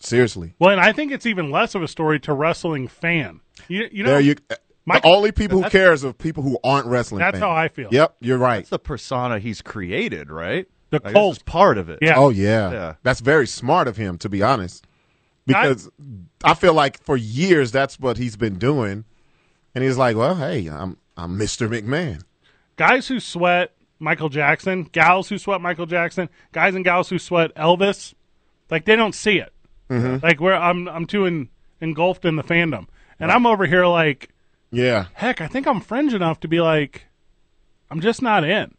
seriously.
Well, and I think it's even less of a story to wrestling fan. You, you know,
there you. uh,
my-
the only people who cares are people who aren't wrestling.
That's
fans.
how I feel.
Yep, you're right.
It's the persona he's created, right?
The
like,
cult.
This is part of it.
yeah.
Oh yeah.
Yeah.
that's very smart of him to be honest, because I, feel like for years that's what he's been doing, and he's like, well, hey, I'm I'm Mr. McMahon.
guys who sweat Michael Jackson, gals who sweat Michael Jackson, guys and gals who sweat Elvis, like they don't see it.
Mm-hmm.
Like where I'm, I'm too en- engulfed in the fandom, and I'm over here like,
Yeah,
heck, I think I'm fringe enough to be like, I'm just not in.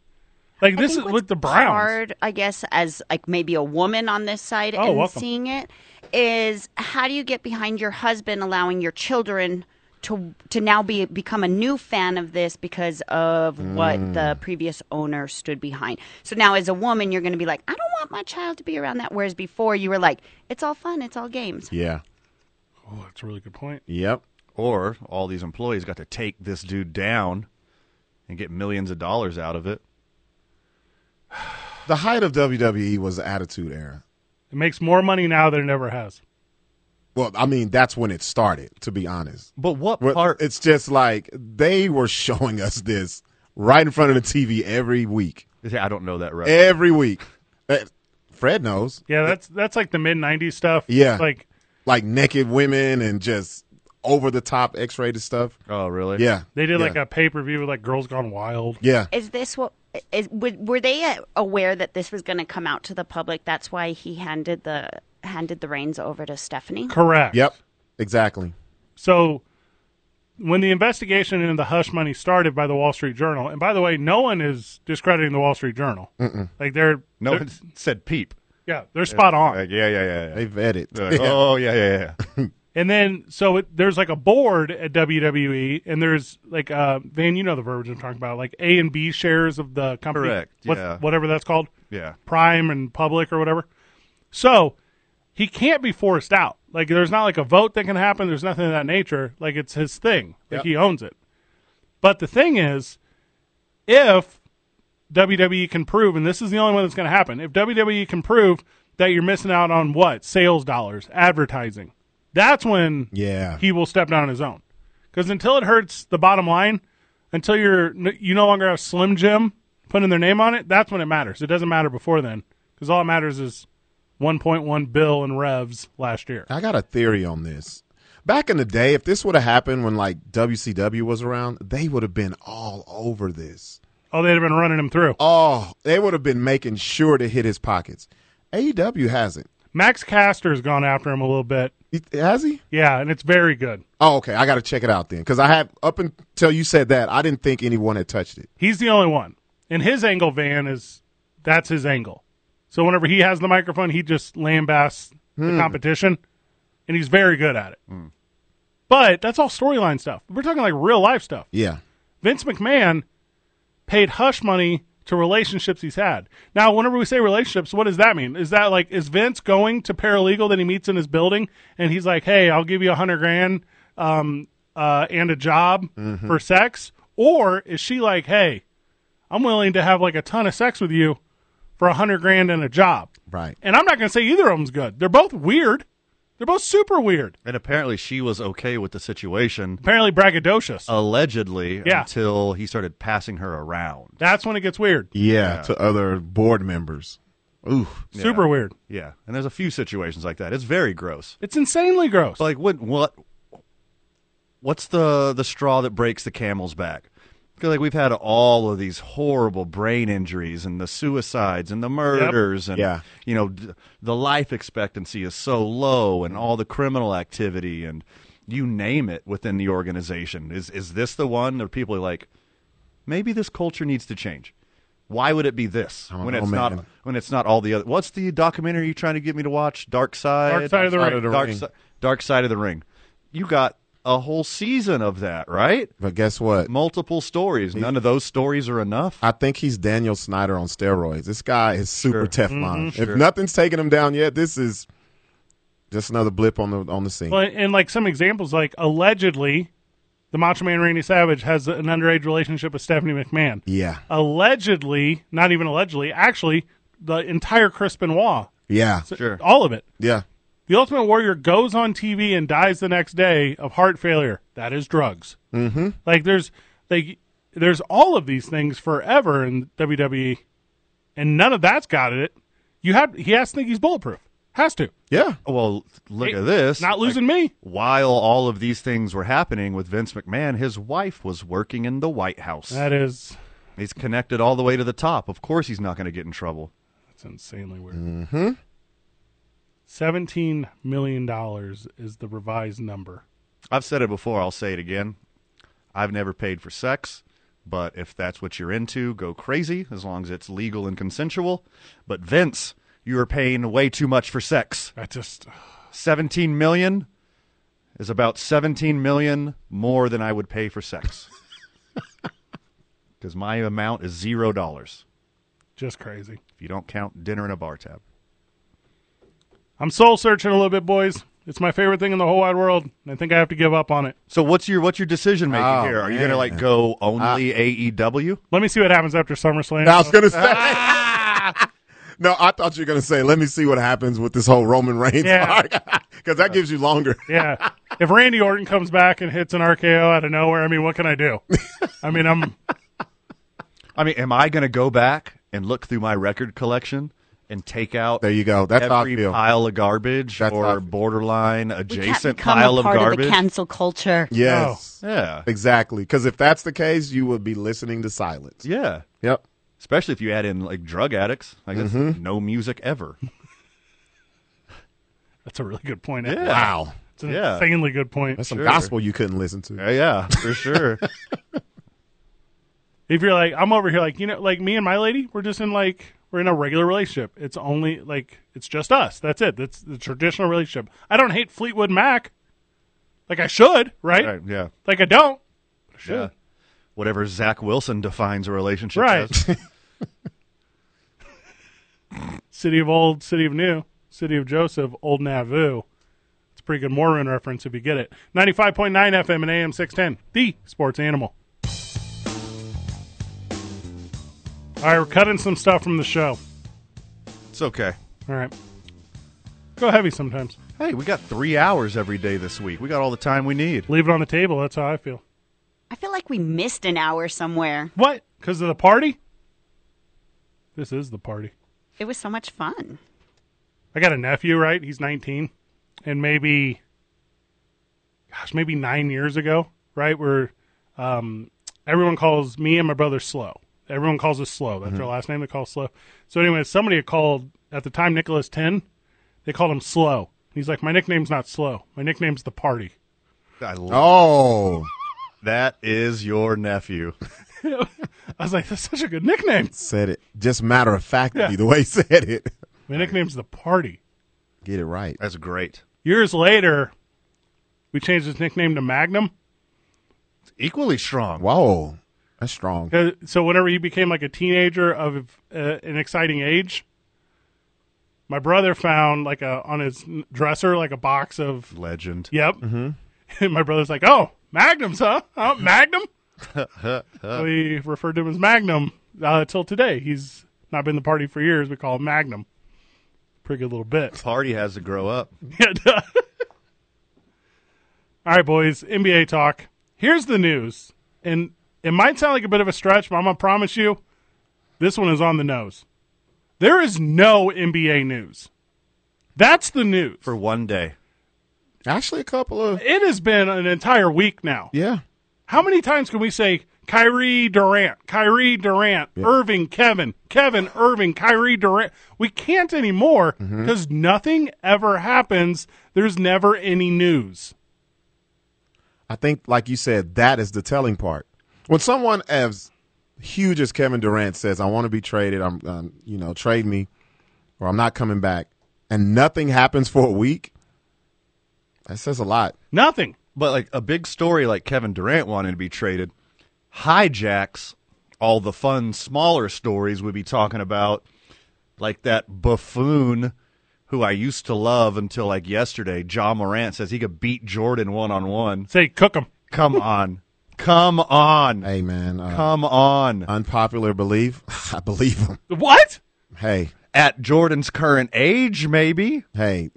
Like
I
this is
think
with
what's
the Browns.
Hard, I guess, as like maybe a woman on this side
Oh,
and
welcome.
seeing it is how do you get behind your husband allowing your children to to now be become a new fan of this because of what
Mm.
the previous owner stood behind. So now as a woman, you're going to be like, I don't want my child to be around that. Whereas before, you were like, it's all fun, it's all games.
yeah,
Oh, that's a really good point.
yep.
Or all these employees got to take this dude down and get millions of dollars out of it.
The height of WWE was the Attitude Era.
It makes more money now than it ever has.
Well, I mean, that's when it started. To be honest,
But what
Well,
part?
it's just like they were showing us this right in front of the TV every week.
I don't know that right.
Every week. Eh, Fred knows.
Yeah, that's that's like the mid '90s stuff.
Yeah.
like
Like naked women and just over the top X rated stuff.
Oh, really?
Yeah.
They did
yeah.
like a pay per view with like Girls Gone Wild.
Yeah.
Is this what? Is, would, were they uh, aware that this was going to come out to the public? That's why he handed the handed the reins over to Stephanie.
Correct.
Yep. Exactly.
So when the investigation into the hush money started by the Wall Street Journal, and by the way, no one is discrediting the Wall Street Journal. Like they're
No
they're-
one said peep.
yeah, they're spot on.
Like, yeah, yeah, yeah. yeah.
They vetted.
They're like, Oh, yeah, yeah, yeah.
And then so it, there's like a board at WWE, and there's like uh, Van, you know the verbiage I'm talking about, like A and B shares of the company,
Correct,
What-
yeah.
whatever that's called,
Yeah.
Prime and Public or whatever. So he can't be forced out. Like there's not like a vote that can happen. There's nothing of that nature. Like it's his thing. Like he owns it. But the thing is, E if WWE E can prove, and this is the only one that's going to happen, if WWE can prove that you're missing out on what sales dollars, advertising. That's when
Yeah.
he will step down on his own. Because until it hurts the bottom line, until you're you no longer have Slim Jim putting their name on it, that's when it matters. It doesn't matter before then, because all it matters is 1.1 bill in revs last year.
I got a theory on this. Back in the day, if this would have happened when like WCW was around, they would have been all over this.
Oh, they'd have been running him through.
Oh, they would have been making sure to hit his pockets. AEW hasn't.
Max Caster's gone after him a little bit.
He- Has he?
Yeah, and it's very good.
Oh, okay. I got to check it out then, because I have up until you said that, I didn't think anyone had touched it.
He's the only one. And his angle, Van, is that's his angle. So whenever he has the microphone, he just lambasts the competition, and he's very good at it. But that's all storyline stuff. We're talking like real life stuff.
Yeah,
Vince McMahon paid hush money to relationships he's had. Now, whenever we say relationships, what does that mean? Is that like is Vince going to paralegal that he meets in his building and he's like, "Hey, I'll give you a hundred grand um, uh, and a job for sex," or is she like, "Hey, I'm willing to have like a ton of sex with you for a hundred grand and a job"?
right.
And I'm not going to say either of them's good. They're both weird. They're both super weird.
And apparently she was okay with the situation,
Apparently braggadocious.
Oh. allegedly,
Yeah.
until he started passing her around.
That's when it gets weird.
Yeah, to other board members. Ooh,
Super weird.
Yeah. And there's a few situations like that. It's very gross.
It's insanely gross.
Like what what what's the the straw that breaks the camel's back? Because like we've had all of these horrible brain injuries and the suicides and the murders and
Yeah.
you know d- the life expectancy is so low and all the criminal activity and you name it within the organization. Is is this the one that people are like maybe this culture needs to change? Why would it be this
don't
when
know,
it's
man.
not when it's not all the other? What's the documentary you're trying to get me to watch? Dark
Dark
Side.
Side of the Dark Ring. Side of the
Dark
Ring.
Si- Dark Side of the Ring. You got a whole season of that, right?
but guess what?
Multiple stories. None of those stories are enough.
Ah.
I think he's Daniel Snyder on steroids. This guy is super Teflon.
Mm-hmm.
If nothing's taking him down yet, this is just another blip on the on the scene.
Well, and like some examples, like allegedly, the Macho Man Randy Savage has an underage relationship with Stephanie McMahon.
yeah,
Allegedly, not even allegedly, actually, the entire Chris Benoit,
yeah,
Sure.
all of it.
yeah.
The Ultimate Warrior goes on TV and dies the next day of heart failure. That is drugs. Mm-hmm. Like there's like there's all of these things forever in WWE, and none of that's got it. You have he has to think he's bulletproof. Has to.
Yeah,
Well, look at this.
Not
Like,
losing me.
while all of these things were happening with Vince McMahon, his wife was working in the White House.
That is
he's connected all the way to the top. Of course, he's not going to get in trouble.
It's insanely weird. Mm-hmm. Seventeen million dollars is the revised number.
I've said it before. I'll say it again. I've never paid for sex, but if that's what you're into, go crazy as long as it's legal and consensual. But Vince, you are paying way too much for sex.
I just
17 million is about 17 million more than I would pay for sex. Cuz my amount is 0 dollars
just crazy.
if you don't count dinner and a bar tab.
I'm soul searching a little bit, boys. It's my favorite thing in the whole wide world, and I think I have to give up on it.
So what's your what's your decision making
Oh,
here? Are you going to
man. Uh,
like go only E AEW?
Let me see what happens after SummerSlam.
I was gonna say.
Ah!
no, I thought you were gonna say. Let me see what happens with this whole Roman Reigns
Yeah.
because that gives you longer.
yeah. If Randy Orton comes back and hits an RKO out of nowhere, I mean, what can I do? I mean, I'm
I mean, am I going to go back and look through my record collection and take out
There you go. That's how I
every
feel.
pile of garbage
That's how I
or
feel.
borderline
We
adjacent
can't become
pile
a part
of garbage?
the cancel culture.
Yes,
yeah.
exactly. Because if that's the case, you would be listening to silence.
Yeah.
Yep.
Especially if you add in like drug addicts, like that's
Mm-hmm.
no music ever.
that's a really good point.
Yeah.
Wow,
It's an
Yeah.
insanely good point.
that's some
Sure.
gospel you couldn't listen to.
Yeah, yeah, for sure.
if you're like i'm over here like you know like me and my lady we're just in like we're in a regular relationship it's only like it's just us that's it that's the traditional relationship i don't hate fleetwood mac like i should right,
right, yeah,
like i don't
yeah. Whatever Zach Wilson defines a relationship
Right.
as.
city of old city of new city of joseph old nauvoo it's a pretty good mormon reference if you get it 95.9 fm and am 610 the sports animal all right we're cutting some stuff from the show
It's okay.
all right Go heavy sometimes.
Hey, we got three hours every day this week. We got all the time we need.
Leave it on the table. That's how I feel.
I feel like we missed an hour somewhere.
What? Because of the party? This is the party.
It was so much fun.
I got a nephew, right? He's 19. And maybe, gosh, maybe nine years ago, right? Where um, everyone calls me and my brother Slow. Everyone calls us Slow. That's our last name. They call us Slow. So, anyway, somebody had called, at the time, Nicholas 10. They called him Slow. He's like, my nickname's not Slow. My nickname's The Party.
I love
Oh,
that. Is your nephew?
I was like, that's such a good nickname.
said it. Just matter of fact, the way he said it.
My nickname's The Party.
Get it right.
That's great.
Years later, we changed his nickname to Magnum.
Equally strong.
Whoa, that's strong.
Uh, so whenever he became like a teenager of uh, an exciting age, my brother found like a on his n- dresser like a box of
Legend.
yep. Mm-hmm. And my brother's like, "Oh, Magnums, huh? Huh, Magnum." so we referred to him as Magnum uh, till today. He's not been the party for years. We call him Magnum. Pretty good little bit.
Party has to grow up.
Yeah, it does. All right, boys, NBA talk. Here's the news. And it might sound like a bit of a stretch, but I'm going to promise you this one is on the nose. There is no NBA news. That's the news.
For one day.
Actually, a couple of
it has been an entire week now.
yeah.
How many times can we say Kyrie Durant, Kyrie Durant, Irving, Kevin, Kevin, Irving, Kyrie Durant? We can't anymore because nothing ever happens. There's never any news.
I think, like you said, that is the telling part. When someone as huge as Kevin Durant says, "I want to be traded," I'm, um, you know, trade me, or I'm not coming back, and nothing happens for a week, that says a lot.
Nothing.
But like a big story like Kevin Durant wanting to be traded hijacks all the fun smaller stories we'd be talking about like that buffoon who I used to love until like yesterday, John Morant says he could beat Jordan one on one.
Say cook them.
Come on. Come on.
Hey, man, uh,
Come on.
unpopular belief. I believe him.
What?
Hey,
At Jordan's current age, maybe.
hey,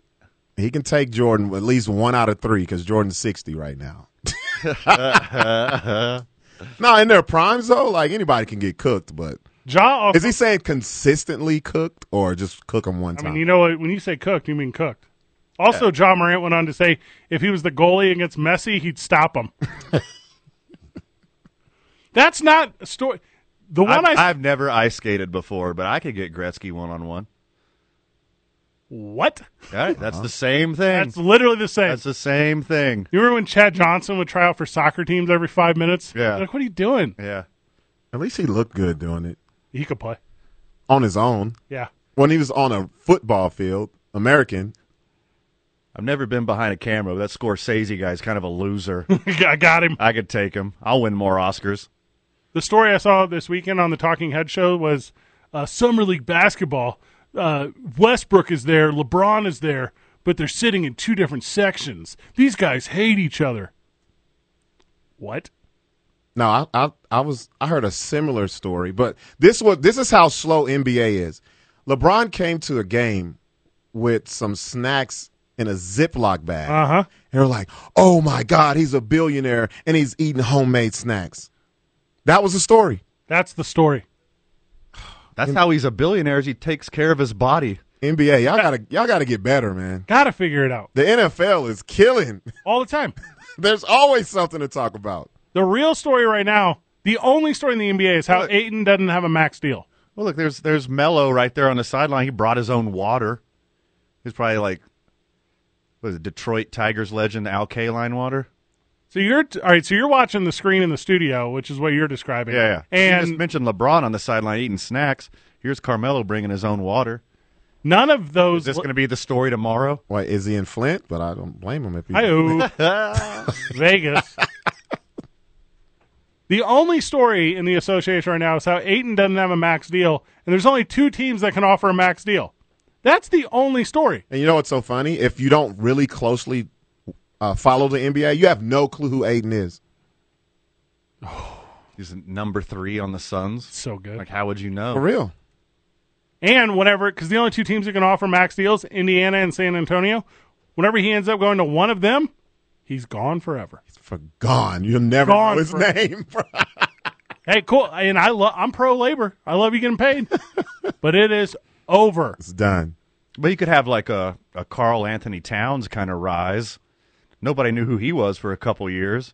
he can take Jordan with at least one out of three because Jordan's sixty right now. no, in their primes though, like anybody can get cooked, but.
Ja. oh,
Is he saying consistently cooked or just cook them one
I
time?
mean, you know what? When you say cooked, you mean cooked. Also, Ja Morant went on to say if he was the goalie against Messi, he'd stop him. That's not a story. The one I,
I've, I've never ice skated before, but I could get Gretzky one on one.
what?
All right, that's the same thing.
Uh-huh. That's literally the same.
That's the same thing.
you remember when Chad Johnson would try out for soccer teams every five minutes?
Yeah.
Like, what are you doing?
Yeah.
At least he looked good doing it
He could play.
on his own.
Yeah.
When he was on a football field, American,
I've never been behind a camera, but that Scorsese guy's kind of a loser.
I got him.
I could take him. I'll win more Oscars.
The story I saw this weekend on the Talking Head show was uh, Summer League basketball. Uh, Westbrook is there, LeBron is there, but they're sitting in two different sections. These guys hate each other. What?
No, I, I I was I heard a similar story, but this was this is how slow NBA is. LeBron came to a game with some snacks in a Ziploc bag.
Uh-huh.
And they're like, "Oh my god, he's a billionaire and he's eating homemade snacks." That was the story.
That's the story.
That's how he's a billionaire. Is he takes care of his body.
NBA, y'all got to y'all got to get better, man.
Gotta figure it out
The NFL is killing.
all the time.
There's always something to talk about.
The real story right now, the only story in the NBA is how Ayton doesn't have a max deal.
Well, look, there's there's Mello right there on the sideline. He brought his own water. He's probably like, what is it, Detroit Tigers legend alkaline water?
So you're t- all right. So you're watching the screen in the studio, which is what you're describing.
Yeah, yeah. you just
And
mentioned LeBron on the sideline eating snacks. Here's Carmelo bringing his own water.
none of
Is
those.
this going to be the story tomorrow?
Why is he in Flint? But I don't blame him if he.
Hi Vegas. The only story in the association right now is how Aiton doesn't have a max deal, and there's only two teams that can offer a max deal. That's the only story.
And you know what's so funny? If you don't really closely uh, follow the NBA, you have no clue who Aiden is.
He's number three on the Suns.
So good.
Like, how would you know?
For real.
And whenever, because the only two teams that can offer max deals, Indiana and San Antonio, whenever he ends up going to one of them, he's gone forever.
For gone. You'll never
Gone
know his
for-
name. bro.
Hey, cool. And I love. I'm pro labor. I love you getting paid, but it is over.
it's done.
But you could have like a, a Carl Anthony Towns kind of rise. Nobody knew who he was for a couple years,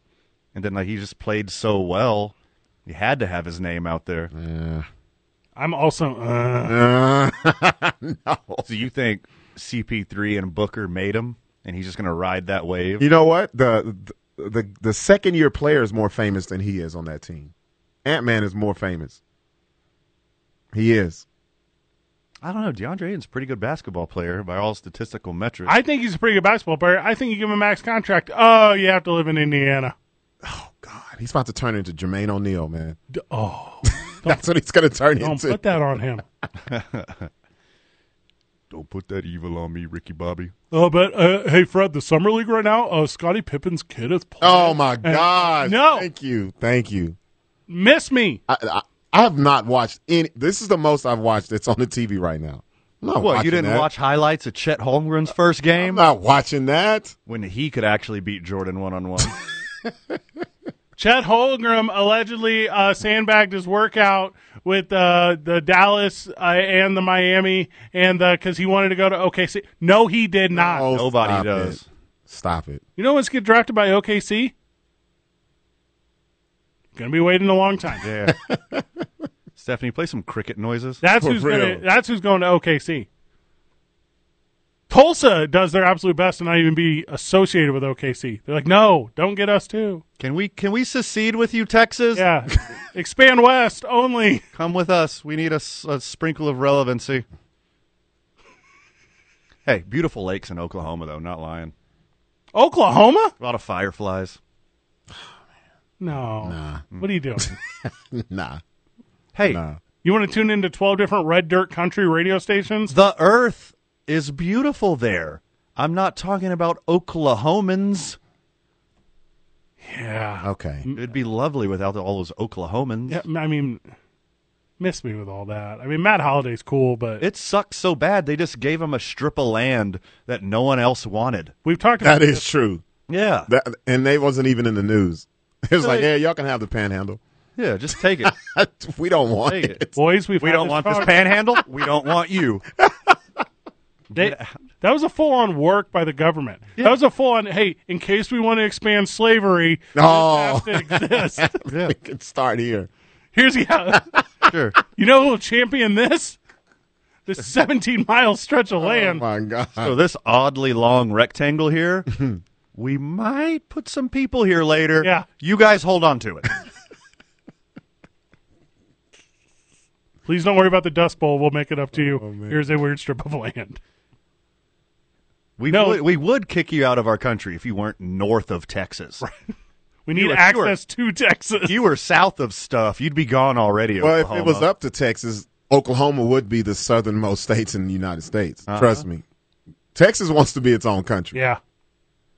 and then like he just played so well, you had to have his name out there.
I'm also. Uh,
So you think CP3 and Booker made him, and he's just going to ride that wave?
You know what? The the the, the second year player is more famous than he is on that team. Ant Man is more famous. He is.
I don't know. DeAndre Ayton's a pretty good basketball player by all statistical metrics.
I think he's a pretty good basketball player. I think you give him a max contract. Oh, you have to live in Indiana.
God, he's about to turn into Jermaine O'Neal, man.
D- Oh,
That's what he's going to turn
don't
into.
put that on him.
don't put that evil on me, Ricky Bobby.
Oh, but uh, hey, Fred, the summer league right now. Uh, Scottie Pippen's kid is playing.
Oh my God!
No.
thank you, thank you.
miss me.
I, I I have not watched any. This is the most I've watched that's on the TV right now. I'm not
Well,
watching
you didn't
that.
watch highlights of Chet Holmgren's first
I'm
game
not watching that.
when he could actually beat Jordan one on one.
Chet Holmgren allegedly uh, sandbagged his workout with uh, the Dallas uh, and the Miami, and because he wanted to go to OKC. No, he did not.
Oh,
Ah, Nobody
stop
does.
it. Stop it.
You know what's get drafted by OKC? Gonna be waiting a long time.
Yeah. Stephanie, play some cricket noises.
That's
For
who's
real.
gonna, that's who's going to OKC. Tulsa does their absolute best to not even be associated with OKC. They're like, no, don't get us too.
Can we can we secede with you, Texas?
Yeah, expand west only.
Come with us. We need a, s- a sprinkle of relevancy. Hey, beautiful lakes in Oklahoma, though. Not lying.
Oklahoma?
A lot of fireflies.
No. What are you doing?
Nah.
Hey,
you want to tune into twelve different red dirt country radio stations?
the earth is beautiful there. I'm not talking about Oklahomans.
Yeah.
Okay.
It'd be lovely without all those Oklahomans.
yeah. I mean, miss me with all that. I mean, Matt Holiday's cool, but
It sucks so bad they just gave him a strip of land that no one else wanted.
we've talked about
That is true.
Yeah.
That and they wasn't even in the news. It was like,
Really?
yeah, y'all can have the panhandle.
Yeah, just take it.
we don't want
Take
it.
it.
boys. We've
We
had
don't want this
talk.
panhandle. We don't want you.
They, that was a full on work by the government. That was a full on, hey, in case we want to expand slavery,
No.
this has to exist.
Yeah,
We can start here.
Here's how,
sure.
you know who will champion this? This 17 mile stretch of
Oh
land.
my God.
So this oddly long rectangle here, we might put some people here later.
Yeah.
You guys hold on to it.
Please don't worry about the Dust Bowl. We'll make it up to you. Here's a weird strip of land.
We
No.
would, we would kick you out of our country if you weren't north of Texas.
We need
were
access to Texas.
If you were south of stuff, you'd be gone already.
Well, if it
Oklahoma.
was up to Texas, Oklahoma would be the southernmost states in the United States.
Uh-huh.
Trust me. Texas wants to be its own country.
yeah.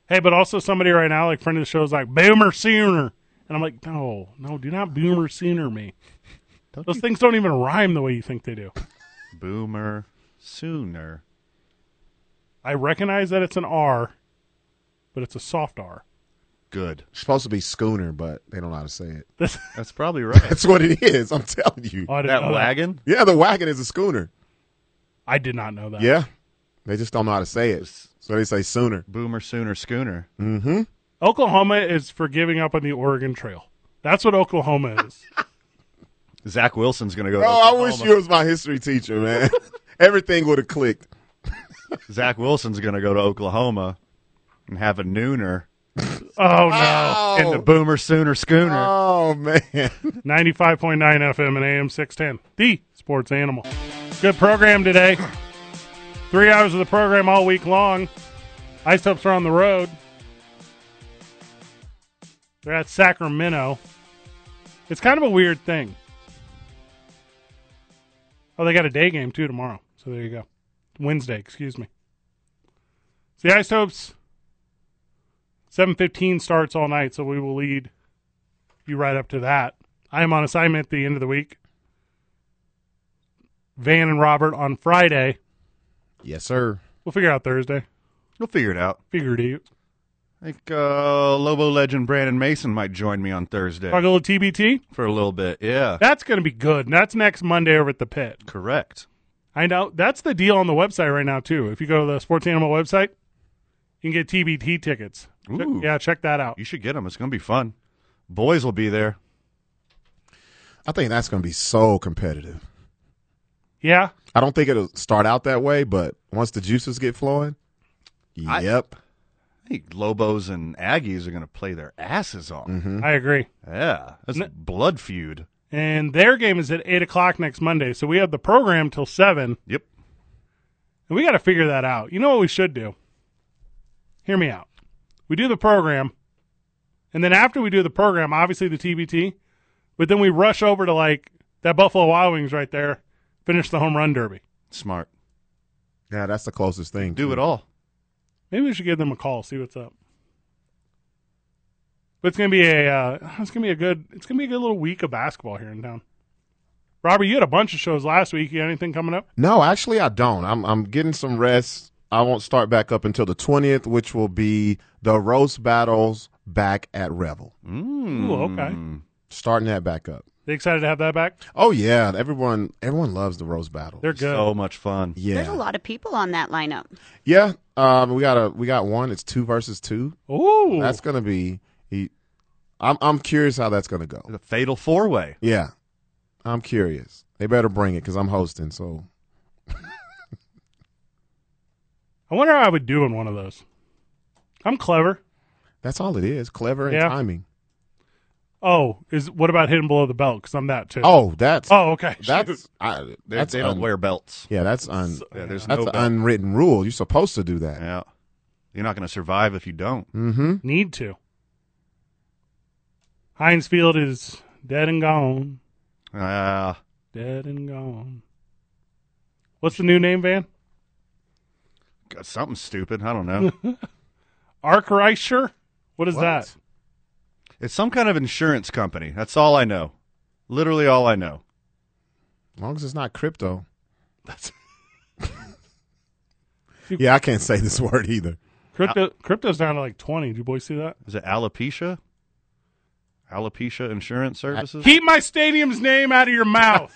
Hey, but also somebody right now, like friend of the show, is like, Boomer Sooner. And I'm like, no, no, do not Boomer Sooner me. Those things don't even rhyme the way you think they do.
boomer sooner.
I recognize that it's an R, but it's a soft R.
Good.
It's supposed to be schooner, but they don't know how to say it.
This,
That's probably right.
That's what it is. I'm telling you.
oh, I didn't
that
know
wagon.
Yeah, the wagon is a schooner.
I did not know that.
Yeah. They just don't know how to say it. So they say sooner.
Boomer sooner schooner.
Oklahoma is for giving up on the Oregon Trail. That's what Oklahoma is.
Zach Wilson's gonna go. to
Oh, I
Oklahoma.
wish you was my history teacher, man. Everything would have clicked.
Zach Wilson's gonna go to Oklahoma and have a nooner
oh no!
and the
Oh,
boomer sooner schooner.
oh man.
Ninety-five point nine FM and AM six ten. The sports animal. Good program today. Three hours of the program all week long. Ice Ups are on the road. They're at Sacramento. It's kind of a weird thing. Oh, they got a day game too tomorrow. So there you go. Wednesday, excuse me. So the Ice Hopes, 7.15 starts all night, so we will lead you right up to that. I am on assignment at the end of the week. Van and Robert on Friday.
Yes, sir.
We'll figure out Thursday.
We'll figure it out.
Figure it out.
I think uh, Lobo legend Brandon Mason might join me on Thursday
Talk a little TBT.
for a little bit. Yeah,
That's going to be good. And that's next Monday over at the pit.
correct.
I know that's the deal on the website right now too. If you go to the Sports Animal website, you can get TBT tickets. Check-
Ooh.
yeah, check that out.
You should get them. It's gonna be fun. Boys will be there.
I think that's going to be so competitive.
Yeah,
I don't think it'll start out that way, but once the juices get flowing,
I-
yep.
I think Lobos and Aggies are gonna play their asses off.
Mm-hmm.
I agree.
Yeah, that's a blood feud.
And their game is at eight o'clock next Monday, so we have the program till seven,
Yep.
and we got to figure that out. You know what we should do? Hear me out. We do the program, and then after we do the program, obviously the TBT, but then we rush over to like that Buffalo Wild Wings right there, finish the home run derby.
Smart.
Yeah, that's the closest thing.
Do it all.
Maybe we should give them a call, see what's up. But it's gonna be a uh, it's gonna be a good it's gonna be a good little week of basketball here in town. Robert, you had a bunch of shows last week. You got anything coming up?
No, actually, I don't. I'm I'm getting some rest. I won't start back up until the twentieth, which will be the roast battles back at Revel.
Mm.
Ooh, okay.
Starting that back up.
They excited to have that back?
Oh yeah, everyone everyone loves the roast battle.
They're good.
So much fun.
There's
yeah,
a lot of people on that lineup.
yeah. Um, we got a we got one. It's two versus two.
Ooh,
That's gonna be. He, I'm I'm curious how that's gonna go.
The fatal four way.
Yeah, I'm curious. They better bring it because I'm hosting. So
I wonder how I would do in one of those. I'm clever.
that's all it is. Clever and
Yeah.
timing.
Oh, is what about hitting below the belt? Because I'm that too.
Oh, that's
Oh, okay.
that's I,
They,
that's
they don't
un-
wear belts.
Yeah, that's un.
Yeah, there's
That's
no
an
belt.
unwritten rule. You're supposed to do that.
yeah. You're not going to survive if you don't.
Mm-hmm.
Need to. Heinz Field is dead and gone.
Uh,
Dead and gone. What's the new name, Van?
got something stupid. I don't know.
Archreicher? What is
What?
that?
it's some kind of insurance company. That's all I know. Literally all I know.
As long as it's not crypto.
That's
Yeah, I can't say this word either. Uh,
crypto. Crypto's down to like twenty. Do you boys see that?
Is it alopecia? Alopecia
Uh,
Insurance Services?
Keep my stadium's name out of your mouth.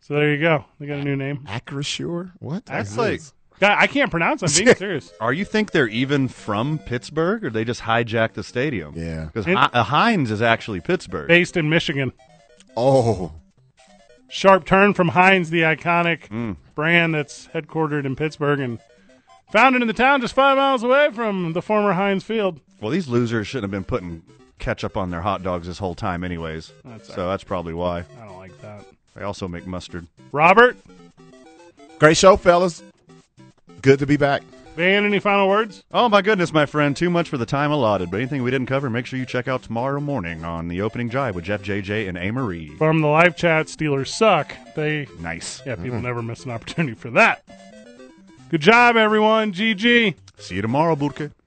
so there you go. They got a new name.
Acrosure? What?
That's
is
like,
this?
Guy, I can't pronounce. I'm being serious.
are you think they're even from Pittsburgh or they just hijacked the stadium?
Yeah.
Because
It-
Hines is actually Pittsburgh.
Based in Michigan.
Oh,
Sharp turn from Heinz, the iconic brand that's headquartered in Pittsburgh and founded in the town just five miles away from the former Heinz Field.
Well, these losers shouldn't have been putting ketchup on their hot dogs this whole time, anyways.
That's all
so that's probably why.
I don't like that.
They also make mustard.
Robert,
great show, fellas. Good to be back.
Van, any final words?
Oh my goodness, my friend, too much for the time allotted. But anything we didn't cover, make sure you check out tomorrow morning on the opening drive with Jeff JJ and A Marie.
From the live chat, Steelers suck. They
Nice.
Yeah, people never miss an opportunity for that. Good job, everyone. GG.
See you tomorrow, Burke.